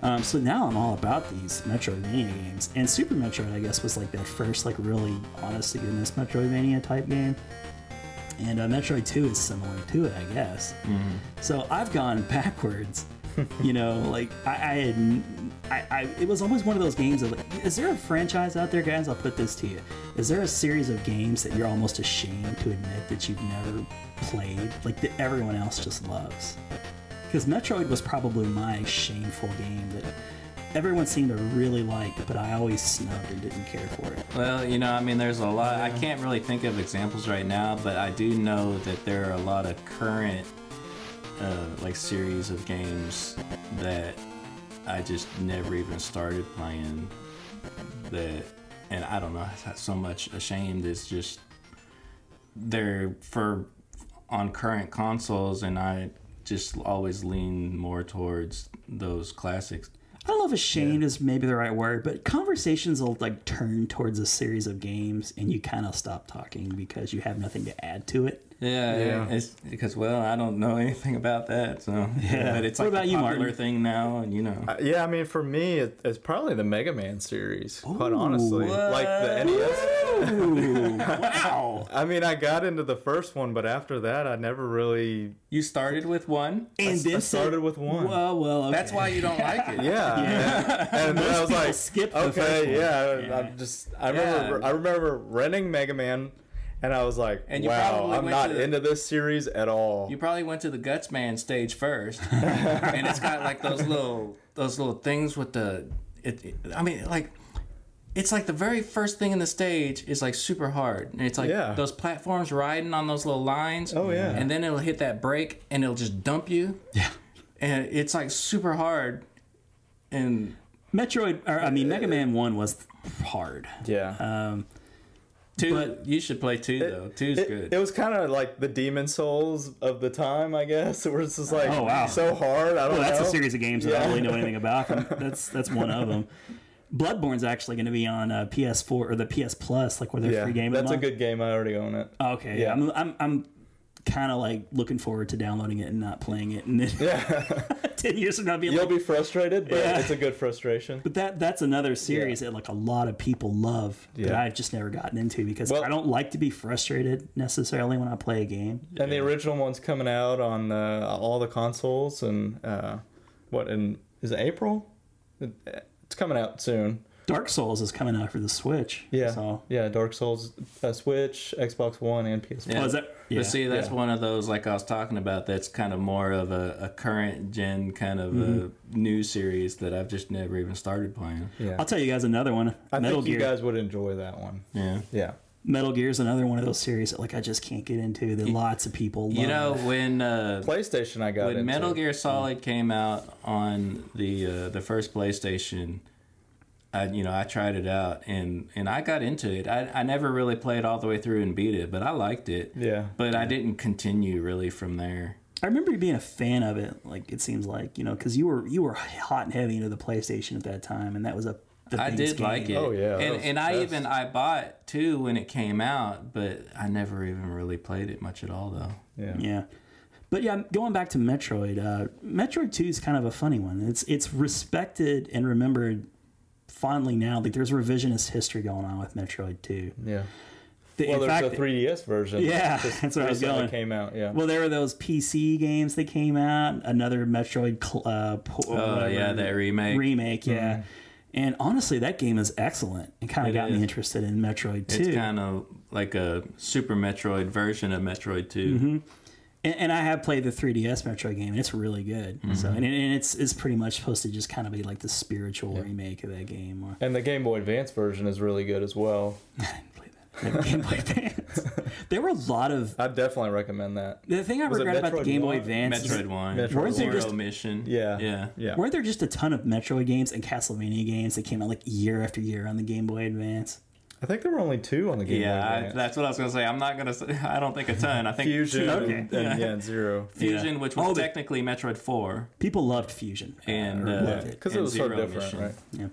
Speaker 1: Um, so now I'm all about these Metroidvania games, and Super Metroid, I guess, was like that first, like really honest to goodness Metroidvania type game. And uh, Metroid Two is similar to it, I guess. So I've gone backwards. you know, like I, I had, n- I, I, it was always one of those games of like, is there a franchise out there, guys? I'll put this to you: Is there a series of games that you're almost ashamed to admit that you've never played, like that everyone else just loves? because Metroid was probably my shameful game that everyone seemed to really like, but I always snubbed and didn't care for it.
Speaker 2: Well, you know, I mean, there's a lot. I can't really think of examples right now, but I do know that there are a lot of current, uh, like, series of games that I just never even started playing. That, and I don't know, I'm so much ashamed. It's just they're for on current consoles, and I just always lean more towards those classics.
Speaker 1: I don't know if ashamed is maybe the right word, but conversations will like turn towards a series of games, and you kind of stop talking because you have nothing to add to it.
Speaker 2: Yeah,
Speaker 3: Yeah.
Speaker 2: it's because well, I don't know anything about that, so
Speaker 1: Yeah.
Speaker 2: But it's
Speaker 1: What
Speaker 2: like
Speaker 1: about
Speaker 2: the
Speaker 1: you,
Speaker 2: popular
Speaker 1: Martin?
Speaker 2: thing now, and you know,
Speaker 3: Uh, Yeah, I mean, for me, it, it's probably the Mega Man series, quite honestly. Like the NES.
Speaker 1: Ooh, wow!
Speaker 3: I mean, I got into the first one, but after that, I never really.
Speaker 2: you started with one.
Speaker 1: And
Speaker 3: I started with one.
Speaker 1: Well, well, okay.
Speaker 2: That's why you don't like it.
Speaker 3: Yeah. And then I was
Speaker 1: people
Speaker 3: like,
Speaker 1: skip the first
Speaker 3: okay,
Speaker 1: one.
Speaker 3: yeah, I'm just. I remember.
Speaker 2: Yeah.
Speaker 3: I remember renting Mega Man, and I was like,
Speaker 2: And you
Speaker 3: wow,
Speaker 2: probably
Speaker 3: I'm
Speaker 2: went
Speaker 3: not
Speaker 2: to the-
Speaker 3: into this series at all.
Speaker 2: You probably went to the Guts Man stage first, and it's got like those little those little things with the. It, it- I mean, like. It's like the very first thing in the stage is like super hard, and it's like
Speaker 3: Yeah.
Speaker 2: those platforms riding on those little lines.
Speaker 3: Oh, yeah.
Speaker 2: And then it'll hit that break, and it'll just dump you. Yeah. And it's like super hard, and
Speaker 1: Metroid. Or, I mean, Mega Man One was hard.
Speaker 3: yeah.
Speaker 2: Uh, Two,
Speaker 1: But-
Speaker 2: you should play two though. Two's
Speaker 3: it,
Speaker 2: good.
Speaker 3: it was kind of like the Demon Souls of the time, I guess. Where it's just like
Speaker 1: Oh, wow.
Speaker 3: so hard. I don't
Speaker 1: Oh,
Speaker 3: know.
Speaker 1: that's a series of games that I
Speaker 3: Yeah.
Speaker 1: don't really know anything about. That's that's one of them. Bloodborne's actually going to be on uh, PS4 or the PS Plus, like where they're
Speaker 3: Yeah,
Speaker 1: free game.
Speaker 3: that's a
Speaker 1: month.
Speaker 3: good game. I already own it.
Speaker 1: Okay, yeah. I'm,
Speaker 3: Yeah.
Speaker 1: I'm I'm kind of like looking forward to downloading it and not playing it, and then ten years from now being
Speaker 3: You'll
Speaker 1: like,
Speaker 3: be frustrated, but
Speaker 1: Yeah.
Speaker 3: it's a good frustration.
Speaker 1: but that that's another series that like a lot of people love that
Speaker 3: Yeah.
Speaker 1: I've just never gotten into because
Speaker 3: Well-
Speaker 1: I don't like to be frustrated necessarily when I play a game.
Speaker 3: And the original one's coming out on uh, all the consoles, and uh, what? In is it April? It- It's coming out soon.
Speaker 1: Dark Souls is coming out for the Switch.
Speaker 3: Yeah,
Speaker 1: So
Speaker 3: yeah. Dark Souls, uh, Switch, Xbox One, and PS4.
Speaker 1: Oh, is that? Yeah.
Speaker 2: But see, that's
Speaker 3: Yeah.
Speaker 2: one of those like I was talking about. That's kind of more of a, a current gen kind of a
Speaker 3: Mm-hmm.
Speaker 2: new series that I've just never even started playing.
Speaker 3: Yeah.
Speaker 1: I'll tell you guys another one.
Speaker 3: I
Speaker 1: Metal
Speaker 3: think you
Speaker 1: Gear.
Speaker 3: guys would enjoy that one.
Speaker 2: Yeah.
Speaker 3: Yeah.
Speaker 1: Metal Gear is another one of those series that like I just can't get into. That lots of people. Love.
Speaker 2: You know when uh,
Speaker 3: PlayStation, I got
Speaker 2: when
Speaker 3: into.
Speaker 2: Metal Gear Solid came out on the uh, the first PlayStation, I you know I tried it out and and I got into it. I I never really played all the way through and beat it, but I liked it.
Speaker 3: Yeah.
Speaker 2: But I didn't continue really from there.
Speaker 1: I remember you being a fan of it. Like it seems like you know because you were you were hot and heavy into the PlayStation at that time, and that was a. The
Speaker 2: I
Speaker 1: thing's
Speaker 2: did
Speaker 1: game.
Speaker 2: like it.
Speaker 3: Oh, yeah, that
Speaker 2: and
Speaker 3: was
Speaker 2: and
Speaker 3: the
Speaker 2: I
Speaker 3: best.
Speaker 2: even I bought two when it came out, but I never even really played it much at all though.
Speaker 3: Yeah.
Speaker 1: Yeah. But yeah, going back to Metroid, uh, Metroid Two is kind of a funny one. It's it's respected and remembered fondly now. Like there's revisionist history going on with Metroid Two.
Speaker 3: Yeah.
Speaker 1: The-
Speaker 3: Well,
Speaker 1: in
Speaker 3: there's
Speaker 1: fact,
Speaker 3: a 3DS version.
Speaker 1: Yeah,
Speaker 3: that just
Speaker 1: that's where I was
Speaker 3: recently
Speaker 1: going.
Speaker 3: Came out. Yeah.
Speaker 1: Well, there were those PC games that came out. Another Metroid. Cl- uh, po-
Speaker 2: Oh
Speaker 1: whatever,
Speaker 2: yeah, that remake.
Speaker 1: remake. Yeah. And honestly, that game is excellent. It kind of got me
Speaker 2: is.
Speaker 1: interested in Metroid Two.
Speaker 2: it's kind of like a Super Metroid version of Metroid 2
Speaker 1: and, and I have played the 3DS Metro game, and it's really good. So, and, and it's it's pretty much supposed to just kind of be like the spiritual remake of that game. Or
Speaker 3: and the Game Boy Advance version is really good as well.
Speaker 1: I didn't play that. I didn't play that. There were a lot of
Speaker 3: I definitely recommend that.
Speaker 1: the thing I
Speaker 3: Was it
Speaker 1: regret about the
Speaker 3: Metroid
Speaker 1: Game Boy
Speaker 3: one?
Speaker 1: Advance. is-
Speaker 2: Metroid One,
Speaker 3: Metroid
Speaker 1: Weren't there
Speaker 2: Zero
Speaker 1: just-
Speaker 2: Mission.
Speaker 3: Yeah.
Speaker 2: yeah,
Speaker 3: Yeah.
Speaker 1: Weren't there just a ton of Metroid games and Castlevania games that came out like year after year on the Game Boy Advance?
Speaker 3: I think there were only two on the Game Boy
Speaker 2: Yeah, I,
Speaker 3: Advance.
Speaker 2: that's what I was gonna say. I'm not gonna. Say, I don't think a ton. I think
Speaker 3: Fusion
Speaker 2: two-
Speaker 1: Okay.
Speaker 3: and, and yeah, Zero.
Speaker 2: Fusion, which was
Speaker 1: Oh, the-
Speaker 2: technically Metroid Four,
Speaker 1: People loved Fusion. uh,
Speaker 2: and
Speaker 1: or
Speaker 2: uh,
Speaker 1: loved it.
Speaker 3: Because it
Speaker 2: and
Speaker 3: was so
Speaker 2: Zero
Speaker 3: different,
Speaker 2: Mission.
Speaker 3: right?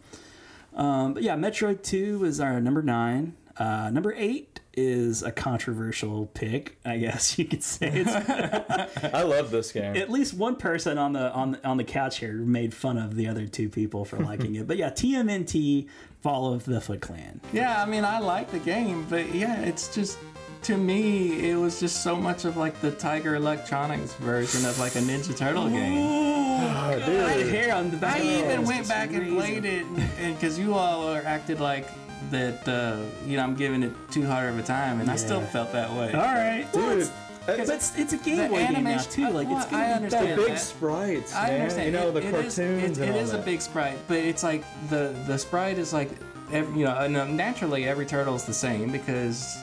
Speaker 1: Um, but yeah, Metroid 2 is our number nine. Uh, number eight is a controversial pick, I guess you could say. It's,
Speaker 3: I love this game.
Speaker 1: at least one person on the on the, on the couch here made fun of the other two people for liking it. But yeah, TMNT, Fall of the Foot Clan.
Speaker 2: Yeah, I mean, I like the game, but yeah, it's just to me, it was just so much of like the Tiger Electronics version of like a Ninja Turtle game.
Speaker 1: Right here on the back.
Speaker 2: I
Speaker 1: of the wall
Speaker 2: even
Speaker 1: is
Speaker 2: went
Speaker 1: just
Speaker 2: back and
Speaker 1: amazing.
Speaker 2: played it, and because you all are acted like that, uh, you know, I'm giving it too hard of a time, and I still
Speaker 1: Yeah.
Speaker 2: felt that way.
Speaker 1: All right,
Speaker 3: Dude,
Speaker 1: Well, it's,
Speaker 3: it's-
Speaker 1: but it's, it's a Game Boy game now too.
Speaker 2: I-
Speaker 1: Like
Speaker 2: well,
Speaker 1: it's gonna
Speaker 2: I
Speaker 1: be
Speaker 2: understand
Speaker 1: better.
Speaker 3: big
Speaker 2: that.
Speaker 3: sprites,
Speaker 2: I
Speaker 3: man.
Speaker 2: understand.
Speaker 3: You know, the
Speaker 2: It- it is-
Speaker 3: cartoons
Speaker 2: it's-
Speaker 3: and
Speaker 2: it
Speaker 3: all
Speaker 2: is a
Speaker 3: that.
Speaker 2: big sprite, but it's like the the sprite is like, every, you know, and, uh, naturally every turtle's the same because,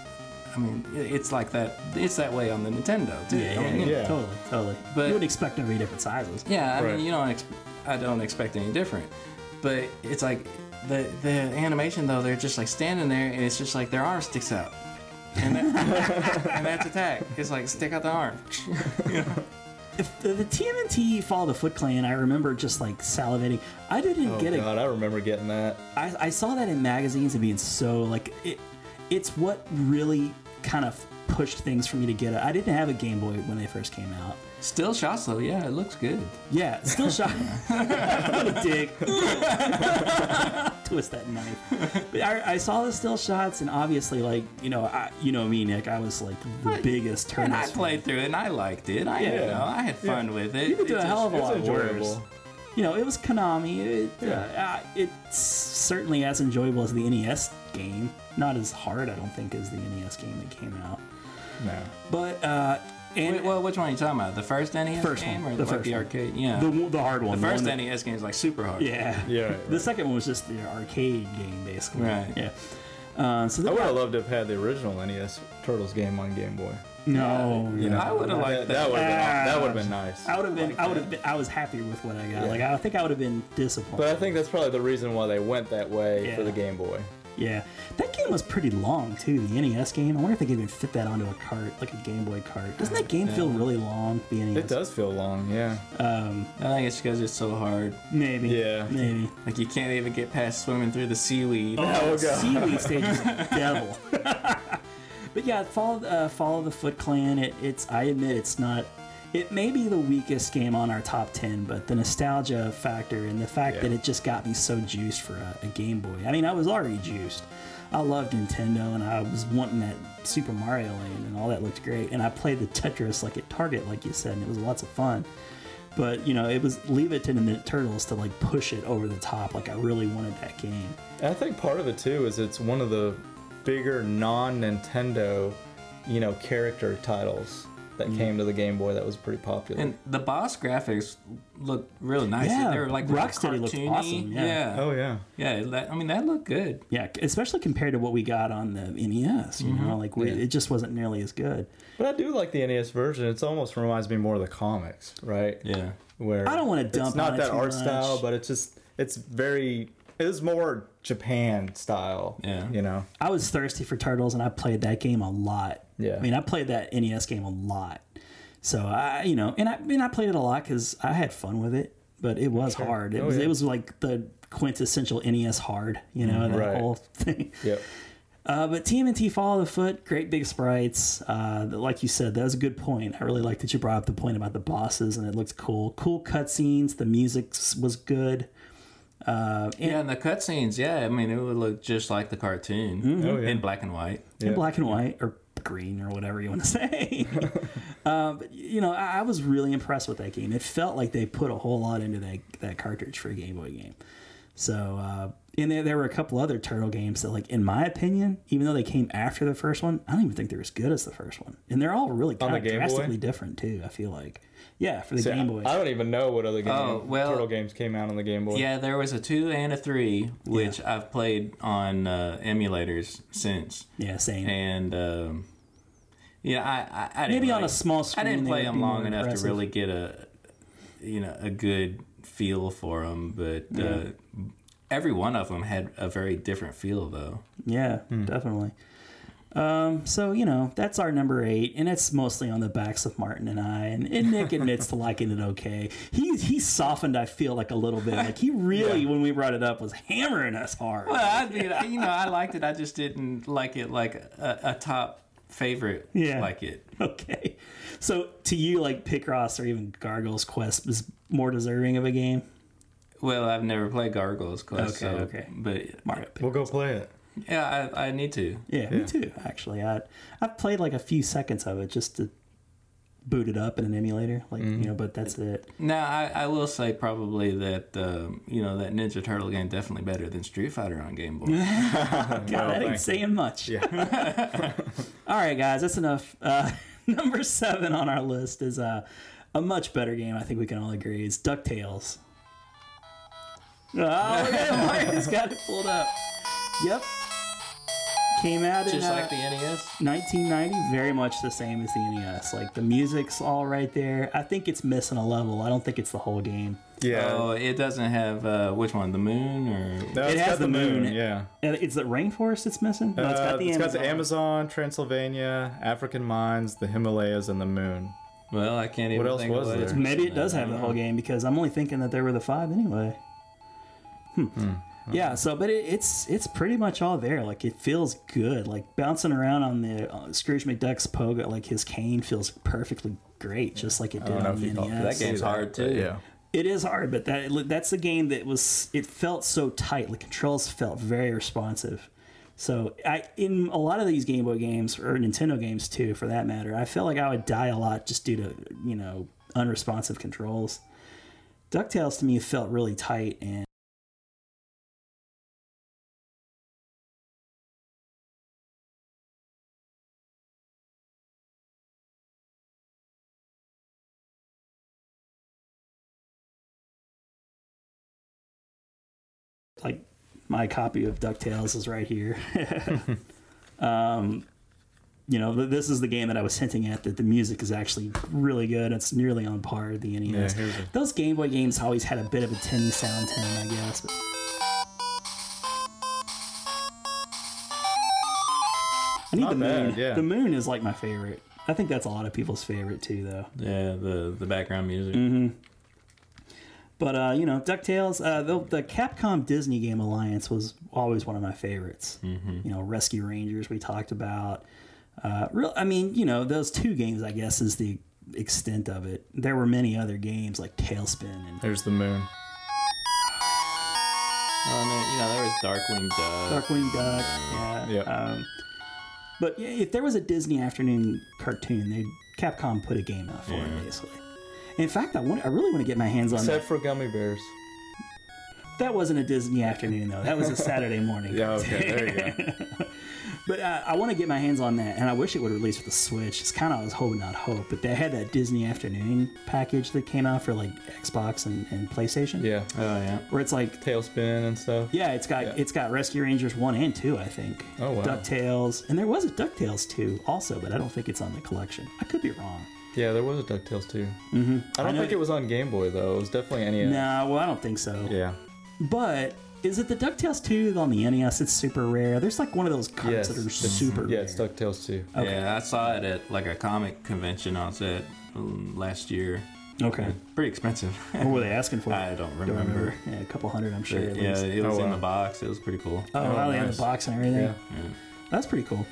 Speaker 2: I mean, it- it's like that. It's that way on the Nintendo too.
Speaker 1: Yeah,
Speaker 2: I
Speaker 1: yeah,
Speaker 2: mean,
Speaker 1: yeah,
Speaker 3: yeah.
Speaker 1: totally, totally.
Speaker 2: But-
Speaker 1: you would expect them to be different sizes.
Speaker 2: yeah, I
Speaker 3: Right.
Speaker 2: mean, you don't. Ex- I don't expect any different, but it's like the the animation though. They're just like standing there, and it's just like their arm sticks out. and, that, and that's attack. It's like stick out the arm.
Speaker 1: If the, the TMNT Fall the Foot Clan, I remember just like salivating. I didn't
Speaker 3: Oh
Speaker 1: get it.
Speaker 3: god, I remember getting that.
Speaker 1: I, I saw that in magazines and being so like it. It's what really kind of pushed things for me to get it. I didn't have a Game Boy when they first came out.
Speaker 2: Still shots though. Yeah, it looks good.
Speaker 1: Yeah, still shot. what a dick. Twist that knife. But I, I saw the still shots, and obviously, like you know, I, you know me, Nick. I was like the biggest turn.
Speaker 2: And I played through it and I liked it. I you
Speaker 3: Yeah.
Speaker 2: know I had fun with it.
Speaker 1: You could do
Speaker 2: It
Speaker 1: a
Speaker 2: just-
Speaker 1: hell of a
Speaker 3: It's
Speaker 1: lot worse.
Speaker 3: enjoyable.
Speaker 1: you know, it was Konami. It, uh, uh, it's certainly as enjoyable as the NES game. Not as hard, I don't think, as the NES game that came out.
Speaker 3: No.
Speaker 1: But uh, and
Speaker 2: Wait, well, which one are you talking about? The first NES
Speaker 1: First
Speaker 2: game
Speaker 1: one.
Speaker 2: or
Speaker 1: The
Speaker 2: like
Speaker 1: first
Speaker 2: the
Speaker 1: one.
Speaker 2: arcade? Yeah.
Speaker 1: the one- the hard one,
Speaker 2: The first
Speaker 1: one that-
Speaker 2: NES game is like super hard.
Speaker 1: yeah,
Speaker 3: E Yeah, right,
Speaker 1: The
Speaker 3: right.
Speaker 1: second one was just the arcade game, basically.
Speaker 2: Right.
Speaker 1: Yeah. Uh, so
Speaker 3: I
Speaker 1: that,
Speaker 3: would have loved to have had the original NES Turtles game on Game Boy.
Speaker 1: no,
Speaker 2: You know, I would have liked
Speaker 3: That,
Speaker 2: that.
Speaker 3: would have been aw- that would have been nice.
Speaker 1: I would have been. I would have been. I was happy with what I got. Like I think I would have been disappointed.
Speaker 3: But I think that's probably the reason why they went that way
Speaker 1: Yeah.
Speaker 3: for the Game Boy.
Speaker 1: yeah, that game was pretty long too. The NES game. I wonder if they could even fit that onto a cart, like a Game Boy cart. Doesn't that game feel really long? The E NES.
Speaker 3: Uh, It does feel long, yeah.
Speaker 2: I think it's because it's so hard.
Speaker 1: Maybe.
Speaker 3: Yeah.
Speaker 1: Maybe.
Speaker 2: Like you can't even
Speaker 1: Oh.
Speaker 2: get past swimming through the seaweed.
Speaker 3: Oh god.
Speaker 1: Seaweed stage is a devil. But yeah, follow uh, follow the Foot Clan. It, it's I admit it's not. It may be the weakest game on our top ten, but the nostalgia factor and the fact that it just got me so juiced for a, a Game Boy. I mean, I was already juiced. I loved Nintendo, and I was wanting that Super Mario Land, and all that looked great. And I played the Tetris like at Target, like you said, and it was lots of fun. But you know, it was Leave It to the Ninja Turtles to like push it over the top. Like I really wanted that game.
Speaker 3: And I think part of it too is it's one of the bigger non-Nintendo, you know, character titles that came to the Game Boy that was pretty popular.
Speaker 2: Mm-hmm. And the boss graphics looked really nice.
Speaker 1: Yeah,
Speaker 2: they were like
Speaker 1: Rocksteady looked
Speaker 2: cartoony.
Speaker 1: awesome, yeah.
Speaker 2: yeah.
Speaker 3: oh yeah.
Speaker 2: Yeah, that, I mean that looked good.
Speaker 1: Yeah, especially compared to what we got on the NES, you
Speaker 3: Mm-hmm.
Speaker 1: know, like we, it just wasn't nearly as good.
Speaker 3: But I do like the NES version. It's almost reminds me more of the comics, right?
Speaker 2: Yeah,
Speaker 3: Where
Speaker 1: I don't wanna dump
Speaker 3: It's
Speaker 1: on
Speaker 3: not
Speaker 1: it
Speaker 3: that
Speaker 1: too
Speaker 3: art
Speaker 1: much.
Speaker 3: style, but it's just it's very it is more Japan style.
Speaker 2: Yeah.
Speaker 3: You know.
Speaker 1: I was thirsty for turtles, and I played that game a lot.
Speaker 3: Yeah.
Speaker 1: I mean, I played that NES game a lot. So I, you know, and I and I played it a lot because I had fun with it, but it was hard. It
Speaker 3: Oh,
Speaker 1: was
Speaker 3: yeah.
Speaker 1: it was like the quintessential NES hard, you know, that
Speaker 3: Mm-hmm. Right.
Speaker 1: whole thing.
Speaker 3: Yep.
Speaker 1: Uh, but TMNT Follow the Foot, great big sprites. Uh, th- like you said, that was a good point. I really like that you brought up the point about the bosses, and it looked cool. Cool cutscenes. The music s- was good.
Speaker 2: yeah, and the cutscenes, yeah, I mean it would look just like the cartoon
Speaker 1: Mm-hmm.
Speaker 3: Oh, yeah.
Speaker 2: in black and white.
Speaker 1: in black and white or green or whatever you want to say. uh, but you know, I, I was really impressed with that game. It felt like they put a whole lot into that that cartridge for a Game Boy game. So, uh, and there, there were a couple other Turtle games that, like in my opinion, even though they came after the first one, I don't even think they're as good as the first one. And they're all really kind
Speaker 3: the
Speaker 1: of
Speaker 3: Game Boy?
Speaker 1: drastically different too. I feel like, yeah, for the
Speaker 3: See,
Speaker 1: Game Boy.
Speaker 3: I, I don't even know what other game,
Speaker 2: Oh, well-
Speaker 3: turtle games came out on the Game Boy.
Speaker 2: Yeah, there was a two and a three, which I've played on uh, emulators since,
Speaker 1: yeah, same.
Speaker 2: and um, yeah, I, I, I didn't
Speaker 1: Maybe on
Speaker 2: really-
Speaker 1: a small
Speaker 2: I
Speaker 1: screen.
Speaker 2: didn't
Speaker 1: they
Speaker 2: play
Speaker 1: would
Speaker 2: them
Speaker 1: be more
Speaker 2: long enough
Speaker 1: impressive.
Speaker 2: to really get a, you know, a good feel for them. But uh, every one of them had a very different feel, though.
Speaker 1: Yeah, definitely. Um, so you know that's our number eight, and it's mostly on the backs of Martin and I. And, and Nick admits to liking it okay. He he softened. I feel like a little bit. Like he really, when we brought it up, was hammering us hard.
Speaker 2: Well, I mean, I- you know, I liked it. I just didn't like it like a, a top favorite.
Speaker 1: Yeah.
Speaker 2: like it.
Speaker 1: Okay, so to you, like Picross or even Gargoyle's Quest is more deserving of a game.
Speaker 2: Well, I've never played Gargoyles Quest.
Speaker 1: Okay,
Speaker 2: so-
Speaker 1: okay.
Speaker 2: But
Speaker 1: Mario.
Speaker 3: We'll go play it.
Speaker 2: yeah, I, I need to.
Speaker 1: Yeah, me too. Actually, I I've played like a few seconds of it just to boot it up in an emulator, like you know. But that's it.
Speaker 2: Now, I, I will say probably that um, you know that Ninja Turtle game definitely better than Street Fighter on Game Boy.
Speaker 1: God, that
Speaker 3: thank
Speaker 1: ain't
Speaker 3: you.
Speaker 1: saying much. All right, guys, that's enough. Uh, number seven on our list is uh, a much better game. I think we can all agree is Ducktales. Oh, look at him, Mario's got it pulled up. Yep, came out in
Speaker 2: just
Speaker 1: uh,
Speaker 2: like the E NES.
Speaker 1: 1990. Very much the same as the NES. Like the music's all right there. I think it's missing a level. I don't think it's the whole game.
Speaker 3: Yeah.
Speaker 2: Oh, it doesn't have uh, which one? The moon or
Speaker 3: No,
Speaker 1: it
Speaker 3: it's
Speaker 1: has
Speaker 3: got
Speaker 1: the moon.
Speaker 3: Yeah.
Speaker 1: And It's the rainforest it's missing. No, it's
Speaker 3: Uh,
Speaker 1: got the
Speaker 3: it's got the
Speaker 1: Amazon.
Speaker 3: Amazon, Transylvania, African mines, the Himalayas, and the moon.
Speaker 2: well, I can't even.
Speaker 3: else
Speaker 2: think of
Speaker 3: was
Speaker 2: what it's
Speaker 3: there?
Speaker 1: Maybe it does have the whole game because I'm only thinking that there were the five anyway. Hmm. Yeah. So, but it, it's it's pretty much all there. Like it feels good. Like bouncing around on the uh, Scrooge McDuck's pogo, like his cane feels perfectly great, just like it did
Speaker 3: know
Speaker 1: on
Speaker 3: if
Speaker 1: the E
Speaker 3: you thought-
Speaker 1: NES.
Speaker 2: That game's hard too.
Speaker 3: Yeah.
Speaker 1: It is hard, but that that's the game that was. It felt so tight. The controls felt very responsive. So I in a lot of these Game Boy games or Nintendo games too, for that matter, I felt like I would die a lot just due to you know unresponsive controls. Ducktales to me felt really tight and. like my copy of DuckTales is right here. um, you know, th- this is the game that I was hinting at that the music is actually really good. It's nearly on par with the NES.
Speaker 3: Yeah, here's a-
Speaker 1: Those Game Boy games always had a bit of a tinny sound to them, I guess. But I need
Speaker 3: Not
Speaker 1: the
Speaker 3: bad,
Speaker 1: moon.
Speaker 3: yeah.
Speaker 1: The moon is like my favorite. I think that's a lot of people's favorite too, though.
Speaker 2: Yeah, the the background music.
Speaker 1: But uh, you know, Ducktales, uh, the, the Capcom Disney Game
Speaker 3: Mm-hmm.
Speaker 1: Alliance was always one of my favorites. You know, Rescue Rangers we talked about. Uh, real, I mean, you know, those two games, I guess, is the extent of it. There were many other games like Tailspin and
Speaker 3: There's the moon.
Speaker 2: Oh, man, you know, there was Darkwing Duck.
Speaker 1: Darkwing Duck. Yeah.
Speaker 3: Yeah.
Speaker 1: Um, but yeah, if there was a Disney afternoon cartoon, they Capcom put a game out for
Speaker 2: Yeah.
Speaker 1: it, basically. In fact, I want, I really want to get my hands on
Speaker 3: Except
Speaker 1: that.
Speaker 3: for gummy bears.
Speaker 1: That wasn't a Disney afternoon though. That was a Saturday morning.
Speaker 3: Yeah, okay, there you go.
Speaker 1: But uh, I want to get my hands on that, and I wish it would release for the Switch. It's kind of I was hoping not hope, but they had that Disney afternoon package that came out for like Xbox and, and PlayStation.
Speaker 3: Yeah.
Speaker 2: Oh, yeah.
Speaker 1: Where it's like
Speaker 3: Tailspin and stuff.
Speaker 1: Yeah, it's got it's got Rescue Rangers one and two, I think.
Speaker 3: Oh, wow.
Speaker 1: Ducktales, and there was a Ducktales two also, but I don't think it's on the collection. I could be wrong.
Speaker 3: Yeah, there was a DuckTales too. Mm-hmm. I don't
Speaker 1: know-
Speaker 3: think it was on Game Boy though. It was definitely NES.
Speaker 1: No, well, I don't think so.
Speaker 3: Yeah.
Speaker 1: But is it the Ducktales two on the NES? It's super rare. There's like one of those cards
Speaker 3: Yes.
Speaker 1: that are super
Speaker 3: Yeah,
Speaker 1: rare.
Speaker 3: it's DuckTales too.
Speaker 2: Yeah, I saw it at like a comic convention I was at um, last year.
Speaker 1: okay.
Speaker 2: Pretty expensive.
Speaker 1: What were they asking for?
Speaker 2: I don't remember.
Speaker 1: Yeah, a couple hundred, I'm sure. at
Speaker 2: yeah,
Speaker 1: least.
Speaker 2: it was
Speaker 3: Oh,
Speaker 2: in
Speaker 3: wow.
Speaker 2: the box. It was pretty cool.
Speaker 1: Oh, wow, they had
Speaker 3: nice.
Speaker 1: the box and everything.
Speaker 3: Yeah.
Speaker 1: That's pretty cool.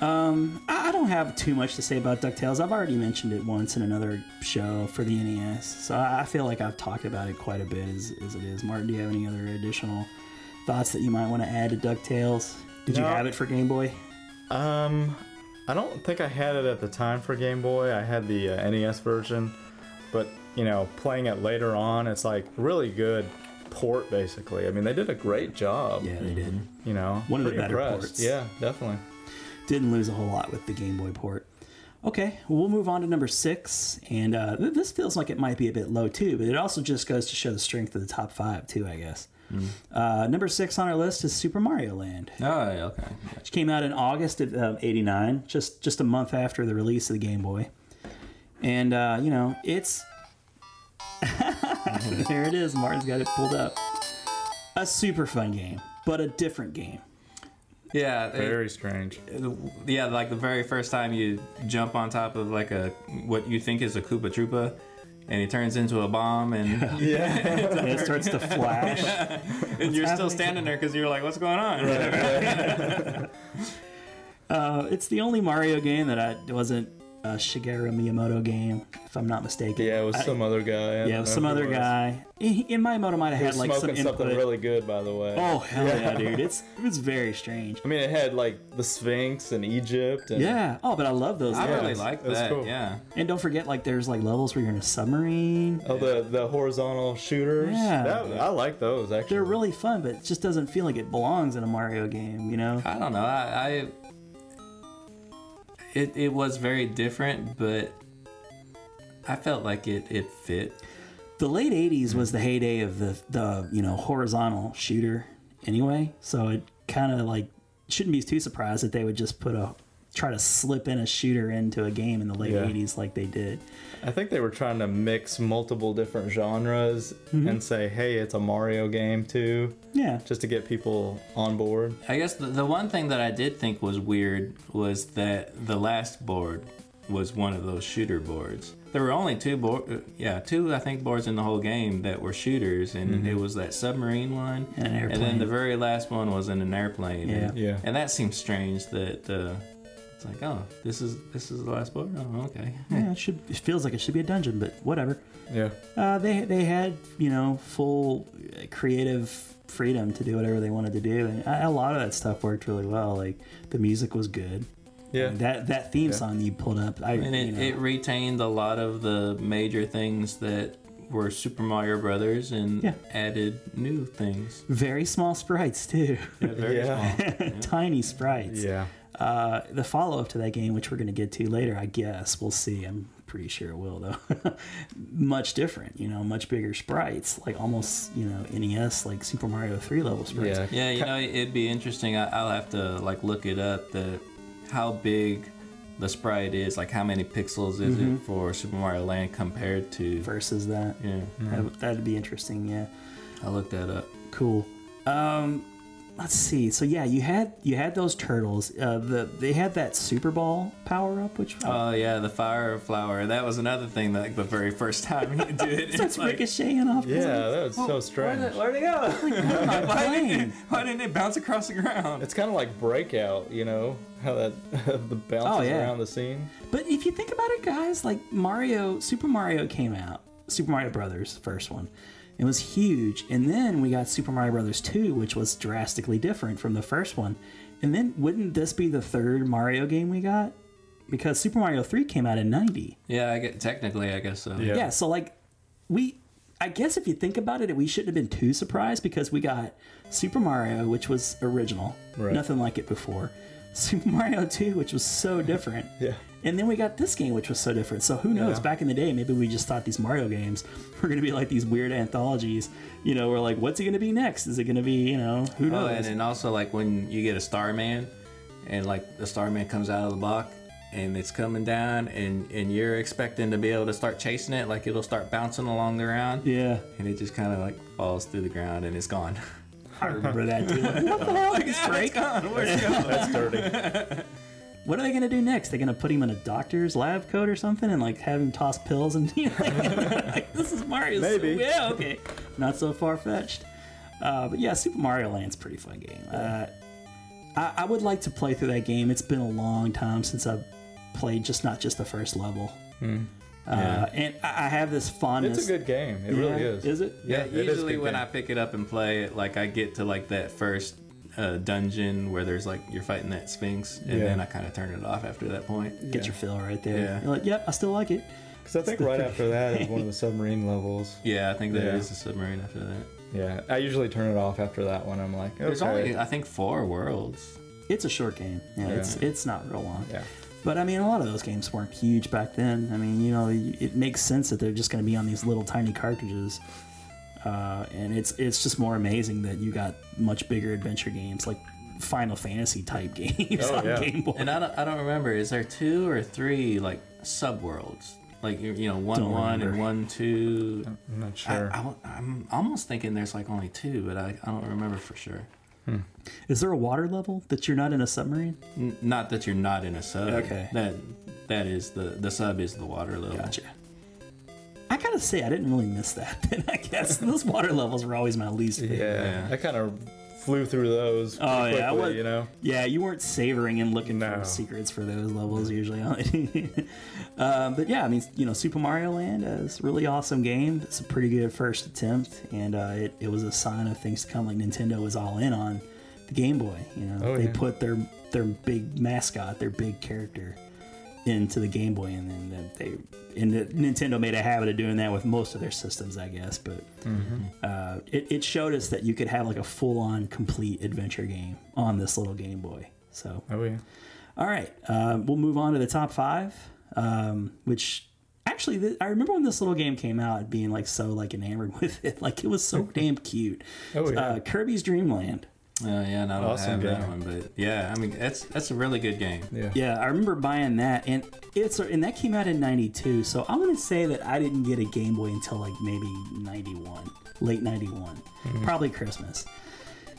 Speaker 1: Um, I, I don't have too much to say about DuckTales. I've already mentioned it once in another show for the NES, so I, I feel like I've talked about it quite a bit as, as it is. Martin, do you have any other additional thoughts that you might want to add to DuckTales? Did you
Speaker 3: No.
Speaker 1: have it for Game Boy?
Speaker 3: Um, I don't think I had it at the time for Game Boy. I had the uh, NES version, but you know, playing it later on, it's like really good port. Basically, I mean, they did a great job.
Speaker 1: Yeah, they did.
Speaker 3: You know,
Speaker 1: One of the
Speaker 3: Pretty
Speaker 1: better
Speaker 3: impressed.
Speaker 1: ports.
Speaker 3: Yeah, definitely.
Speaker 1: Didn't lose a whole lot with the Game Boy port. Okay, well, we'll move on to number six, and uh, th- this feels like it might be a bit low too, but it also just goes to show the strength of the top five too, I guess. Uh, number six on our list is Super Mario Land.
Speaker 2: Oh, yeah, okay.
Speaker 1: which came out in August of um, '89, just just a month after the release of the Game Boy. And uh, you know, it's there it is. Martin's got it pulled up. A super fun game, but a different game.
Speaker 2: Yeah, it-
Speaker 3: Very strange.
Speaker 2: yeah, like the very first time you jump on top of like a what you think is a Koopa Troopa, and it turns into a bomb, and,
Speaker 1: And it starts to flash.
Speaker 2: and you're still
Speaker 1: happening?
Speaker 2: standing there because you're like, what's going on?
Speaker 1: Uh, it's the only Mario game that I it wasn't a Shigeru Miyamoto game, if I'm not mistaken.
Speaker 3: Yeah, it was some other guy. I
Speaker 1: Yeah, it
Speaker 3: don't
Speaker 1: was
Speaker 3: know
Speaker 1: some
Speaker 3: who
Speaker 1: other
Speaker 3: it was.
Speaker 1: guy. He- he- And Miyamoto might have
Speaker 3: He
Speaker 1: had
Speaker 3: was
Speaker 1: like some
Speaker 3: smoking
Speaker 1: input.
Speaker 3: something really good, by the way.
Speaker 1: oh hell yeah, dude! It's it's very strange.
Speaker 3: I mean, it had like the Sphinx and Egypt. And,
Speaker 1: Yeah. Oh, but I love those.
Speaker 2: I
Speaker 1: games.
Speaker 2: really
Speaker 3: it's-
Speaker 2: like
Speaker 3: it's
Speaker 2: that.
Speaker 3: cool.
Speaker 2: Yeah,
Speaker 1: And don't forget, like, there's like levels where you're in a submarine.
Speaker 3: Oh, the the horizontal shooters.
Speaker 1: Yeah.
Speaker 3: That- I like those actually.
Speaker 1: They're really fun, but it just doesn't feel like it belongs in a Mario game, you know?
Speaker 2: I don't know. I, I it it was very different, but I felt like it it fit.
Speaker 1: The late '80s was the heyday of the the you know horizontal shooter, anyway. So it kind of like shouldn't be too surprised that they would just put a try to slip in a shooter into a game in the late
Speaker 3: Yeah.
Speaker 1: '80s like they did.
Speaker 3: I think they were trying to mix multiple different genres and say, hey, it's a Mario game too,
Speaker 1: Yeah.
Speaker 3: just to get people on board.
Speaker 2: I guess the, the one thing that I did think was weird was that the last board was one of those shooter boards. There were only two board, yeah, two I think boards in the whole game that were shooters, and it was that submarine one,
Speaker 1: And Mm-hmm. an
Speaker 2: and then
Speaker 1: airplane.
Speaker 2: the very last one was in an airplane. and-
Speaker 1: Yeah.
Speaker 3: Yeah.
Speaker 2: And that seems strange that uh, it's like, oh, this is this is the last board. Oh, okay.
Speaker 1: Yeah, it should. It feels like it should be a dungeon, but whatever.
Speaker 3: Yeah.
Speaker 1: Uh, they they had you know full uh, creative freedom to do whatever they wanted to do, and a a lot of that stuff worked really well. Like the music was good.
Speaker 3: Yeah.
Speaker 1: That that theme song you pulled up, I
Speaker 2: And it,
Speaker 1: you know,
Speaker 2: it retained a lot of the major things that were Super Mario Brothers and
Speaker 1: Yeah.
Speaker 2: added new things.
Speaker 1: very small sprites too,
Speaker 2: Very
Speaker 3: Yeah.
Speaker 2: small.
Speaker 1: tiny sprites.
Speaker 3: yeah.
Speaker 1: Uh, the follow up to that game, which we're going to get to later, I guess we'll see. I'm pretty sure it will though. much different, you know, much bigger sprites, like almost you know NES like Super Mario Three level sprites.
Speaker 3: Yeah.
Speaker 2: Yeah, you know, it'd be interesting. I, I'll have to like look it up. The how big the sprite is, like how many pixels is it for Super Mario Land compared to?
Speaker 1: Versus that,
Speaker 2: yeah,
Speaker 3: Mm-hmm.
Speaker 1: That- that'd be interesting. Yeah.
Speaker 2: I looked that up.
Speaker 1: Cool. Um, let's see. So yeah, you had you had those turtles. Uh, the they had that Super Ball power up, which
Speaker 3: Uh,
Speaker 2: Oh yeah, the fire flower. That was another thing. That, like the very first time he did it,
Speaker 1: starts
Speaker 2: it's like,
Speaker 1: ricocheting off.
Speaker 3: Yeah, that was so strange.
Speaker 2: where'd it go?
Speaker 1: my
Speaker 2: Why didn't,
Speaker 1: plane.
Speaker 2: it, why didn't it bounce across the ground?
Speaker 3: It's kind of like Breakout, you know, how that the bounces
Speaker 1: Oh, yeah.
Speaker 3: around the scene.
Speaker 1: But if you think about it, guys, like Mario, Super Mario came out, Super Mario Brothers, first one. It was huge. And then we got Super Mario Brothers 2, which was drastically different from the first one. And then wouldn't this be the third Mario game we got? Because Super Mario 3 came out in 90.
Speaker 2: Yeah, I get, technically, I guess so.
Speaker 1: Yeah, so like we I guess if you think about it, we shouldn't have been too surprised because we got Super Mario, which was original.
Speaker 3: Right.
Speaker 1: Nothing like it before. Super Mario 2, which was so different.
Speaker 3: Yeah.
Speaker 1: And then we got this game, which was so different. So who knows?
Speaker 3: Yeah.
Speaker 1: Back in the day, maybe we just thought these Mario games were going to be like these weird anthologies. You know, we're like, what's it going to be next? Is it going to be, you know, who
Speaker 2: Oh,
Speaker 1: knows?
Speaker 2: and then also like when you get a Starman, and like the Starman comes out of the block and it's coming down, and and you're expecting to be able to start chasing it, like it'll start bouncing along the ground,
Speaker 1: yeah,
Speaker 2: and it just kind of like falls through the ground and it's gone.
Speaker 1: I remember that too. Like, what the hell? Like, this break?
Speaker 3: That's dirty.
Speaker 1: What are they going to do next? They're going to put him in a doctor's lab coat or something and like have him toss pills and you know, like, like, this is Mario. so-
Speaker 3: Maybe.
Speaker 1: yeah, okay. Not so far fetched. Uh, but yeah, Super Mario Land's a pretty fun game. Uh, I, I would like to play through that game. It's been a long time since I've played just not just the first level. Uh, and I, I have this fondness.
Speaker 3: Hmm. it's a good game. It really
Speaker 1: Yeah,
Speaker 3: is.
Speaker 1: Is it?
Speaker 2: Yeah,
Speaker 3: it is
Speaker 2: usually
Speaker 3: good
Speaker 2: when
Speaker 3: game.
Speaker 2: I pick it up and play it, like I get to like that first uh, dungeon where there's like you're fighting that Sphinx, and
Speaker 3: Yeah.
Speaker 2: then I kind of turn it off after that point.
Speaker 1: Get your feel right there.
Speaker 2: Yeah.
Speaker 1: You're like, yep, I still like it.
Speaker 3: Because I think right after that is one of the submarine levels.
Speaker 2: Yeah, I think that is
Speaker 3: Yeah.
Speaker 2: a submarine after that.
Speaker 3: Yeah, I usually turn it off after that one. I'm like, okay.
Speaker 2: There's only I think four worlds.
Speaker 1: It's a short game. Yeah, it's it's not real long.
Speaker 3: yeah.
Speaker 1: But I mean, a lot of those games weren't huge back then. I mean, you know, y- it makes sense that they're just going to be on these little tiny cartridges. Uh, and it's it's just more amazing that you got much bigger adventure games like Final Fantasy type games
Speaker 3: Oh,
Speaker 1: on
Speaker 3: yeah.
Speaker 1: Game Boy.
Speaker 2: And I don't, I don't remember. Is there two or three like subworlds? Like you, you know, one
Speaker 1: Don't
Speaker 2: one
Speaker 1: remember.
Speaker 2: and one two.
Speaker 3: I'm not
Speaker 2: I,
Speaker 3: sure.
Speaker 2: am almost thinking there's like only two, but I, I don't remember for sure.
Speaker 1: Is there a water level that you're not in a submarine?
Speaker 2: N- not that you're not in a sub.
Speaker 1: Okay.
Speaker 2: That that is the the sub is the water level.
Speaker 1: I gotta say, I didn't really miss that. Then I guess those water levels were always my least favorite.
Speaker 3: yeah, I kind of flew through those. Pretty
Speaker 1: Oh
Speaker 3: quickly,
Speaker 1: yeah, I was-
Speaker 3: you know.
Speaker 1: Yeah, you weren't savoring and looking
Speaker 3: No.
Speaker 1: for secrets for those levels usually. um, but yeah, I mean, you know, Super Mario Land uh, is a really awesome game. It's a pretty good first attempt, and uh, it, it was a sign of things to come. Like Nintendo was all in on the Game Boy. You know,
Speaker 3: Oh,
Speaker 1: they
Speaker 3: yeah.
Speaker 1: put their their big mascot, their big character, into the Game Boy, and then they they- and the, Nintendo made a habit of doing that with most of their systems, I guess. But
Speaker 3: Mm-hmm.
Speaker 1: uh, it, it showed us that you could have like a full on complete adventure game on this little Game Boy. So,
Speaker 3: Oh yeah.
Speaker 1: all right, uh, we'll move on to the top five, um, which actually th- I remember when this little game came out, being like so like enamored with it, like it was so damn cute.
Speaker 3: Oh, yeah.
Speaker 1: uh, Kirby's Dream Land.
Speaker 2: Oh yeah, and I don't
Speaker 3: Awesome
Speaker 2: have that
Speaker 3: game.
Speaker 2: one, but yeah, I mean that's that's a really good game.
Speaker 3: Yeah.
Speaker 1: Yeah, I remember buying that, and it's and that came out in '92. So I want to say that I didn't get a Game Boy until like maybe '91, late '91,
Speaker 3: Mm-hmm.
Speaker 1: probably Christmas.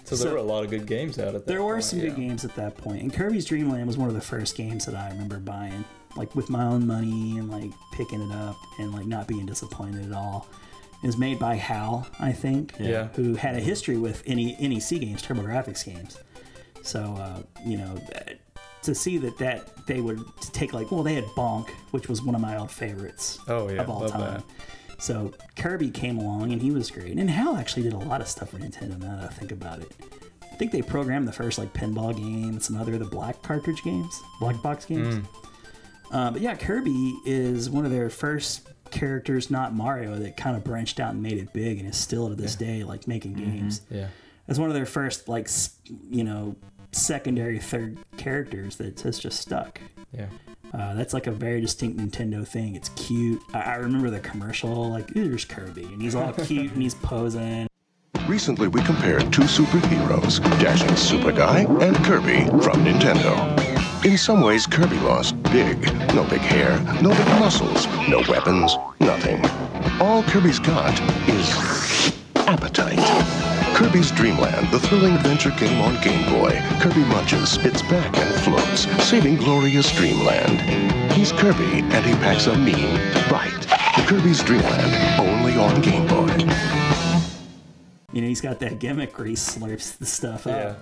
Speaker 3: So, there were a lot of good games out at that.
Speaker 1: There were
Speaker 3: point,
Speaker 1: some
Speaker 3: yeah.
Speaker 1: good games at that point, and Kirby's Dream Land was one of the first games that I remember buying, like with my own money and like picking it up and like not being disappointed at all. It was made by Hal, I think,
Speaker 3: Yeah.
Speaker 1: who had a history with any NEC games, TurboGrafx games. So uh, you know, th- to see that that they would take like, well, they had Bonk, which was one of my old favorites
Speaker 3: Oh, yeah,
Speaker 1: of all
Speaker 3: love
Speaker 1: time. So Kirby came along and he was great. And Hal actually did a lot of stuff for Nintendo. Now that I think about it, I think they programmed the first like pinball game and some other of the black cartridge games, black box games. Uh, but yeah, Kirby is one of their first characters, not Mario, that kind of branched out and made it big, and is still to this day like making games.
Speaker 3: Yeah.
Speaker 1: It's one of their first like s- you know secondary third characters that has just stuck.
Speaker 3: Yeah.
Speaker 1: Uh, that's like a very distinct Nintendo thing. It's cute. I, I remember the commercial, like, "Ooh, there's Kirby, and he's all cute and he's posing.
Speaker 6: Recently, we compared two superheroes, Dashing Super Guy and Kirby from Nintendo. In some ways, Kirby lost big. No big hair, no big muscles, no weapons, nothing. All Kirby's got is appetite. Kirby's Dreamland, the thrilling adventure game on Game Boy. Kirby munches, spits back, and floats, saving glorious Dreamland. He's Kirby, and he packs a mean bite. Kirby's Dreamland, only on Game Boy.
Speaker 1: You know, he's got that gimmick where he slurps the stuff up.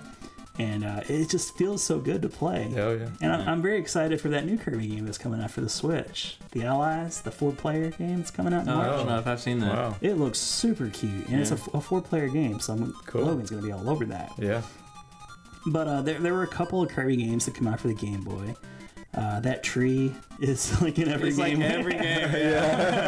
Speaker 1: And uh, it just feels so good to play.
Speaker 3: Oh, yeah.
Speaker 1: And
Speaker 2: Mm-hmm.
Speaker 1: I'm, I'm very excited for that new Kirby game that's coming out for the Switch. The Allies, the four player game that's coming out in
Speaker 2: I
Speaker 1: March.
Speaker 2: don't know if I've seen that.
Speaker 3: Wow.
Speaker 1: It looks super cute. And it's a, f- a four player game, so I'm,
Speaker 3: Cool.
Speaker 1: Logan's going to be all over that.
Speaker 3: Yeah.
Speaker 1: But uh, there, there were a couple of Kirby games that come out for the Game Boy. Uh, that tree is like in every
Speaker 2: It's like
Speaker 1: game.
Speaker 2: every game.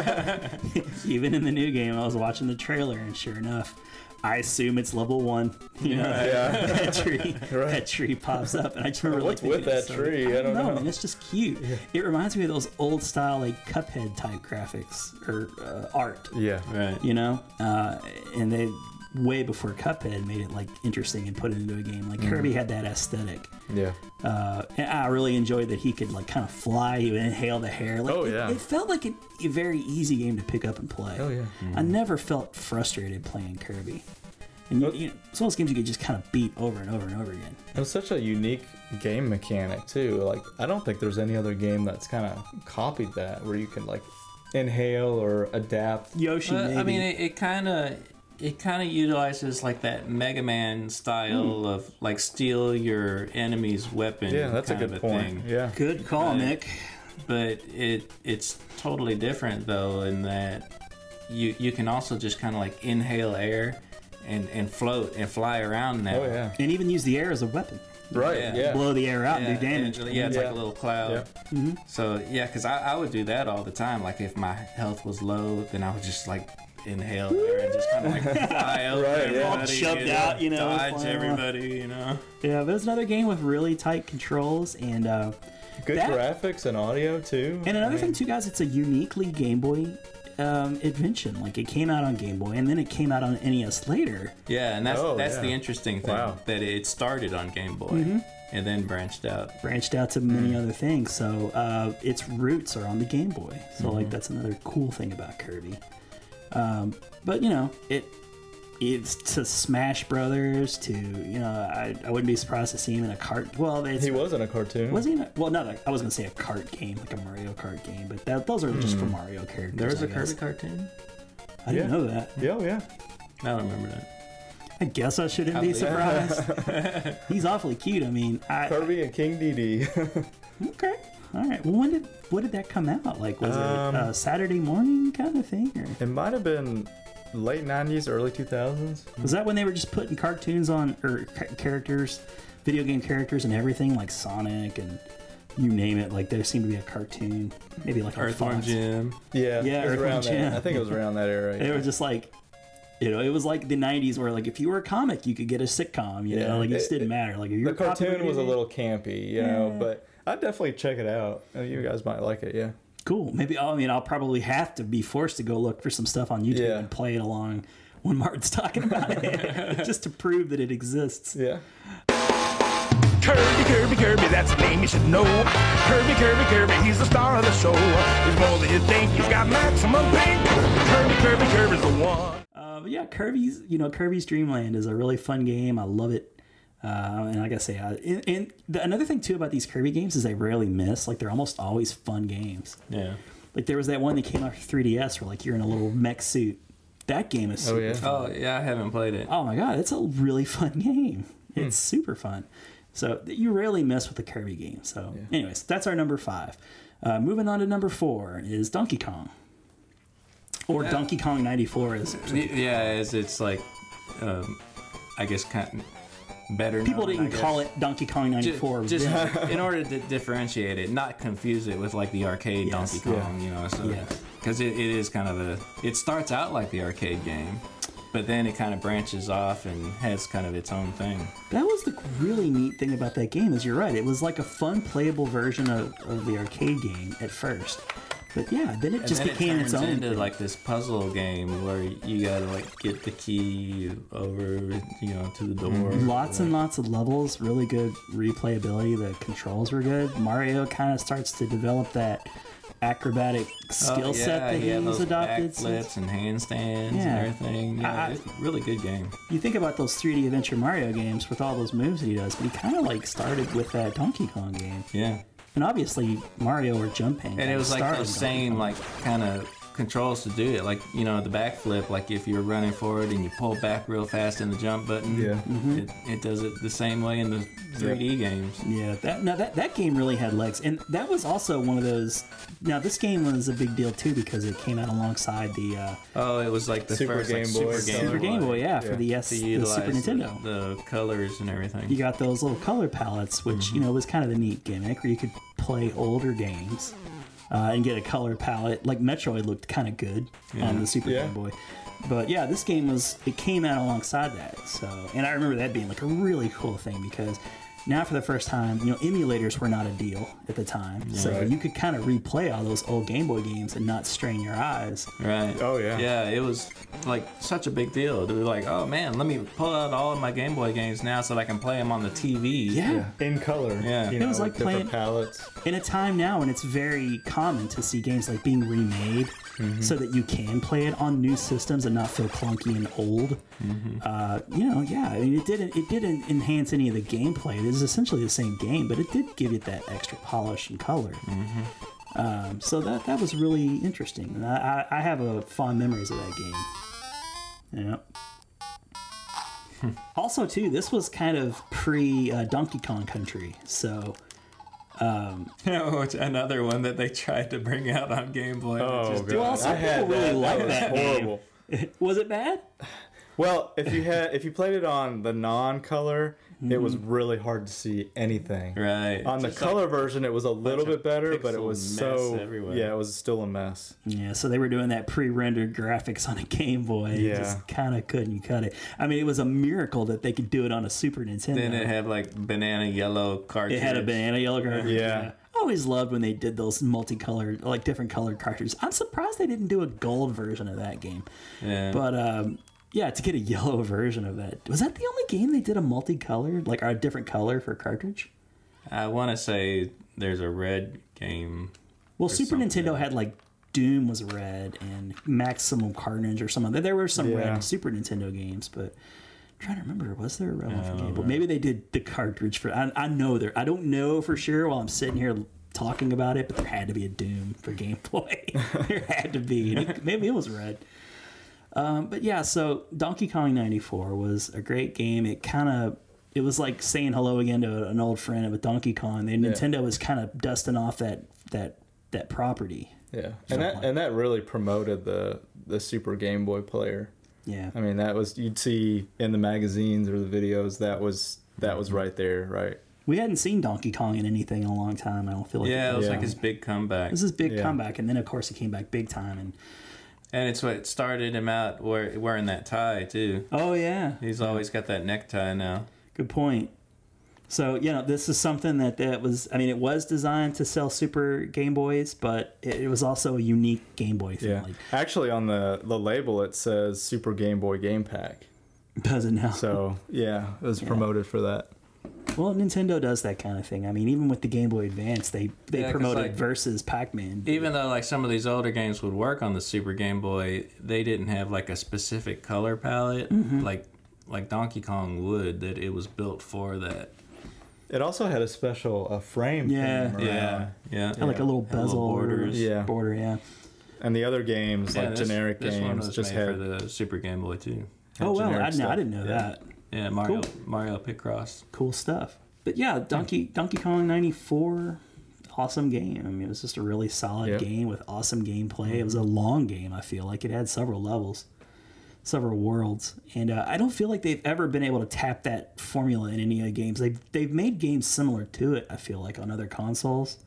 Speaker 1: Even in the new game, I was watching the trailer, and sure enough, I assume it's level one. You know, that tree, that tree pops up, and I just remember
Speaker 3: What's
Speaker 1: like,
Speaker 3: with
Speaker 1: thinking it's
Speaker 3: that
Speaker 1: so-
Speaker 3: tree? I don't know.
Speaker 1: man, it's just cute. It reminds me of those old style like Cuphead type graphics or uh, art.
Speaker 3: Yeah.
Speaker 2: Right.
Speaker 1: You know, uh, and they way before Cuphead made it like interesting and put it into a game.
Speaker 3: Mm-hmm.
Speaker 1: Like Kirby had that aesthetic
Speaker 3: Yeah.
Speaker 1: uh, and I really enjoyed that he could like kind of fly, you would inhale the hair. Like,
Speaker 3: Oh,
Speaker 1: it-
Speaker 3: yeah.
Speaker 1: it, felt like a, a very easy game to pick up and play.
Speaker 3: Oh, yeah.
Speaker 1: I never felt frustrated playing Kirby, and
Speaker 3: Oh.
Speaker 1: you, you know, it's one of those games you could just kind of beat over and over and over again.
Speaker 3: It was such a unique game mechanic too. Like I don't think there's any other game that's kind of copied that where you can like inhale or adapt.
Speaker 1: Yoshi,
Speaker 2: Well, I
Speaker 1: maybe.
Speaker 2: mean, it- it kind of it kind of utilizes like that Mega Man style
Speaker 1: Hmm.
Speaker 2: of like steal your enemy's weapon.
Speaker 3: Yeah, that's a
Speaker 2: kind of
Speaker 3: good point.
Speaker 2: Thing.
Speaker 3: Yeah.
Speaker 1: good call, Nick.
Speaker 2: But it it's totally different though in that you you can also just kind of like inhale air and and float and fly around now.
Speaker 3: Oh yeah.
Speaker 1: And even use the air as a weapon,
Speaker 3: Right.
Speaker 2: Yeah.
Speaker 3: Yeah.
Speaker 1: blow the air out
Speaker 2: Yeah,
Speaker 1: and do damage.
Speaker 2: and- yeah, it's like a little cloud.
Speaker 3: Yeah. Mm-hmm.
Speaker 2: So yeah, because I, I would do that all the time. Like if my health was low, then I would just like inhale air and just kind of like fly over
Speaker 3: Right,
Speaker 2: everybody,
Speaker 3: yeah.
Speaker 1: All chubbed out, you know,
Speaker 2: dodge
Speaker 1: flying around.
Speaker 2: everybody, you know.
Speaker 1: Yeah, but it's another game with really tight controls and. Uh,
Speaker 3: Good
Speaker 1: That-
Speaker 3: graphics and audio too.
Speaker 1: And another thing too, guys, it's a uniquely Game Boy um, invention. Like it came out on Game Boy, and then it came out on NES later.
Speaker 2: Yeah, and that's
Speaker 3: Oh,
Speaker 2: that's
Speaker 3: yeah.
Speaker 2: the interesting thing
Speaker 3: Wow. Mm-hmm.
Speaker 2: that it started on Game Boy and then branched out.
Speaker 1: Branched out to many other things, so uh, its roots are on the Game Boy. So like that's another cool thing about Kirby. Um, but you know, it it's to Smash Brothers to you know, I, I wouldn't be surprised to see him in a cart. Well, it's,
Speaker 3: He was in a cartoon.
Speaker 1: Was he? In a, well, no, like, I was gonna say a cart game, like a Mario Kart game, but that, those are just for Mario characters.
Speaker 2: There was
Speaker 1: I
Speaker 2: a Kirby
Speaker 1: guess.
Speaker 2: cartoon.
Speaker 1: I didn't
Speaker 3: Yeah.
Speaker 1: know that.
Speaker 3: Yeah. oh, Yeah.
Speaker 2: I don't remember that.
Speaker 1: I guess I shouldn't be surprised. He's awfully cute. I mean, I,
Speaker 3: Kirby and King Dedede.
Speaker 1: okay, all right. Well, when did when did that come out? Like, was it
Speaker 3: Um,
Speaker 1: uh, Saturday morning kind of thing, or
Speaker 3: it might have been late '90s, early 2000s.
Speaker 1: was that when they were just putting cartoons on or ca- characters, video game characters and everything, like Sonic and you name it? Like, there seemed to be a cartoon, maybe like on
Speaker 2: Earthworm
Speaker 1: Fox.
Speaker 2: Jim.
Speaker 1: Yeah,
Speaker 3: Yeah. It was
Speaker 1: Earthworm
Speaker 3: around that.
Speaker 1: Jim.
Speaker 3: I think it was around that era.
Speaker 1: They
Speaker 3: yeah.
Speaker 1: were just like. You know, it was like the '90s, where like if you were a comic, you could get a sitcom. You
Speaker 3: Yeah,
Speaker 1: know, like it, just
Speaker 3: it-
Speaker 1: didn't matter. Like if you
Speaker 3: The
Speaker 1: were popular,
Speaker 3: cartoon was a
Speaker 1: you-
Speaker 3: little campy, you know, but I'd definitely check it out. Uh, You guys might like it, yeah.
Speaker 1: Cool. Maybe oh, I mean I'll probably have to be forced to go look for some stuff on YouTube
Speaker 3: Yeah.
Speaker 1: and play it along when Martin's talking about it, just to prove that it exists.
Speaker 3: Yeah.
Speaker 7: Kirby, Kirby, Kirby, that's a name you should know. Kirby, Kirby, Kirby, he's the star of the show. He's more than you think, he's got maximum pink. Kirby, Kirby, Kirby's the one.
Speaker 1: Uh, but yeah, Kirby's you know Kirby's Dreamland is a really fun game. I love it. Uh, and like I say, I, and, and the, another thing too about these Kirby games is they rarely miss. Like they're almost always fun games.
Speaker 2: Yeah.
Speaker 1: Like there was that one that came out for 3DS where like you're in a little mech suit. That game is super
Speaker 3: yeah.
Speaker 2: Oh yeah, I haven't played it.
Speaker 1: oh my god, it's a really fun game. It's
Speaker 2: Hmm.
Speaker 1: super fun. So th- you rarely mess with the Kirby game. So, anyways, that's our number five. Uh, moving on to number four is Donkey Kong, or Donkey Kong '94 is.
Speaker 2: Y- Yeah, it's, it's like, um, I guess kind better.
Speaker 1: People
Speaker 2: known, I
Speaker 1: didn't
Speaker 2: guess.
Speaker 1: call it Donkey Kong
Speaker 2: Ju-
Speaker 1: '94.
Speaker 2: Just, in order to differentiate it, not confuse it with like the arcade
Speaker 1: Yes.
Speaker 2: Donkey Kong, you know. So
Speaker 1: Yes.
Speaker 2: because it, it is kind of a, it starts out like the arcade game, but then it kind of branches off and has kind of its own thing.
Speaker 1: that was the really neat thing about that game. Is you're right, it was like a fun playable version of, of the arcade game at first, but yeah, then it
Speaker 2: And
Speaker 1: just
Speaker 2: then
Speaker 1: became
Speaker 2: it turns
Speaker 1: its own.
Speaker 2: into
Speaker 1: thing.
Speaker 2: like this puzzle game where you gotta like get the key over, you know, to the door.
Speaker 1: Lots and lots Mm-hmm. of levels, really good replayability. The controls were good. Mario kind of starts to develop that acrobatic skill
Speaker 2: Oh,
Speaker 1: set that
Speaker 2: he had
Speaker 1: he's
Speaker 2: those
Speaker 1: adopted. since-
Speaker 2: Backflips and handstands
Speaker 1: Yeah.
Speaker 2: and everything. Yeah,
Speaker 1: I-
Speaker 2: it's a really good game.
Speaker 1: You think about those 3D Adventure Mario games with all those moves that he does, but he kind of like started with that Donkey Kong game,
Speaker 2: Yeah.
Speaker 1: and obviously Mario or jumping.
Speaker 2: And it was like
Speaker 1: started
Speaker 2: those
Speaker 1: Donkey
Speaker 2: same
Speaker 1: Kong.
Speaker 2: like kind of controls to do it. Like you know the backflip. Like if you're running forward and you pull back real fast in the jump button,
Speaker 3: Yeah.
Speaker 1: Mm-hmm.
Speaker 2: it, it does it the same way in the 3D games.
Speaker 1: Yeah, that no, that that game really had legs, and that was also one of those. Now this game was a big deal too because it came out alongside the uh,
Speaker 2: Oh, it was like the
Speaker 3: Super
Speaker 2: first like,
Speaker 3: Game Boy
Speaker 2: Super Game
Speaker 3: color
Speaker 1: Super Game Boy, yeah, for
Speaker 3: yeah,
Speaker 1: the S,
Speaker 2: to
Speaker 1: the
Speaker 2: utilize
Speaker 1: Super Nintendo.
Speaker 2: The, the colors and everything.
Speaker 1: you got those little color palettes, which
Speaker 3: Mm-hmm.
Speaker 1: you know was kind of a neat gimmick, where you could play older games uh, and get a color palette. Like Metroid looked kind of good on the Super
Speaker 3: Yeah.
Speaker 1: Game Boy, but yeah, this game was it came out alongside that. So, and I remember that being like a really cool thing because now for the first time, you know, emulators were not a deal at the time, so
Speaker 3: Right.
Speaker 1: you could kind of replay all those old Game Boy games and not strain your eyes.
Speaker 2: Right.
Speaker 3: Oh, yeah.
Speaker 2: Yeah, it was like such a big deal. They were like, oh man, let me pull out all of my Game Boy games now so that I can play them on the TV.
Speaker 1: yeah.
Speaker 3: in color.
Speaker 2: Yeah.
Speaker 3: you
Speaker 2: It
Speaker 3: know,
Speaker 1: was like
Speaker 3: with different
Speaker 1: playing-
Speaker 3: palettes.
Speaker 1: in a time now when it's very common to see games like being remade so that you can play it on new systems and not feel clunky and old. Uh, you know, yeah, I mean, it didn't it didn't enhance any of the gameplay. It is essentially the same game, but it did give it that extra polish and color. Um, so that that was really interesting, and I, I, I have a fond memories of that game. Yeah. Also, too, this was kind of pre uh, Donkey Kong Country, so
Speaker 2: Which another one that they tried to bring out on Game Boy.
Speaker 3: Oh,
Speaker 2: Just-
Speaker 3: God.
Speaker 1: Well, some
Speaker 3: I had
Speaker 1: people really
Speaker 3: that.
Speaker 1: like
Speaker 3: that was
Speaker 1: that game.
Speaker 3: horrible.
Speaker 1: Was it bad?
Speaker 3: Well, if you had if you played it on the non-color, it was
Speaker 1: Mm-hmm.
Speaker 3: really hard to see anything.
Speaker 2: Right.
Speaker 3: On the
Speaker 2: Just like-
Speaker 3: color version, it was a little
Speaker 2: bunch of
Speaker 3: bit better, but it
Speaker 2: pixel
Speaker 3: was
Speaker 2: mess
Speaker 3: so
Speaker 2: everywhere.
Speaker 3: yeah, it was still a mess.
Speaker 1: Yeah, so they were doing that pre-rendered graphics on a Game Boy. Yeah,
Speaker 3: Yeah.
Speaker 1: just kind of couldn't cut it. I mean, it was a miracle that they could do it on a Super Nintendo.
Speaker 2: then it had like banana yellow cartridge.
Speaker 1: It had a banana yellow cartridge.
Speaker 3: Yeah.
Speaker 1: I always loved when they did those multicolored, like different colored cartridges. I'm surprised they didn't do a gold version of that game.
Speaker 2: Yeah.
Speaker 1: But um, yeah, to get a yellow version of that was that the only game they did a multicolored, like a different color for cartridge.
Speaker 2: I want to say there's a red game.
Speaker 1: Well, Super
Speaker 2: something.
Speaker 1: Nintendo had like Doom was red and Maximum Carnage or some other. There were some
Speaker 3: Yeah.
Speaker 1: red Super Nintendo games, but I'm trying to remember, was there a red one for Game Boy? Maybe they did the cartridge for. I, I know there. I don't know for sure while I'm sitting here talking about it, but there had to be a Doom for Game Boy. there had to be. And it- maybe it was red. Um, but yeah, so Donkey Kong '94 was a great game. It kind of it was like saying hello again to an old friend with Donkey Kong. And Nintendo was kind of dusting off that that that property.
Speaker 3: Yeah, and that and that really promoted the the Super Game Boy player.
Speaker 1: Yeah,
Speaker 3: I mean, that was you'd see in the magazines or the videos. That was that was right there, right?
Speaker 1: we hadn't seen Donkey Kong in anything in a long time. I don't feel like
Speaker 2: Yeah, it was
Speaker 3: Yeah.
Speaker 2: like his big comeback.
Speaker 1: This is big
Speaker 3: Yeah.
Speaker 1: comeback, and then of course he came back big time. And
Speaker 2: And it's what started him out where, wearing that tie, too.
Speaker 1: oh yeah,
Speaker 2: He's always got that necktie now.
Speaker 1: Good point. So you know, this is something that that was. I mean, it was designed to sell Super Game Boys, but it, it was also a unique Game Boy thing.
Speaker 3: Yeah.
Speaker 1: Like,
Speaker 3: Actually, on the the label it says Super Game Boy Game Pack.
Speaker 1: does it now?
Speaker 3: So yeah, it was promoted for that.
Speaker 1: Well, Nintendo does that kind of thing. I mean, even with the Game Boy Advance, they they
Speaker 2: Yeah, 'cause,
Speaker 1: promoted
Speaker 2: like-
Speaker 1: versus Pac Man.
Speaker 2: even though like some of these older games would work on the Super Game Boy, they didn't have like a specific color palette
Speaker 1: Mm-hmm.
Speaker 2: like like Donkey Kong would that it was built for that.
Speaker 3: It also had a special uh, frame.
Speaker 1: Yeah.
Speaker 3: thing around.
Speaker 2: Yeah, yeah.
Speaker 1: Like a little
Speaker 2: Had
Speaker 1: bezel
Speaker 2: borders.
Speaker 1: Or
Speaker 3: Yeah.
Speaker 1: border, yeah.
Speaker 3: And the other games,
Speaker 2: Yeah,
Speaker 3: like
Speaker 2: this-
Speaker 3: generic
Speaker 2: this one
Speaker 3: games,
Speaker 2: was
Speaker 3: just
Speaker 2: made
Speaker 3: had.
Speaker 2: for the Super Game Boy too.
Speaker 1: Oh well, I,
Speaker 3: generic
Speaker 1: no, I
Speaker 3: stuff.
Speaker 1: didn't know that.
Speaker 2: Yeah, Mario Mario Picross.
Speaker 1: Cool stuff. But yeah, Donkey Donkey Kong '94, awesome game. I mean, it was just a really solid
Speaker 3: Yep.
Speaker 1: game with awesome gameplay. It was
Speaker 2: Mm-hmm.
Speaker 1: a long game. I feel like it had several levels, several worlds, and uh, I don't feel like they've ever been able to tap that formula in any of the games. They've they've made games similar to it. I feel like on other consoles,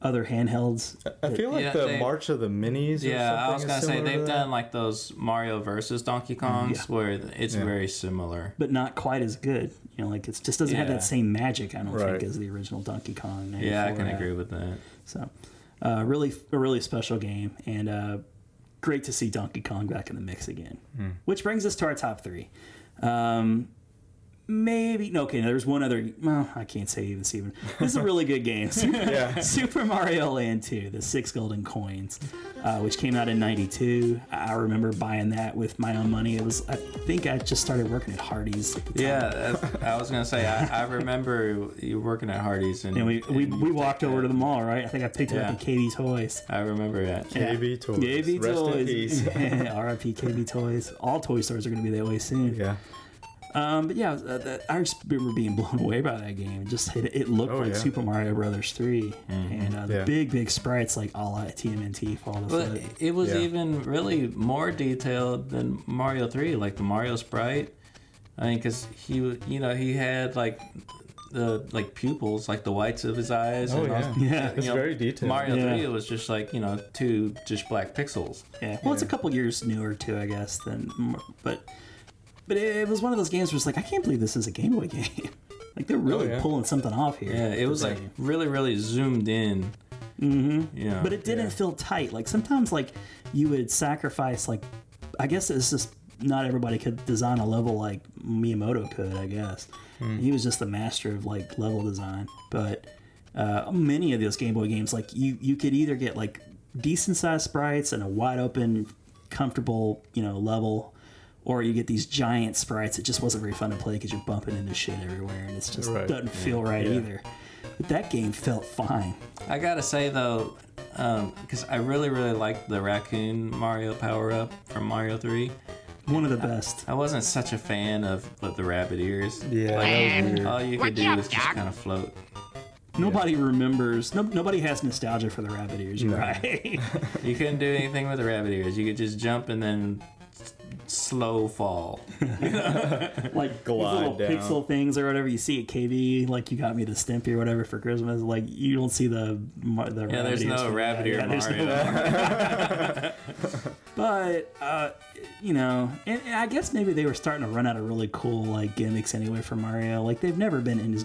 Speaker 1: other handhelds.
Speaker 2: Uh,
Speaker 3: I feel like
Speaker 2: Yeah,
Speaker 3: the
Speaker 2: they-
Speaker 3: March of the Minis. Or
Speaker 2: Yeah, I was
Speaker 3: something
Speaker 2: gonna
Speaker 3: is
Speaker 2: say
Speaker 3: similar to
Speaker 2: they've
Speaker 3: that.
Speaker 2: done like those Mario versus Donkey Kongs where it's very similar.
Speaker 1: but not quite as good. You know, like it just doesn't have
Speaker 2: Yeah.
Speaker 1: that same magic. I don't
Speaker 3: Right.
Speaker 1: think as the original Donkey Kong.
Speaker 2: Yeah, I
Speaker 1: 94
Speaker 2: can
Speaker 1: had.
Speaker 2: agree with that.
Speaker 1: So, uh, really, a really special game, and uh, great to see Donkey Kong back in the mix again. Which brings us to our top three. Um, maybe no, okay. No, there's one other. Well, I can't say even Steven. This is a really good game. Super, Super Mario Land Two: The Six Golden Coins, uh, which came out in '92. I I remember buying that with my own money. It was I think I just started working at Hardee's. at the time.
Speaker 2: Yeah, that's- I was gonna say I, I remember you working at Hardee's and,
Speaker 1: And we, we,
Speaker 2: and
Speaker 1: we
Speaker 2: you
Speaker 1: walked
Speaker 2: picked
Speaker 1: over to
Speaker 2: that.
Speaker 1: the mall, right? I think I picked it up
Speaker 2: Yeah.
Speaker 1: at KB Toys.
Speaker 2: I remember that.
Speaker 3: KB
Speaker 1: Yeah.
Speaker 3: Toys.
Speaker 1: KB
Speaker 3: Rest in
Speaker 1: Toys.
Speaker 3: peace.
Speaker 1: RIP KB Toys. All toy stores are going to be that way soon.
Speaker 3: Yeah.
Speaker 1: Um, but yeah, uh, that, I just remember being blown away by that game. It just it, it looked
Speaker 3: Oh,
Speaker 1: like
Speaker 3: yeah. Mm-hmm.
Speaker 1: Super Mario Brothers 3 and uh, the
Speaker 3: Yeah.
Speaker 1: big big sprites like all out TMNT for all the
Speaker 2: But
Speaker 1: foot.
Speaker 2: it was
Speaker 3: Yeah.
Speaker 2: even really more detailed than Mario 3, like the Mario sprite. I mean, because he, would- you know, he had like the like pupils, like the whites of his eyes.
Speaker 3: Oh
Speaker 2: and all-
Speaker 3: yeah.
Speaker 1: Yeah.
Speaker 3: It's
Speaker 2: you know,
Speaker 3: very detailed.
Speaker 2: Mario
Speaker 1: Yeah.
Speaker 2: 3 was just like, you know, two just black pixels.
Speaker 1: Yeah. Well, it's a couple years newer too, I guess. Than Mar- but but it, it was one of those games where it's like I can't believe this is a Game Boy game. like they're really
Speaker 3: Oh, yeah.
Speaker 1: pulling something off here.
Speaker 2: Yeah, it was like really, really zoomed in. Mm-hmm. You know,
Speaker 1: but it didn't feel tight. Like sometimes, like you would sacrifice. Like I guess it's just not everybody could design a level like Miyamoto could. I guess he was just the master of like level design. But uh, many of those Game Boy games, like you, you could either get like decent sized sprites and a wide open, comfortable, you know, level. Or you get these giant sprites. It just wasn't very fun to play because you're bumping into shit everywhere, and it's just
Speaker 3: Right.
Speaker 1: doesn't feel right either. But that game felt fine.
Speaker 2: I gotta say though, because I really, really liked the raccoon Mario power up from Mario 3.
Speaker 1: One of the best.
Speaker 2: I wasn't such a fan of the, the rabbit ears.
Speaker 3: Yeah. That was weird.
Speaker 2: All you could do was just kind of float.
Speaker 1: Nobody remembers. No, nobody has nostalgia for the rabbit ears. You're right.
Speaker 2: You couldn't do anything with the rabbit ears. You could just jump and then s- slow fall.
Speaker 1: like
Speaker 3: Glide
Speaker 1: these little
Speaker 3: down.
Speaker 1: pixel things or whatever you see at KB. Like you got me the Stimpy or whatever for Christmas. Like you don't see the mar- the
Speaker 2: Yeah, there's no rabbit ear Mario.
Speaker 1: But uh, you know, and, and I guess maybe they were starting to run out of really cool like gimmicks anyway for Mario. Like they've never been in as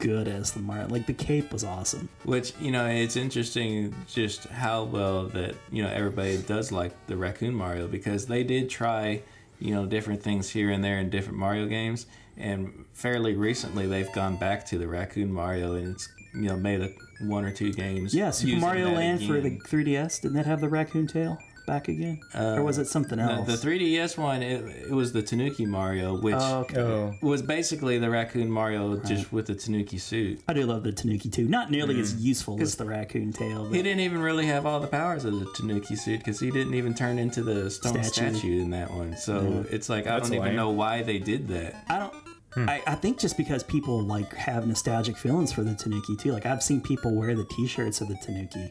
Speaker 1: good as the Mario. Like the cape was awesome.
Speaker 2: Which you know, it's interesting just how well that you know everybody does like the raccoon Mario because they did try you know different things here and there in different Mario games, and fairly recently they've gone back to the raccoon Mario and it's you know made a, one or two games.
Speaker 1: Yeah, Super
Speaker 2: using
Speaker 1: Mario
Speaker 2: that
Speaker 1: Land for the
Speaker 2: again.
Speaker 1: 3DS. Didn't that have the raccoon tail back again, or was it something
Speaker 2: Uh, The-
Speaker 1: else?
Speaker 2: the 3DS one, it, it was the Tanuki Mario, which
Speaker 1: Oh, okay.
Speaker 3: Oh.
Speaker 2: was basically the raccoon Mario just with the Tanuki suit.
Speaker 1: I do love the Tanuki too. Not nearly as
Speaker 2: Mm.
Speaker 1: useful as the raccoon tail,
Speaker 2: He
Speaker 1: but
Speaker 2: didn't even really have all the powers of the Tanuki suit because he didn't even turn into the stone
Speaker 1: Statue.
Speaker 2: statue, in that one. So it's like I
Speaker 3: That's
Speaker 2: don't even
Speaker 3: lame.
Speaker 2: know why they did that.
Speaker 1: I don't.
Speaker 2: Hmm.
Speaker 1: I, I think just because people like have nostalgic feelings for the Tanuki too. Like I've seen people wear the T-shirts of the Tanuki,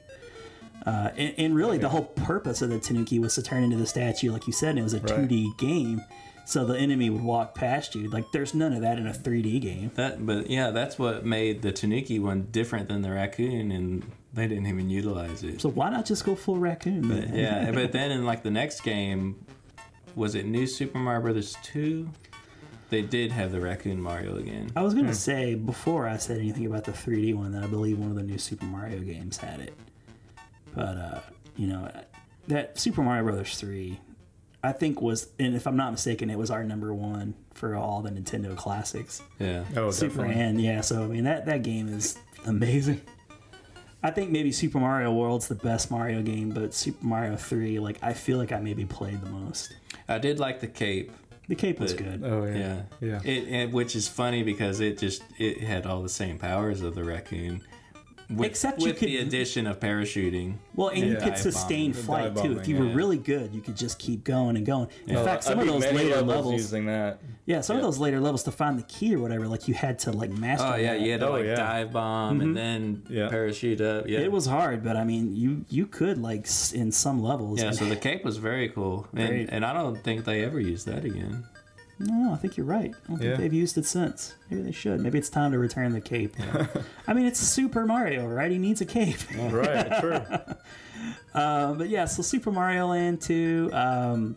Speaker 1: uh, and, and really the whole purpose of the Tanuki was to turn into the statue, like you said, and it was a 2D game, so the enemy would walk past you. Like there's none of that in a 3D game.
Speaker 2: That, but yeah, that's what made the Tanuki one different than the raccoon, and they didn't even utilize it.
Speaker 1: So why not just go full raccoon? man?
Speaker 2: yeah, but then in like the next game, was it New Super Mario Brothers two? They did have the raccoon Mario again.
Speaker 1: I was gonna say before I said anything about the 3D one that I believe one of the new Super Mario games had it, but uh, you know that Super Mario Brothers 3, I think was, and if I'm not mistaken, it was our number one for all the Nintendo classics.
Speaker 2: Yeah.
Speaker 3: Oh,
Speaker 1: Super
Speaker 3: definitely.
Speaker 1: and yeah, so I mean that that game is amazing. I think maybe Super Mario World's the best Mario game, but Super Mario 3, like I feel like I maybe played the most.
Speaker 2: I did like the cape.
Speaker 1: The cape was
Speaker 2: But-
Speaker 1: good.
Speaker 3: Oh yeah.
Speaker 2: Yeah.
Speaker 3: Yeah.
Speaker 2: It, it which is funny because it just it had all the same powers of the raccoon. With,
Speaker 1: Except you
Speaker 2: with the
Speaker 1: could-
Speaker 2: addition of parachuting.
Speaker 1: Well, and you
Speaker 2: Yeah.
Speaker 1: could
Speaker 2: Dive
Speaker 1: sustain
Speaker 2: bombing.
Speaker 1: flight
Speaker 3: Dive
Speaker 1: too. If you
Speaker 2: bombing,
Speaker 1: were
Speaker 2: yeah.
Speaker 1: really good, you could just keep going and going. In
Speaker 3: Uh,
Speaker 1: fact, some
Speaker 3: I
Speaker 1: of
Speaker 3: beat
Speaker 1: those
Speaker 3: many
Speaker 1: later
Speaker 3: levels,
Speaker 1: levels,
Speaker 3: using that.
Speaker 1: yeah, some of those later levels to find the key or whatever, like you had to like master.
Speaker 2: Oh yeah,
Speaker 1: that.
Speaker 2: you had to
Speaker 3: Oh,
Speaker 2: like
Speaker 3: yeah. Mm-hmm.
Speaker 2: dive bomb and then
Speaker 3: Yeah.
Speaker 2: parachute up. Yeah.
Speaker 1: It was hard, but I mean, you you could like s- in some levels.
Speaker 2: yeah, so the cape was very cool.
Speaker 1: Great.
Speaker 2: And, and I don't think they ever used that again.
Speaker 1: no, I think you're right. I don't think
Speaker 3: Yeah.
Speaker 1: they've used it since. Maybe they should. Maybe it's time to return the cape. I mean, it's Super Mario, right? He needs a cape. Um,
Speaker 3: Right. True.
Speaker 1: but yeah, so Super Mario Land 2. Um,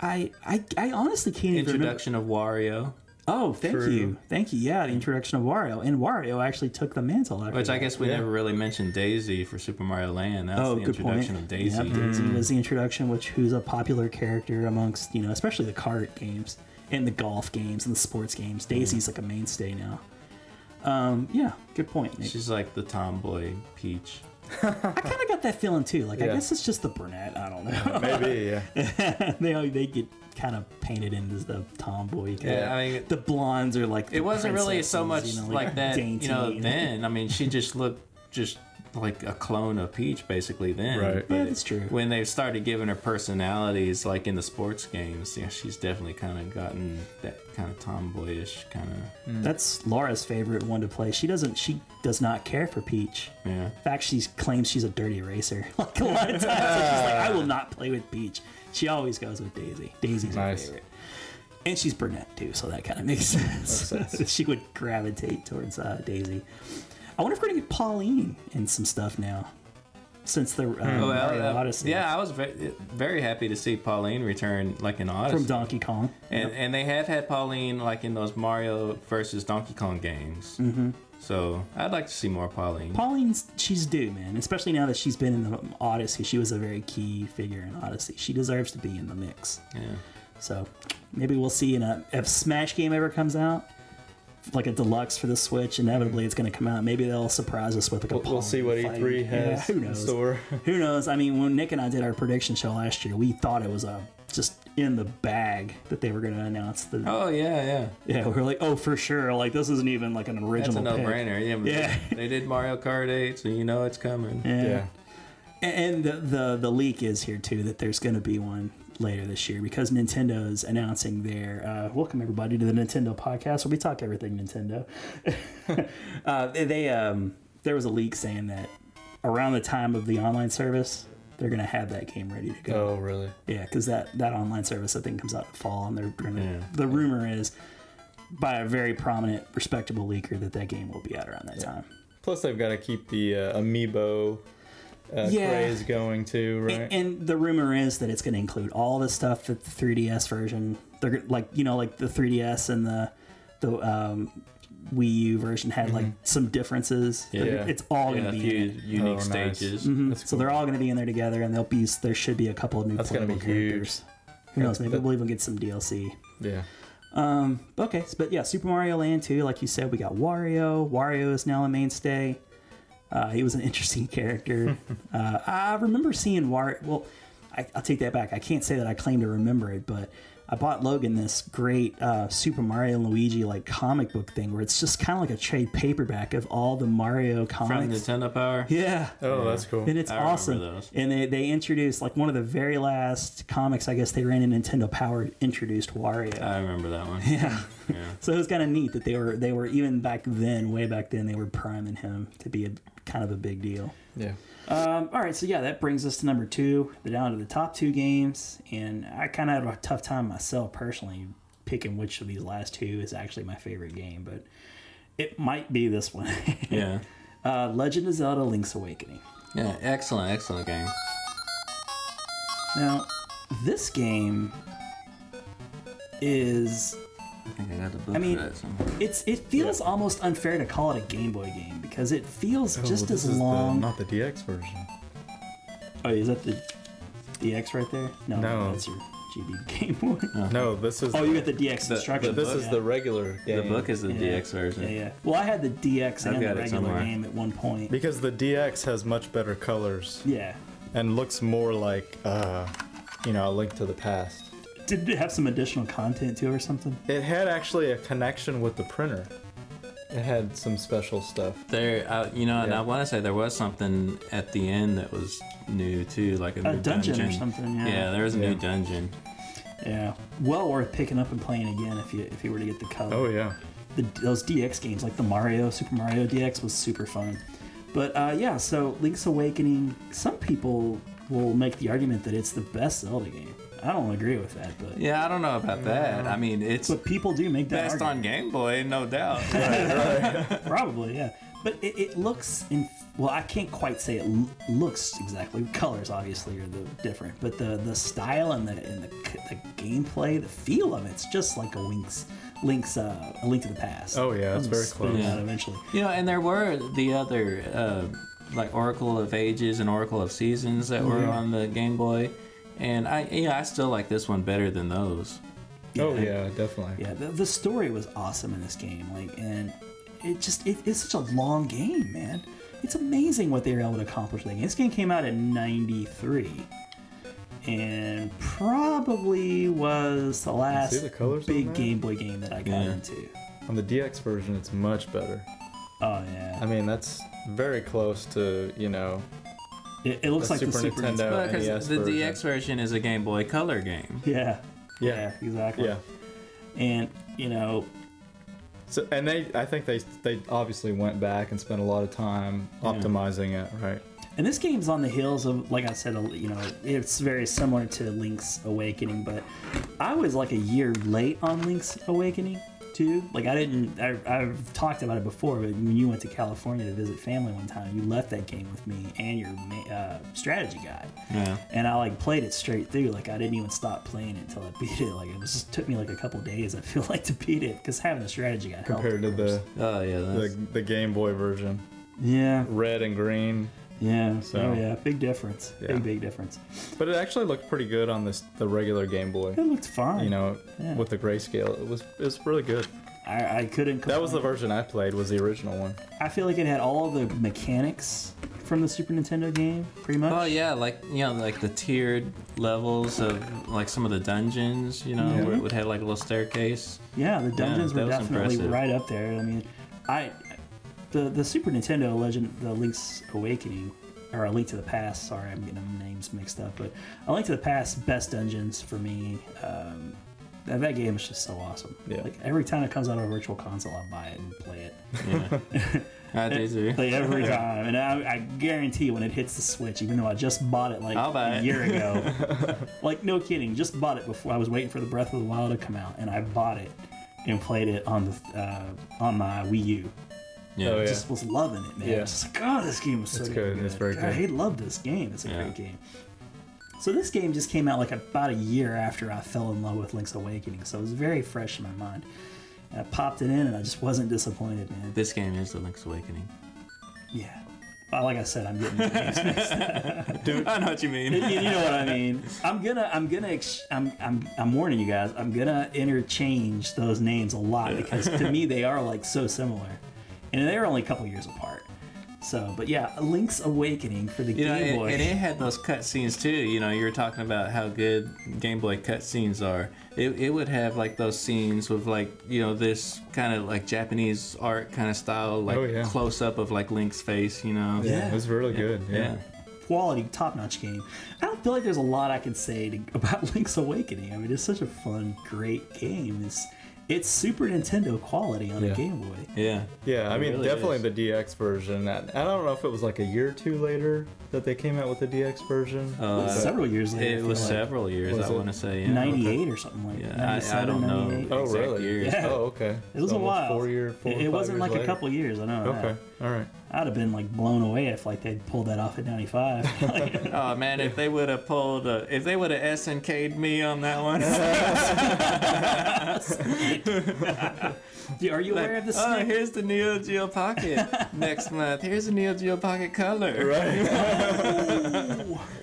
Speaker 1: I, I I honestly can't even remember.
Speaker 2: Introduction of Wario.
Speaker 1: Oh, thank
Speaker 3: True.
Speaker 1: you, thank you. Yeah, the introduction of Wario, and Wario actually took the mantle. After
Speaker 2: Which I
Speaker 1: that.
Speaker 2: guess we never really mentioned Daisy for Super Mario Land. That was
Speaker 1: Oh,
Speaker 2: the
Speaker 1: good point.
Speaker 2: introduction of Daisy. Mm.
Speaker 1: Yep, Daisy was the introduction, which who's a popular character amongst you know, especially the cart games. and the golf games and the sports games.
Speaker 2: Mm.
Speaker 1: Daisy's like a mainstay now. Um, yeah, good point. Nick.
Speaker 2: She's like the tomboy peach.
Speaker 1: I kind of got that feeling too. Like I
Speaker 3: Yeah.
Speaker 1: guess it's just the brunette. I don't know.
Speaker 3: Maybe, yeah.
Speaker 1: they all- they get kind of painted in as the tomboy. Kind
Speaker 2: Yeah, I mean-
Speaker 1: the blondes are like.
Speaker 2: It wasn't really so much like that,
Speaker 1: Dainty
Speaker 2: you know.
Speaker 1: and-
Speaker 2: Then I mean, she just looked just like a clone of Peach, basically. Then,
Speaker 3: Right.
Speaker 2: But
Speaker 1: Yeah, that's true.
Speaker 2: When they started giving her personalities, like in the sports games, yeah, she's definitely kind of gotten that kind of tomboyish kind
Speaker 1: Mm-hmm.
Speaker 2: of.
Speaker 1: That's Laura's favorite one to play. She doesn't. She does not care for Peach.
Speaker 2: Yeah.
Speaker 1: In fact, she claims she's a dirty racer. Like a lot of times, like, she's like, "I will not play with Peach." She always goes with Daisy. Daisy's
Speaker 3: Nice.
Speaker 1: her favorite, and she's brunette too, so that kind of makes sense. she would gravitate towards uh, Daisy. I wonder if we're gonna get Pauline in some stuff now, since the uh,
Speaker 2: Well,
Speaker 1: Mario
Speaker 2: uh,
Speaker 1: Odyssey
Speaker 2: yeah, I was very, very happy to see Pauline return, like in Odyssey.
Speaker 1: from Donkey Kong.
Speaker 2: And, and they have had Pauline like in those Mario versus Donkey Kong games. Mm-hmm. So I'd like to see more Pauline.
Speaker 1: Pauline's she's due, man. Especially now that she's been in the Odyssey, she was a very key figure in Odyssey. She deserves to be in the mix.
Speaker 2: yeah.
Speaker 1: So maybe we'll see in a if Smash game ever comes out, like a deluxe for the Switch. Inevitably, it's going to come out. Maybe they'll surprise us with like a.
Speaker 3: We'll, we'll see what
Speaker 1: Pauline
Speaker 3: E3
Speaker 1: fight. Yeah,
Speaker 3: has
Speaker 1: who
Speaker 3: in
Speaker 1: knows?
Speaker 3: store.
Speaker 1: Who knows? I mean, when Nick and I did our prediction show last year, we thought it was a just in the bag that they were going to announce the.
Speaker 2: Oh yeah, yeah.
Speaker 1: Yeah, we were like, oh, for sure. Like this isn't even like an
Speaker 2: That's a
Speaker 1: original. pick.
Speaker 2: no-brainer. Yeah, but
Speaker 1: Yeah.
Speaker 2: They did Mario Kart 8, so you know it's coming.
Speaker 3: Yeah.
Speaker 1: And the, the the leak is here too that there's going to be one later this year because Nintendo's announcing their uh, welcome everybody to the Nintendo podcast where we talk everything Nintendo. uh, they, they um there was a leak saying that around the time of the online service they're going to have that game ready to go.
Speaker 3: Oh, really?
Speaker 1: Yeah, because that that online service I think comes out in fall and they're going to. The rumor is by a very prominent respectable leaker that that game will be out around that time.
Speaker 3: Plus, they've got to keep the uh, amiibo uh,
Speaker 1: Yeah.
Speaker 3: craze going too, right?
Speaker 1: And, and the rumor is that it's going to include all the stuff that the 3DS version, they're gonna- like you know, like the 3DS and the the um, Wii U version had like some differences. They're gonna-
Speaker 3: Mm-hmm. Yeah.
Speaker 1: it's all
Speaker 2: Yeah,
Speaker 1: going
Speaker 2: a
Speaker 1: to be. in
Speaker 2: few
Speaker 1: it. Mm-hmm.
Speaker 2: unique
Speaker 3: Oh, nice.
Speaker 2: stages.
Speaker 1: So they're all going to be in there together, and there'll be there should be a couple of new
Speaker 3: That's gonna
Speaker 1: playable
Speaker 3: be huge.
Speaker 1: characters. Who knows? Maybe we'll even get some DLC.
Speaker 3: yeah.
Speaker 1: Okay, so- but yeah, Super Mario Land 2, like you said, we got Wario. Wario is now a mainstay. Uh, he was an interesting character. uh, I remember seeing Wario. Well, I, I'll take that back. I can't say that I claim to remember it, but I bought Logan this great uh, Super Mario and Luigi like comic book thing where it's just kind of like a trade paperback of all the Mario
Speaker 2: From
Speaker 1: comics.
Speaker 2: Nintendo Power.
Speaker 1: yeah.
Speaker 3: Oh, that's cool.
Speaker 1: And it's
Speaker 2: I remember
Speaker 1: awesome.
Speaker 2: those.
Speaker 1: And they, they introduced like one of the very last comics I guess they ran in Nintendo Power introduced Wario.
Speaker 2: I remember that one.
Speaker 1: Yeah. So it was kind of neat that they were they were even back then, way back then, they were priming him to be a kind of a big deal.
Speaker 3: yeah.
Speaker 1: Um, all right, so yeah, that brings us to number two, the down to the top two games, and I kind of had a tough time myself personally picking which of these last two is actually my favorite game, but it might be this one.
Speaker 2: Yeah.
Speaker 1: uh, Legend of Zelda: Link's Awakening.
Speaker 2: Yeah. Excellent, excellent game.
Speaker 1: Now, this game is
Speaker 2: I think I got the book
Speaker 1: I mean,
Speaker 2: for that somewhere.
Speaker 1: it's it feels almost unfair to call it a Game Boy game because it feels just as long.
Speaker 3: not Oh, the DX version.
Speaker 1: Oh, is that the DX right there? No,
Speaker 3: No.
Speaker 1: that's your GB Game Boy.
Speaker 3: No, this is.
Speaker 1: Oh, you got the DX
Speaker 2: The-
Speaker 1: instruction.
Speaker 3: this
Speaker 1: book,
Speaker 3: is
Speaker 1: yeah.
Speaker 3: the regular game.
Speaker 2: The book is the DX version.
Speaker 1: Yeah, yeah. Well, I had the DX
Speaker 2: I've
Speaker 1: and the
Speaker 2: got it
Speaker 1: regular
Speaker 2: somewhere.
Speaker 1: game at one point.
Speaker 3: Because the DX has much better colors
Speaker 1: Yeah.
Speaker 3: and looks more like, uh, you know, a link to the past.
Speaker 1: Did it have some additional content too or something?
Speaker 3: It had actually a connection with the printer. It had some special stuff.
Speaker 2: There, I, you know, and
Speaker 3: Yeah.
Speaker 2: I want to say there was something at the end that was new too, like a,
Speaker 1: A
Speaker 2: new
Speaker 1: dungeon or something, yeah.
Speaker 2: there was a
Speaker 3: Yeah.
Speaker 2: new dungeon.
Speaker 1: Yeah. Well worth picking up and playing again if you if you were to get the color.
Speaker 3: Oh, yeah.
Speaker 1: the, those DX games, like the Mario, Super Mario DX, was super fun. But uh, yeah, so Link's Awakening, some people will make the argument that it's the best Zelda game. I don't agree with that, but
Speaker 2: Yeah, I don't know about that. I mean, it's
Speaker 1: but people do make that
Speaker 2: best on
Speaker 1: argument.
Speaker 2: Game Boy, no doubt.
Speaker 1: Probably, yeah. But it, it looks in well, I can't quite say it l- looks exactly. Colors obviously are the different, but the the style and the and the, c- the gameplay, the feel of it's just like a Link's Link's uh, a Link to the Past.
Speaker 3: Oh, yeah, it's
Speaker 1: I'm
Speaker 3: very
Speaker 1: spitting
Speaker 3: close.
Speaker 1: it out eventually.
Speaker 2: You know, and there were the other, uh, like Oracle of Ages and Oracle of
Speaker 3: Mm-hmm.
Speaker 2: Seasons that were on the Game Boy, and I, you know, I still like this one better than those.
Speaker 3: Oh yeah, definitely.
Speaker 1: Yeah, the, the story was awesome in this game. Like, and it just it, it's such a long game, man. It's amazing what they were able to accomplish. Like, this game came out in '93, and probably was the last
Speaker 3: the colors on
Speaker 1: big
Speaker 3: that?
Speaker 1: Game Boy game that I got
Speaker 2: Yeah.
Speaker 1: into.
Speaker 3: On the DX version, it's much better.
Speaker 1: Oh yeah,
Speaker 3: I mean, that's very close to you know
Speaker 1: it, it looks
Speaker 3: the
Speaker 1: like
Speaker 3: Super
Speaker 1: the Super
Speaker 3: Nintendo.
Speaker 1: Nintendo.
Speaker 2: Well, because
Speaker 3: NES
Speaker 2: the
Speaker 3: version.
Speaker 2: DX version is a Game Boy Color game.
Speaker 1: Yeah.
Speaker 3: Yeah.
Speaker 1: exactly.
Speaker 3: yeah.
Speaker 1: And you know,
Speaker 3: So and they, I think they they obviously went back and spent a lot of time optimizing it, right?
Speaker 2: Oh,
Speaker 1: And this game's on the heels of, like I said, you know, it's very similar to Link's Awakening, but I was like a year late on Link's Awakening too. Like I didn't, I, I've talked about it before, but when you went to California to visit family one time, you left that game with me and your ma- uh, strategy guide,
Speaker 2: Yeah.
Speaker 1: and I like played it straight through. Like I didn't even stop playing it until I beat it. Like it was just took me like a couple days. I feel like to beat it because having a strategy guide helped,
Speaker 3: Compared to
Speaker 1: of course.
Speaker 3: the
Speaker 2: Oh yeah,
Speaker 3: the,
Speaker 2: that's,
Speaker 3: the Game Boy version,
Speaker 1: yeah,
Speaker 3: red and green.
Speaker 1: yeah,
Speaker 3: So-
Speaker 1: oh yeah, big difference,
Speaker 3: Yeah.
Speaker 1: big big difference.
Speaker 3: But it actually looked pretty good on this the regular Game Boy.
Speaker 1: It looked fine,
Speaker 3: You know,
Speaker 1: Yeah.
Speaker 3: with the grayscale, it was it was really good.
Speaker 1: I, I couldn't.
Speaker 3: That was the
Speaker 1: complain.
Speaker 3: version I played. Was the original one.
Speaker 1: I feel like it had all the mechanics from the Super Nintendo game, pretty much.
Speaker 2: oh yeah, like you know, like the tiered levels of like some of the dungeons. You know,
Speaker 3: Mm-hmm.
Speaker 2: where it would have like a little staircase.
Speaker 1: Yeah, the dungeons
Speaker 2: that
Speaker 1: were
Speaker 2: was
Speaker 1: definitely
Speaker 2: impressive.
Speaker 1: right up there. I mean, I the the Super Nintendo Legend, the Link's Awakening, or A Link to the Past. Sorry, I'm getting them names mixed up, but A Link to the Past, best dungeons for me. Um, that, that game is just so awesome.
Speaker 3: Yeah.
Speaker 1: Like every time it comes out on a virtual console, I buy it and play it.
Speaker 2: I do too.
Speaker 3: Oh,
Speaker 1: Like every time, and I, I guarantee when it hits the Switch, even though I just bought it like
Speaker 2: I'll buy
Speaker 1: a
Speaker 2: it.
Speaker 1: year ago, like no kidding, just bought it before I was waiting for the Breath of the Wild to come out, and I bought it and played it on the uh, on my Wii U.
Speaker 2: Yeah.
Speaker 3: Oh yeah.
Speaker 1: Just was loving it, man.
Speaker 3: Yeah.
Speaker 1: I was just like, God, this game was so
Speaker 3: It's
Speaker 1: good.
Speaker 3: good, it's very
Speaker 1: God, I
Speaker 3: good.
Speaker 1: love this game. It's a
Speaker 2: Yeah.
Speaker 1: great game. So this game just came out like about a year after I fell in love with Link's Awakening, so it was very fresh in my mind. And I popped it in, and I just wasn't disappointed, man.
Speaker 2: This game is the Link's Awakening.
Speaker 1: Yeah. Well, like I said, I'm getting confused.
Speaker 2: I know what you mean.
Speaker 1: you, you know what I mean. I'm gonna, I'm gonna, ex- I'm, I'm, I'm warning you guys. I'm gonna interchange those names a lot because to me they are like so similar, and they're only a couple years apart. So, but yeah, Link's Awakening for the
Speaker 2: You know,
Speaker 1: Game
Speaker 2: and,
Speaker 1: Boy.
Speaker 2: and it had those cutscenes too. You know, you were talking about how good Game Boy cutscenes are. It, it would have like those scenes with like you know this kind of like Japanese art kind of style, like
Speaker 3: Oh, yeah.
Speaker 2: close up of like Link's face. You know.
Speaker 3: yeah, it was really good.
Speaker 2: Yeah.
Speaker 1: quality, top-notch game. I don't feel like there's a lot I can say to, about Link's Awakening. I mean, it's such a fun, great game. It's, it's Super Nintendo quality on a
Speaker 3: Yeah.
Speaker 1: Game Boy.
Speaker 2: Yeah.
Speaker 3: Yeah, I
Speaker 2: It
Speaker 3: mean,
Speaker 2: really
Speaker 3: definitely
Speaker 2: is.
Speaker 3: the DX version. I, I don't know if it was like a year or two later that they came out with the DX version.
Speaker 1: Several years later, I
Speaker 2: It
Speaker 1: feel
Speaker 2: was
Speaker 1: like.
Speaker 2: several years,
Speaker 3: Was
Speaker 2: I
Speaker 3: it
Speaker 2: want to say. Yeah.
Speaker 1: 98 or something like that.
Speaker 2: Yeah, I, I don't know.
Speaker 3: oh,
Speaker 2: exact
Speaker 3: really?
Speaker 2: years,
Speaker 1: Yeah.
Speaker 2: but-
Speaker 3: Oh, okay.
Speaker 1: It was a while.
Speaker 3: Four year, four
Speaker 1: it,
Speaker 3: or
Speaker 1: it
Speaker 3: five
Speaker 1: wasn't
Speaker 3: years
Speaker 1: like
Speaker 3: later.
Speaker 1: a couple years. I know.
Speaker 3: Okay,
Speaker 1: Okay.
Speaker 3: all right.
Speaker 1: I'd have been like blown away if like they'd pulled that off at 95.
Speaker 2: Oh man, if they would have pulled, uh, if they would have S and K'd me on that one.
Speaker 1: Are you aware of the
Speaker 2: oh,
Speaker 1: snake?
Speaker 2: here's the Neo Geo Pocket next month. Here's the Neo Geo Pocket Color.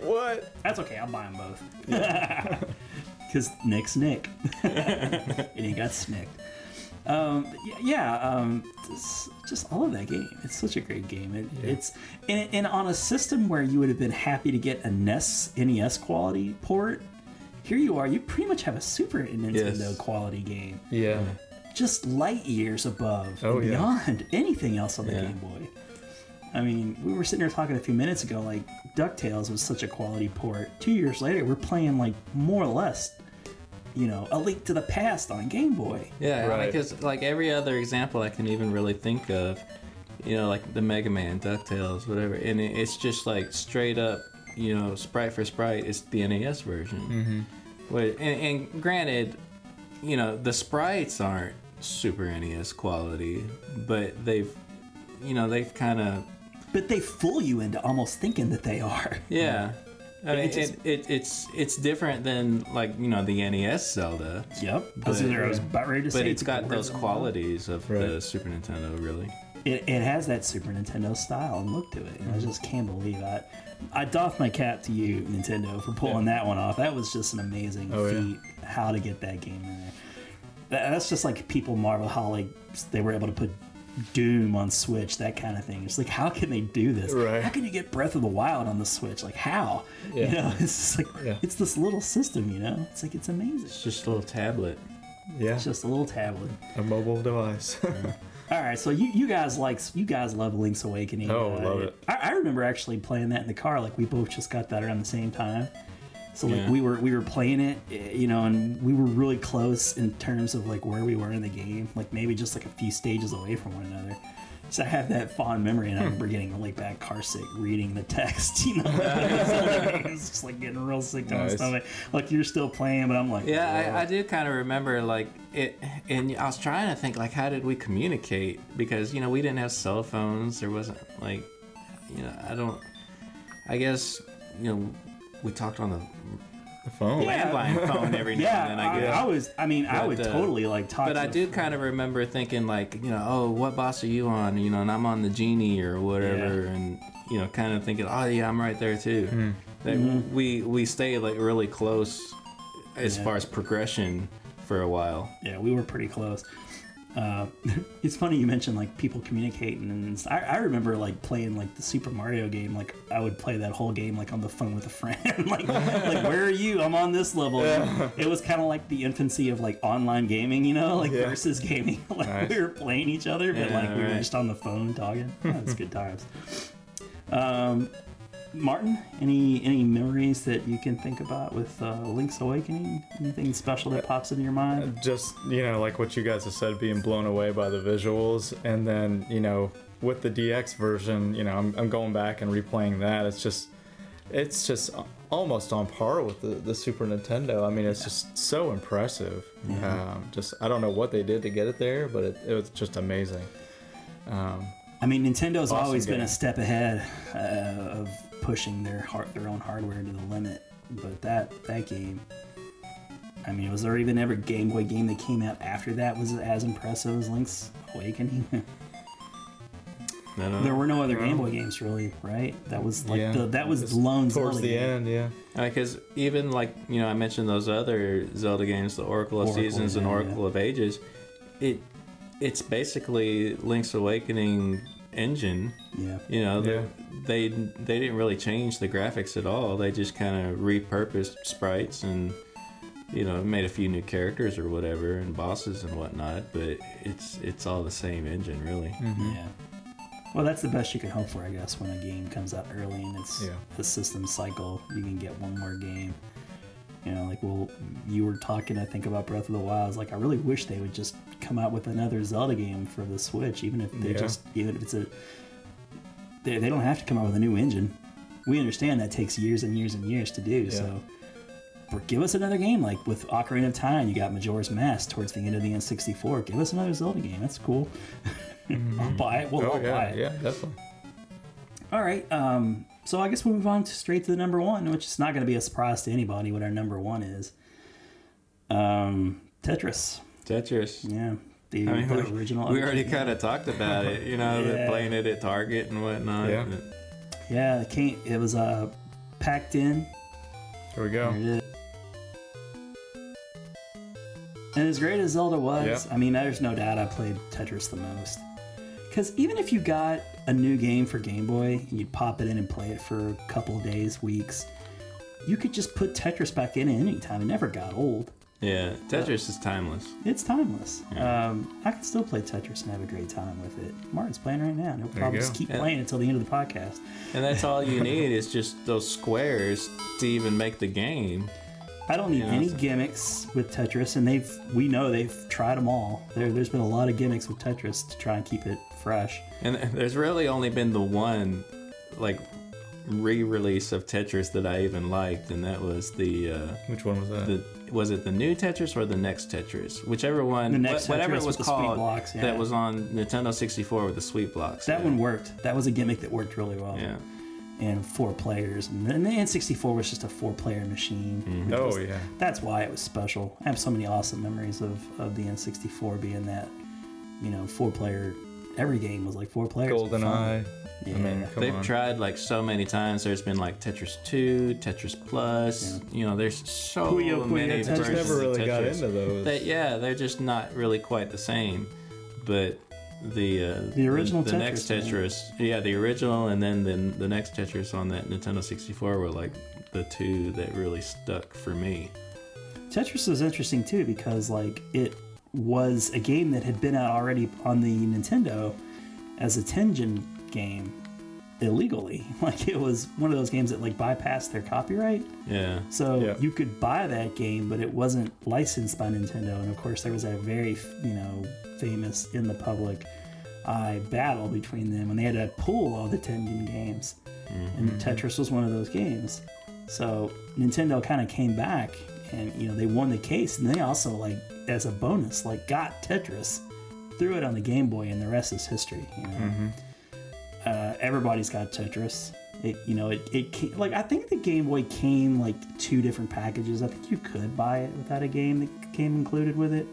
Speaker 3: What?
Speaker 1: That's okay. I'll buy them both. Because Nick's Nick, and he got snicked. Um, but y- yeah, um, this- just all of that game. It's such a great game. It, It's and, and on a system where you would have been happy to get a E NES NES quality port. Here you are. You pretty much have a Super Nintendo
Speaker 2: Yes.
Speaker 1: quality game.
Speaker 3: Yeah.
Speaker 1: just light years above
Speaker 3: Oh,
Speaker 1: and
Speaker 3: yeah.
Speaker 1: beyond anything else on the
Speaker 2: Yeah.
Speaker 1: Game Boy. I mean, we were sitting here talking a few minutes ago, like DuckTales was such a quality port. Two years later, we're playing like more or less, you know, a leak to the past on Game Boy.
Speaker 2: Yeah,
Speaker 3: Right.
Speaker 2: because like every other example I can even really think of, you know, like the Mega Man, Ducktales, whatever, and it, it's just like straight up, you know, sprite for sprite. It's the NES version. Mm-hmm. Wait, and, and granted, you know, the sprites aren't Super NES quality, but they've, you know, they've kind of
Speaker 1: But they fool you into almost thinking that they are.
Speaker 2: yeah. I mean,
Speaker 1: It
Speaker 2: it,
Speaker 1: just-
Speaker 2: it, it's it's different than like you know the NES Zelda,
Speaker 1: Yep. I was,
Speaker 2: But-
Speaker 1: I was about ready to say
Speaker 2: but it's got
Speaker 1: boring
Speaker 2: those
Speaker 1: and-
Speaker 2: qualities of the
Speaker 3: Right.
Speaker 2: Super Nintendo, really.
Speaker 1: it, it has that Super Nintendo style and look to it. And I
Speaker 3: Mm-hmm.
Speaker 1: just can't believe I I doff my cap to you, Nintendo, for pulling that one off. That was just an amazing
Speaker 3: Oh, yeah.
Speaker 1: feat. How to get that game in there. That, that's just like people marvel how like they were able to put Doom on Switch, that kind of thing. It's like how can they do this?
Speaker 3: Right.
Speaker 1: How can you get Breath of the Wild on the Switch? Like how?
Speaker 3: Yeah.
Speaker 1: You know, it's just like
Speaker 3: Yeah.
Speaker 1: it's this little system. You know, it's like it's amazing.
Speaker 2: It's just a little tablet.
Speaker 3: Yeah,
Speaker 1: It's just a little tablet.
Speaker 3: a mobile device.
Speaker 1: All right, so you, you guys like you guys love Link's Awakening. Uh,
Speaker 3: Oh, love it.
Speaker 1: I, I remember actually playing that in the car. Like we both just got that around the same time. So like
Speaker 2: Yeah.
Speaker 1: we were we were playing it, eh, you know, and we were really close in terms of like where we were in the game. Like maybe just like a few stages away from one another. So I have that fond memory, and I
Speaker 2: Hmm.
Speaker 1: remember getting really bad car sick reading the text. You know, it was just like getting real sick to my
Speaker 3: Nice.
Speaker 1: stomach. Like you're still playing, but I'm like,
Speaker 2: Yeah, I, I do kind of remember like it, and I was trying to think like how did we communicate because you know we didn't have cell phones. There wasn't like, you know, I don't. I guess you know we talked on the
Speaker 3: the phone.
Speaker 2: landline phone every now
Speaker 1: yeah,
Speaker 2: and then. I
Speaker 1: I,
Speaker 2: guess.
Speaker 1: I was. I mean, I
Speaker 2: But,
Speaker 1: would
Speaker 2: uh,
Speaker 1: totally like talk.
Speaker 2: But
Speaker 1: to
Speaker 2: I
Speaker 1: the
Speaker 2: do kind of remember thinking like, you know, oh, what boss are you on? You know, and I'm on the genie or
Speaker 1: Yeah.
Speaker 2: whatever,
Speaker 1: Hmm.
Speaker 2: and you know, kind of thinking, oh yeah, I'm right there too. That we we stayed like really close as far as progression for a while.
Speaker 1: yeah, we were pretty close. Uh, it's funny you mentioned like people communicating, and I, I remember like playing like the Super Mario game. Like I would play that whole game like on the phone with a friend. like, like where are you? I'm on this level. It was kind of like the infancy of like online gaming, you know, like
Speaker 3: Yeah.
Speaker 1: versus gaming. like we were playing each other, but
Speaker 2: Yeah,
Speaker 1: like we were
Speaker 2: right.
Speaker 1: just on the phone talking. Yeah, it's good times. Um, Martin, any any memories that you can think about with uh, Link's Awakening? Anything special that pops into your mind?
Speaker 3: just you know like what you guys have said being blown away by the visuals and then you know with the dx version you know i'm, I'm going back and replaying that it's just it's just almost on par with the, the super nintendo i mean it's just so impressive
Speaker 1: Mm-hmm.
Speaker 3: um, just i don't know what they did to get it there but it, it was just amazing
Speaker 1: I mean, Nintendo's
Speaker 3: Awesome
Speaker 1: always been
Speaker 3: game.
Speaker 1: a step ahead uh, of pushing their heart, their own hardware to the limit. But that that game, I mean, was there even ever a Game Boy game that came out after that was as impressive as Link's Awakening?
Speaker 2: I don't
Speaker 1: there were no other Game Boy games really, right? That was like
Speaker 3: yeah
Speaker 1: the that was
Speaker 3: It's
Speaker 1: Lone
Speaker 3: towards
Speaker 1: Zelda
Speaker 3: the
Speaker 1: game.
Speaker 3: end yeah
Speaker 2: Because even like you know, I mentioned those other Zelda games, the Oracle of
Speaker 1: Oracle,
Speaker 2: Seasons and
Speaker 1: yeah,
Speaker 2: Oracle
Speaker 1: yeah.
Speaker 2: of Ages. It it's basically Link's Awakening engine.
Speaker 1: Yeah.
Speaker 2: You know,
Speaker 3: Yeah.
Speaker 2: they they didn't really change the graphics at all. They just kind of repurposed sprites and you know made a few new characters or whatever and bosses and whatnot. But it's it's all the same engine, really.
Speaker 1: Yeah. Mm-hmm. Well, that's the best you can hope for, I guess, when a game comes out early and it's
Speaker 3: Yeah.
Speaker 1: the system cycle. You can get one more game. You know, like, well, you were talking, I think, about Breath of the Wild. It's like, I really wish they would just come out with another Zelda game for the Switch, even if they
Speaker 3: Yeah.
Speaker 1: just, even if it's a, they, they don't have to come out with a new engine. We understand that takes years and years and years to do, so. for- Give us another game, like with Ocarina of Time, you got Majora's Mask towards the end of the N64. Give us another Zelda game. That's cool. I'll
Speaker 2: Mm-hmm.
Speaker 1: buy it. We'll all
Speaker 3: oh
Speaker 1: buy
Speaker 3: yeah
Speaker 1: it.
Speaker 3: yeah definitely
Speaker 1: All right. Um, so I guess we'll move on to straight to the number one, which is not going to be a surprise to anybody what our number one is. Um, Tetris.
Speaker 2: Tetris.
Speaker 1: Yeah. The,
Speaker 2: I mean,
Speaker 1: Mm-hmm. the
Speaker 2: we,
Speaker 1: original.
Speaker 2: we already kind of talked about it, you know, the
Speaker 1: Yeah.
Speaker 2: playing it at Target and whatnot.
Speaker 3: Yeah.
Speaker 1: Yeah. It, came, it was uh, packed in.
Speaker 3: here we go
Speaker 1: And as great as Zelda was,
Speaker 3: Yep.
Speaker 1: I mean, there's no doubt I played Tetris the most. Because even if you got a new game for Game Boy and you'd pop it in and play it for a couple of days, weeks, you could just put Tetris back in at any time. It never got old.
Speaker 2: Yeah, Tetris is timeless.
Speaker 1: It's timeless. Um, I can still play Tetris and have a great time with it. Martin's playing right now. No problem.
Speaker 3: go.
Speaker 1: Just keep playing until the end of the podcast.
Speaker 2: And that's all you need is just those squares to even make the game.
Speaker 1: I don't need
Speaker 2: Yeah,
Speaker 1: any
Speaker 2: so-
Speaker 1: gimmicks with Tetris, and they've we know they've tried them all. There, there's been a lot of gimmicks with Tetris to try and keep it fresh.
Speaker 2: And there's really only been the one, like, re-release of Tetris that I even liked, and that was the uh,
Speaker 3: which one was that
Speaker 2: the was it the new Tetris or the next Tetris, whichever one,
Speaker 1: The next
Speaker 2: wha- whatever
Speaker 1: Tetris
Speaker 2: it was
Speaker 1: with the sweet
Speaker 2: called,
Speaker 1: blocks, yeah.
Speaker 2: that was on Nintendo 64 with the sweet blocks.
Speaker 1: That
Speaker 2: yeah.
Speaker 1: one worked. That was a gimmick that worked really well.
Speaker 2: Yeah.
Speaker 1: And four players, and then the N64 was just a four-player machine.
Speaker 3: oh yeah
Speaker 1: that's why it was special. I have so many awesome memories of, of the N64 being that, you know, four player every game was like four players.
Speaker 3: Golden Eye.
Speaker 1: Yeah.
Speaker 3: I mean, come
Speaker 2: They've
Speaker 3: on.
Speaker 2: tried like so many times. There's been like Tetris 2, Tetris Plus. You know, there's so
Speaker 1: Puyo Puyo
Speaker 2: many
Speaker 1: Tetris. I
Speaker 2: versions
Speaker 1: just
Speaker 3: never
Speaker 2: of
Speaker 3: really got
Speaker 2: Tetris
Speaker 3: into those.
Speaker 2: That yeah, they're just not really quite the same. But the uh,
Speaker 1: The original
Speaker 2: the, next
Speaker 1: Tetris, man.
Speaker 2: Tetris, yeah, the original, and then then the next Tetris on that Nintendo 64 were like the two that really stuck for me.
Speaker 1: Tetris is interesting too because like it was a game that had been out already on the Nintendo as a tengen game illegally. Like it was one of those games that like bypassed their copyright.
Speaker 2: Yeah,
Speaker 1: So
Speaker 3: Yeah.
Speaker 1: you could buy that game, but it wasn't licensed by Nintendo. And of course, there was that very, you know, famous in the public eye battle between them, and they had to pool all the Tengen games, and Tetris was one of those games. So Nintendo kind of came back, and you know they won the case, and they also like as a bonus like got Tetris, threw it on the Game Boy, and the rest is history. You know uh, everybody's got Tetris. It you know it, it came, like I think the Game Boy came like two different packages. I think you could buy it without a game that came included with it,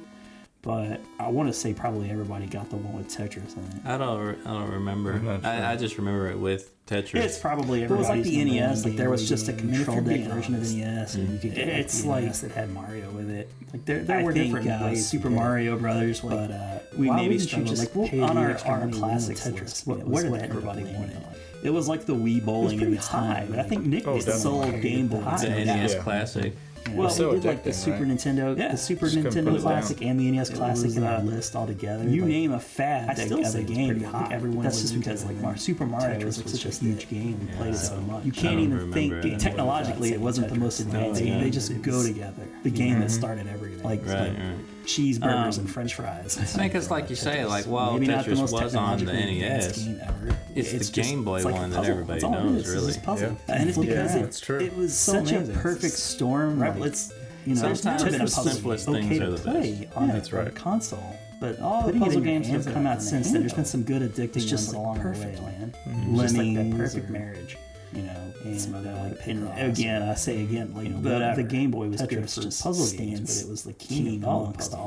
Speaker 1: but I want to say probably everybody got the one with Tetris in it.
Speaker 2: I don't re- I don't remember. I, I just remember it with Tetris.
Speaker 1: It's probably everybody's.
Speaker 8: like the
Speaker 1: number one
Speaker 8: NES, like
Speaker 1: Game
Speaker 8: there was
Speaker 1: Boy
Speaker 8: just a
Speaker 1: game.
Speaker 8: control
Speaker 1: If you're
Speaker 8: deck
Speaker 1: being
Speaker 8: version of
Speaker 1: honest.
Speaker 8: NES, and you could get like,
Speaker 1: It's
Speaker 8: the
Speaker 1: like-
Speaker 8: NES that had Mario with it.
Speaker 1: Like there, there
Speaker 8: I
Speaker 1: were
Speaker 8: think,
Speaker 1: different
Speaker 8: uh,
Speaker 1: ways.
Speaker 8: Super
Speaker 1: we did it.
Speaker 8: Mario Brothers, like,
Speaker 1: but uh, we
Speaker 8: why
Speaker 1: maybe
Speaker 8: wouldn't you
Speaker 1: struggled
Speaker 8: just
Speaker 1: like well,
Speaker 8: pay
Speaker 1: on
Speaker 8: the
Speaker 1: our,
Speaker 8: extra
Speaker 1: our
Speaker 8: money when
Speaker 1: classic
Speaker 8: it's listed?
Speaker 1: Tetris. What,
Speaker 8: It
Speaker 1: what
Speaker 8: was
Speaker 1: did
Speaker 8: what
Speaker 1: everybody
Speaker 8: everybody
Speaker 1: want?
Speaker 8: wanted.
Speaker 1: It was like the Wii bowling of
Speaker 8: pretty
Speaker 1: its time,
Speaker 8: high,
Speaker 1: but I think Nick
Speaker 3: Oh, definitely.
Speaker 1: sold Game Boy.
Speaker 2: the
Speaker 1: Yeah.
Speaker 2: NES
Speaker 3: Yeah.
Speaker 2: classic.
Speaker 1: Well,
Speaker 3: so
Speaker 1: we did like the
Speaker 3: addicting,
Speaker 1: Super
Speaker 3: right?
Speaker 1: Nintendo,
Speaker 8: Yeah.
Speaker 1: the Super
Speaker 3: Just couldn't put
Speaker 1: Nintendo
Speaker 3: it
Speaker 1: Classic,
Speaker 3: down.
Speaker 1: and the NES
Speaker 8: It
Speaker 1: Classic.
Speaker 8: was in
Speaker 1: uh,
Speaker 8: a list altogether.
Speaker 1: you
Speaker 8: like,
Speaker 1: name a fad
Speaker 8: I
Speaker 1: that-
Speaker 8: still
Speaker 1: of
Speaker 8: say
Speaker 1: a
Speaker 8: it's
Speaker 1: game.
Speaker 8: pretty
Speaker 1: I
Speaker 8: hot.
Speaker 1: think everyone
Speaker 8: That's
Speaker 1: was
Speaker 8: just
Speaker 1: into
Speaker 8: because,
Speaker 1: it,
Speaker 8: like,
Speaker 1: and
Speaker 8: Mario- Super Mario
Speaker 1: Tetris
Speaker 8: was
Speaker 1: was
Speaker 8: such a
Speaker 1: just
Speaker 8: huge
Speaker 1: it.
Speaker 8: game. We played it so much.
Speaker 1: You
Speaker 2: I
Speaker 1: can't
Speaker 2: don't
Speaker 1: even think
Speaker 2: remember it.
Speaker 1: technologically. It wasn't the most advanced
Speaker 8: No,
Speaker 1: game.
Speaker 8: yeah.
Speaker 1: They just go together.
Speaker 8: The game that started everything.
Speaker 1: Like,
Speaker 2: Right,
Speaker 1: like
Speaker 2: right.
Speaker 1: cheeseburgers and French fries.
Speaker 2: I think it's like you say, like while
Speaker 1: Maybe not the
Speaker 2: Tetris
Speaker 1: most
Speaker 2: was on the
Speaker 1: technologically
Speaker 2: NES,
Speaker 1: advanced game ever.
Speaker 2: It's the
Speaker 1: just-
Speaker 2: Game Boy
Speaker 1: it's like a
Speaker 2: one that
Speaker 1: puzzle.
Speaker 2: everybody
Speaker 1: That's all it
Speaker 2: knows,
Speaker 1: is. It's just
Speaker 2: really.
Speaker 1: puzzle.
Speaker 3: Yeah.
Speaker 1: And it's
Speaker 3: Yeah,
Speaker 1: because it,
Speaker 3: that's true.
Speaker 1: it was
Speaker 8: So
Speaker 1: such
Speaker 8: amazing.
Speaker 1: a perfect storm.
Speaker 8: Right.
Speaker 1: Like, it's you know,
Speaker 2: Sometimes
Speaker 1: it's never been a
Speaker 2: the
Speaker 1: puzzle
Speaker 2: simplest
Speaker 1: game
Speaker 2: things
Speaker 1: okay
Speaker 2: are the
Speaker 1: to play
Speaker 2: best.
Speaker 1: on, a-
Speaker 3: That's
Speaker 1: on a
Speaker 3: right.
Speaker 1: console, but all the
Speaker 8: putting it
Speaker 1: puzzle
Speaker 8: in your
Speaker 1: games that
Speaker 8: hands
Speaker 1: have
Speaker 8: and
Speaker 1: come
Speaker 8: on
Speaker 1: out
Speaker 8: a
Speaker 1: since then. There's
Speaker 8: handheld.
Speaker 1: been some good addicting
Speaker 8: It's just
Speaker 1: ones
Speaker 8: like
Speaker 1: along
Speaker 8: perfect,
Speaker 1: the way,
Speaker 8: man.
Speaker 1: man.
Speaker 8: Just like that
Speaker 1: Lemmings
Speaker 8: perfect
Speaker 1: or-
Speaker 8: marriage.
Speaker 1: you know, and,
Speaker 8: Smothered
Speaker 1: uh,
Speaker 8: like pig
Speaker 1: and
Speaker 8: rods.
Speaker 1: again, I say again, like
Speaker 8: You know,
Speaker 1: the,
Speaker 8: whatever.
Speaker 1: the Game Boy was good
Speaker 8: Tetris
Speaker 1: for
Speaker 8: just
Speaker 1: puzzle games,
Speaker 8: stands
Speaker 1: but it was the
Speaker 8: king
Speaker 1: king of all
Speaker 8: amongst
Speaker 1: puzzle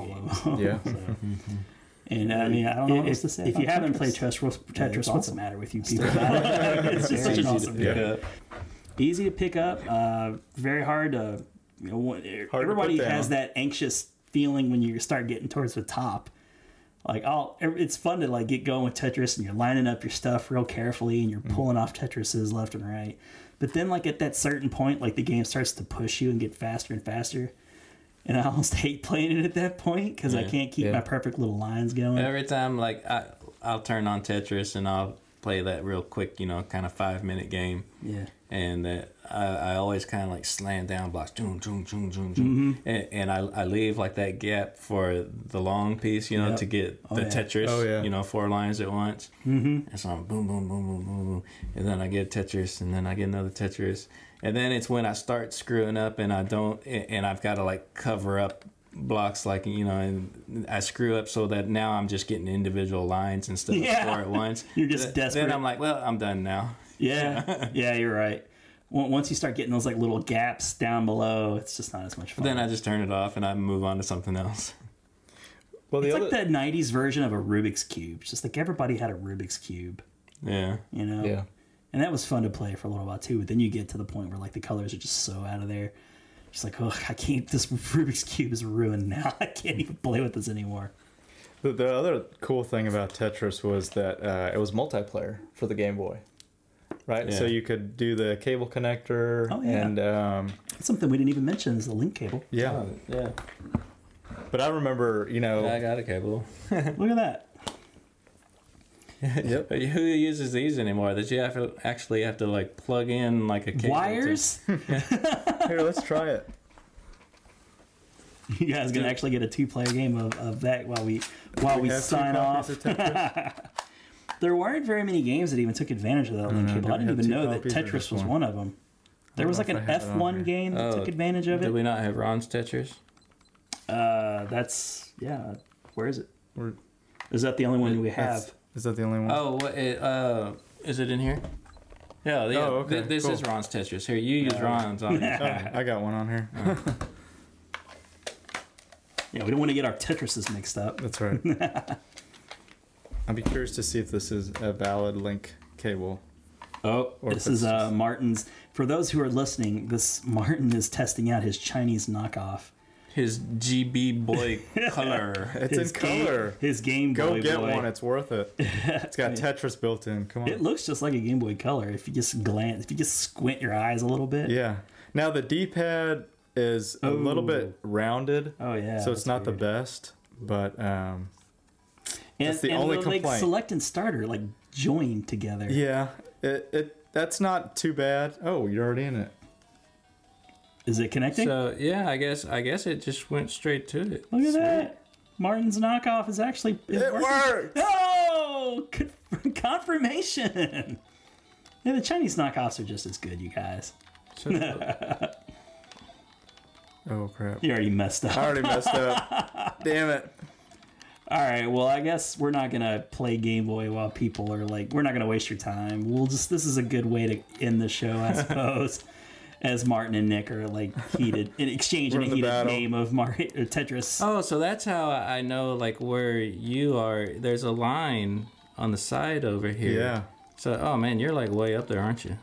Speaker 8: all
Speaker 1: games.
Speaker 3: Yeah.
Speaker 1: So- and uh, I mean, I don't know what else
Speaker 8: Mm-hmm. If,
Speaker 1: to say.
Speaker 8: if
Speaker 1: about
Speaker 8: you haven't played Tetris,
Speaker 1: it's
Speaker 8: Tetris what's the
Speaker 1: awesome.
Speaker 8: matter with you people?
Speaker 1: it's just such
Speaker 8: Very
Speaker 1: an
Speaker 8: easy to
Speaker 1: awesome game.
Speaker 3: pick
Speaker 2: yeah.
Speaker 1: Easy to pick up, uh, very hard to. You know, what-
Speaker 3: put
Speaker 1: everybody has
Speaker 3: down.
Speaker 1: that anxious feeling when you start getting towards the top. Like, I'll, it's fun to like get going with Tetris and you're lining up your stuff real carefully and you're pulling off Tetrises left and right. But then, like at that certain point, like the game starts to push you and get faster and faster. And I almost hate playing it at that point because I can't keep my perfect little lines going.
Speaker 2: Every time, like I, I'll turn on Tetris and I'll play that real quick, you know, kind of five minute game.
Speaker 1: Yeah.
Speaker 2: And that I, I always kind of like slam down blocks, zoom, zoom, zoom, zoom, zoom,
Speaker 1: Mm-hmm.
Speaker 2: and, and I, I leave like that gap for the long piece, you know,
Speaker 1: Yep.
Speaker 2: to get the
Speaker 1: yeah.
Speaker 2: Tetris,
Speaker 3: Oh, yeah.
Speaker 2: you know, four lines at once. Mm-hmm. And so I'm boom, boom, boom, boom, boom, boom, and then I get Tetris, and then I get another Tetris, and then it's when I start screwing up and I don't, and and I've got to like cover up blocks like you know and i screw up so that now i'm just getting individual lines instead of
Speaker 1: Yeah.
Speaker 2: four at once
Speaker 1: You're just
Speaker 2: Th-
Speaker 1: desperate.
Speaker 2: then i'm like well i'm done now
Speaker 1: Yeah, yeah, you're right. On- Once you start getting those like little gaps down below, it's just not as much fun.
Speaker 2: then i just turn it off and i move on to something else
Speaker 3: Well, the
Speaker 1: it's
Speaker 3: other
Speaker 1: like the '90s version of a Rubik's cube. It's just like everybody had a Rubik's cube,
Speaker 2: yeah
Speaker 1: you know.
Speaker 3: yeah.
Speaker 1: And that was fun to play for a little while too. But then you get to the point where like the colors are just so out of there. Just like, oh, I can't. This Rubik's cube is ruined now. I can't even play with this anymore.
Speaker 3: The, the other cool thing about Tetris was that uh, it was multiplayer for the Game Boy, right? So
Speaker 2: Yeah.
Speaker 3: you could do the cable connector
Speaker 1: Oh, yeah.
Speaker 3: and um,
Speaker 1: That's something we didn't even mention is the link cable.
Speaker 3: yeah.
Speaker 2: yeah
Speaker 3: But I remember, you know,
Speaker 2: i got a cable
Speaker 1: Look at that.
Speaker 3: yep.
Speaker 2: But who uses these anymore that you have to actually have to like plug in like a cable to-
Speaker 1: Wires?
Speaker 3: Here, let's try it.
Speaker 1: You guys gonna actually get a two-player game of, of that while we while we,
Speaker 3: have two
Speaker 1: sign off.
Speaker 3: copies of Tetris.
Speaker 1: There weren't very many games that even took advantage of that link cable. I
Speaker 3: did Mm-hmm. we
Speaker 1: didn't
Speaker 3: have
Speaker 1: even
Speaker 3: two
Speaker 1: know that
Speaker 3: copies or
Speaker 1: Tetris
Speaker 3: just
Speaker 1: was
Speaker 3: one?
Speaker 1: one of them. There was
Speaker 3: know
Speaker 1: like
Speaker 3: if
Speaker 1: an
Speaker 3: I have it on
Speaker 1: F1
Speaker 3: here.
Speaker 1: game that
Speaker 2: Oh,
Speaker 1: took advantage of
Speaker 2: did we
Speaker 1: it.
Speaker 2: not have ron's tetris
Speaker 1: Uh, that's yeah. Where is it?
Speaker 3: We're-
Speaker 1: Is that the only one we have?
Speaker 3: that's- Is that the only one?
Speaker 2: oh what it, uh is it in here yeah, yeah.
Speaker 3: Oh, okay,
Speaker 2: Th- this
Speaker 3: cool.
Speaker 2: is ron's tetris here you use ron's on your
Speaker 3: Oh, I got one on here.
Speaker 1: Yeah, we don't want to get our Tetrises mixed up.
Speaker 3: That's right. I'd be curious to see if this is a valid link cable.
Speaker 1: Oh, this
Speaker 3: if
Speaker 1: is
Speaker 3: it's
Speaker 1: uh, Martin's. For those who are listening, this Martin is testing out his Chinese knockoff.
Speaker 2: His GB boy color.
Speaker 3: It's
Speaker 1: His
Speaker 3: in
Speaker 1: Game-
Speaker 3: color.
Speaker 1: his Game
Speaker 3: Go
Speaker 1: Boy
Speaker 3: get
Speaker 1: boy.
Speaker 3: one. It's worth it. It's got Tetris built in. Come on.
Speaker 1: It looks just like a Game Boy Color if you just glance, if you just squint your eyes a little bit.
Speaker 3: yeah. Now the D-pad is a little
Speaker 1: Oh.
Speaker 3: bit rounded.
Speaker 1: Oh, yeah,
Speaker 3: So
Speaker 1: that's
Speaker 3: it's not the best, but um,
Speaker 1: and,
Speaker 3: that's the
Speaker 1: and
Speaker 3: only
Speaker 1: like
Speaker 3: complaint.
Speaker 1: select and starter like joined together.
Speaker 3: yeah, it, it that's not too bad. Oh, you're already in it.
Speaker 1: Is it connecting?
Speaker 2: So yeah, I guess I guess it just went straight to it.
Speaker 1: Look at that. Martin's knockoff is actually is
Speaker 3: It
Speaker 1: working.
Speaker 3: worked.
Speaker 1: Oh, con- confirmation. Yeah, the Chinese knockoffs are just as good, you guys.
Speaker 2: So,
Speaker 3: Oh crap!
Speaker 1: You already messed up.
Speaker 3: I already messed up. Damn it.
Speaker 1: All right. Well, I guess we're not gonna play Game Boy while people are like, we're not gonna waste your time. We'll just this is a good way to end the show, I suppose. as Martin and Nick are like heated in exchange in a
Speaker 3: in the
Speaker 1: heated
Speaker 3: battle.
Speaker 1: game of Mario or Tetris.
Speaker 2: oh, so that's how I know like where you are. There's a line on the side over here.
Speaker 3: Yeah.
Speaker 2: So oh man, you're like way up there, aren't you?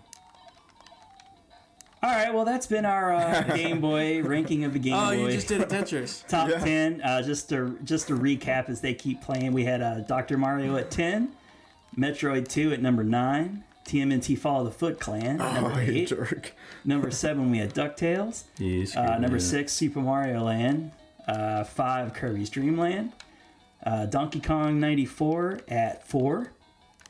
Speaker 1: All right. Well, that's been our uh, Game Boy ranking of the
Speaker 3: Oh,
Speaker 1: Game Boy.
Speaker 2: Oh, did a Tetris.
Speaker 1: top 10 uh, just to just to recap as they keep playing we had uh, dr mario at 10 metroid 2 at number 9 tmnt follow the foot clan at number
Speaker 3: Oh, you
Speaker 1: 8
Speaker 3: jerk.
Speaker 1: number 7 we had ducktales uh, number 6 super mario land uh, 5 kirby's dream land uh, donkey kong 94 at 4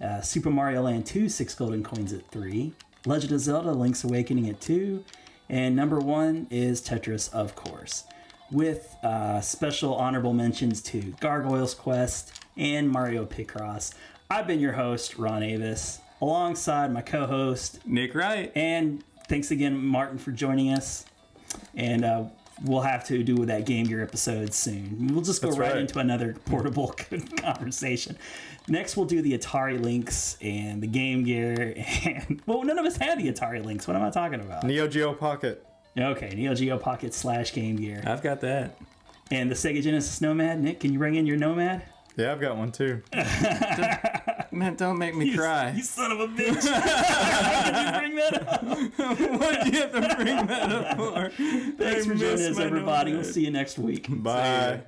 Speaker 1: uh, super mario land 2 6 golden coins at 3 legend of zelda link's awakening at 2 and number 1 is tetris of course with uh, special honorable mentions to Gargoyles Quest and Mario Picross. I've been your host, Ron Avis, alongside my co host,
Speaker 2: Nick Wright.
Speaker 1: and thanks again, Martin, for joining us. And uh, we'll have to do that Game Gear episode soon. We'll just go
Speaker 3: That's
Speaker 1: right,
Speaker 3: right.
Speaker 1: into another portable conversation. Next, we'll do the Atari Lynx and the Game Gear. And well, none of us had the Atari Lynx. What am I talking about?
Speaker 3: Neo Geo Pocket.
Speaker 1: Okay, Neo Geo Pocket slash Game Gear.
Speaker 2: I've got that.
Speaker 1: And the Sega Genesis Nomad, Nick, can you bring in your Nomad?
Speaker 3: Yeah, I've got one too.
Speaker 2: Man, don't make me cry.
Speaker 1: You son of a bitch! How did you bring that up?
Speaker 2: Why'd you have to bring that up for?
Speaker 1: Thanks for joining
Speaker 2: missed
Speaker 1: us,
Speaker 2: my
Speaker 1: everybody. We'll
Speaker 2: Nomad.
Speaker 1: see you next week.
Speaker 3: Bye.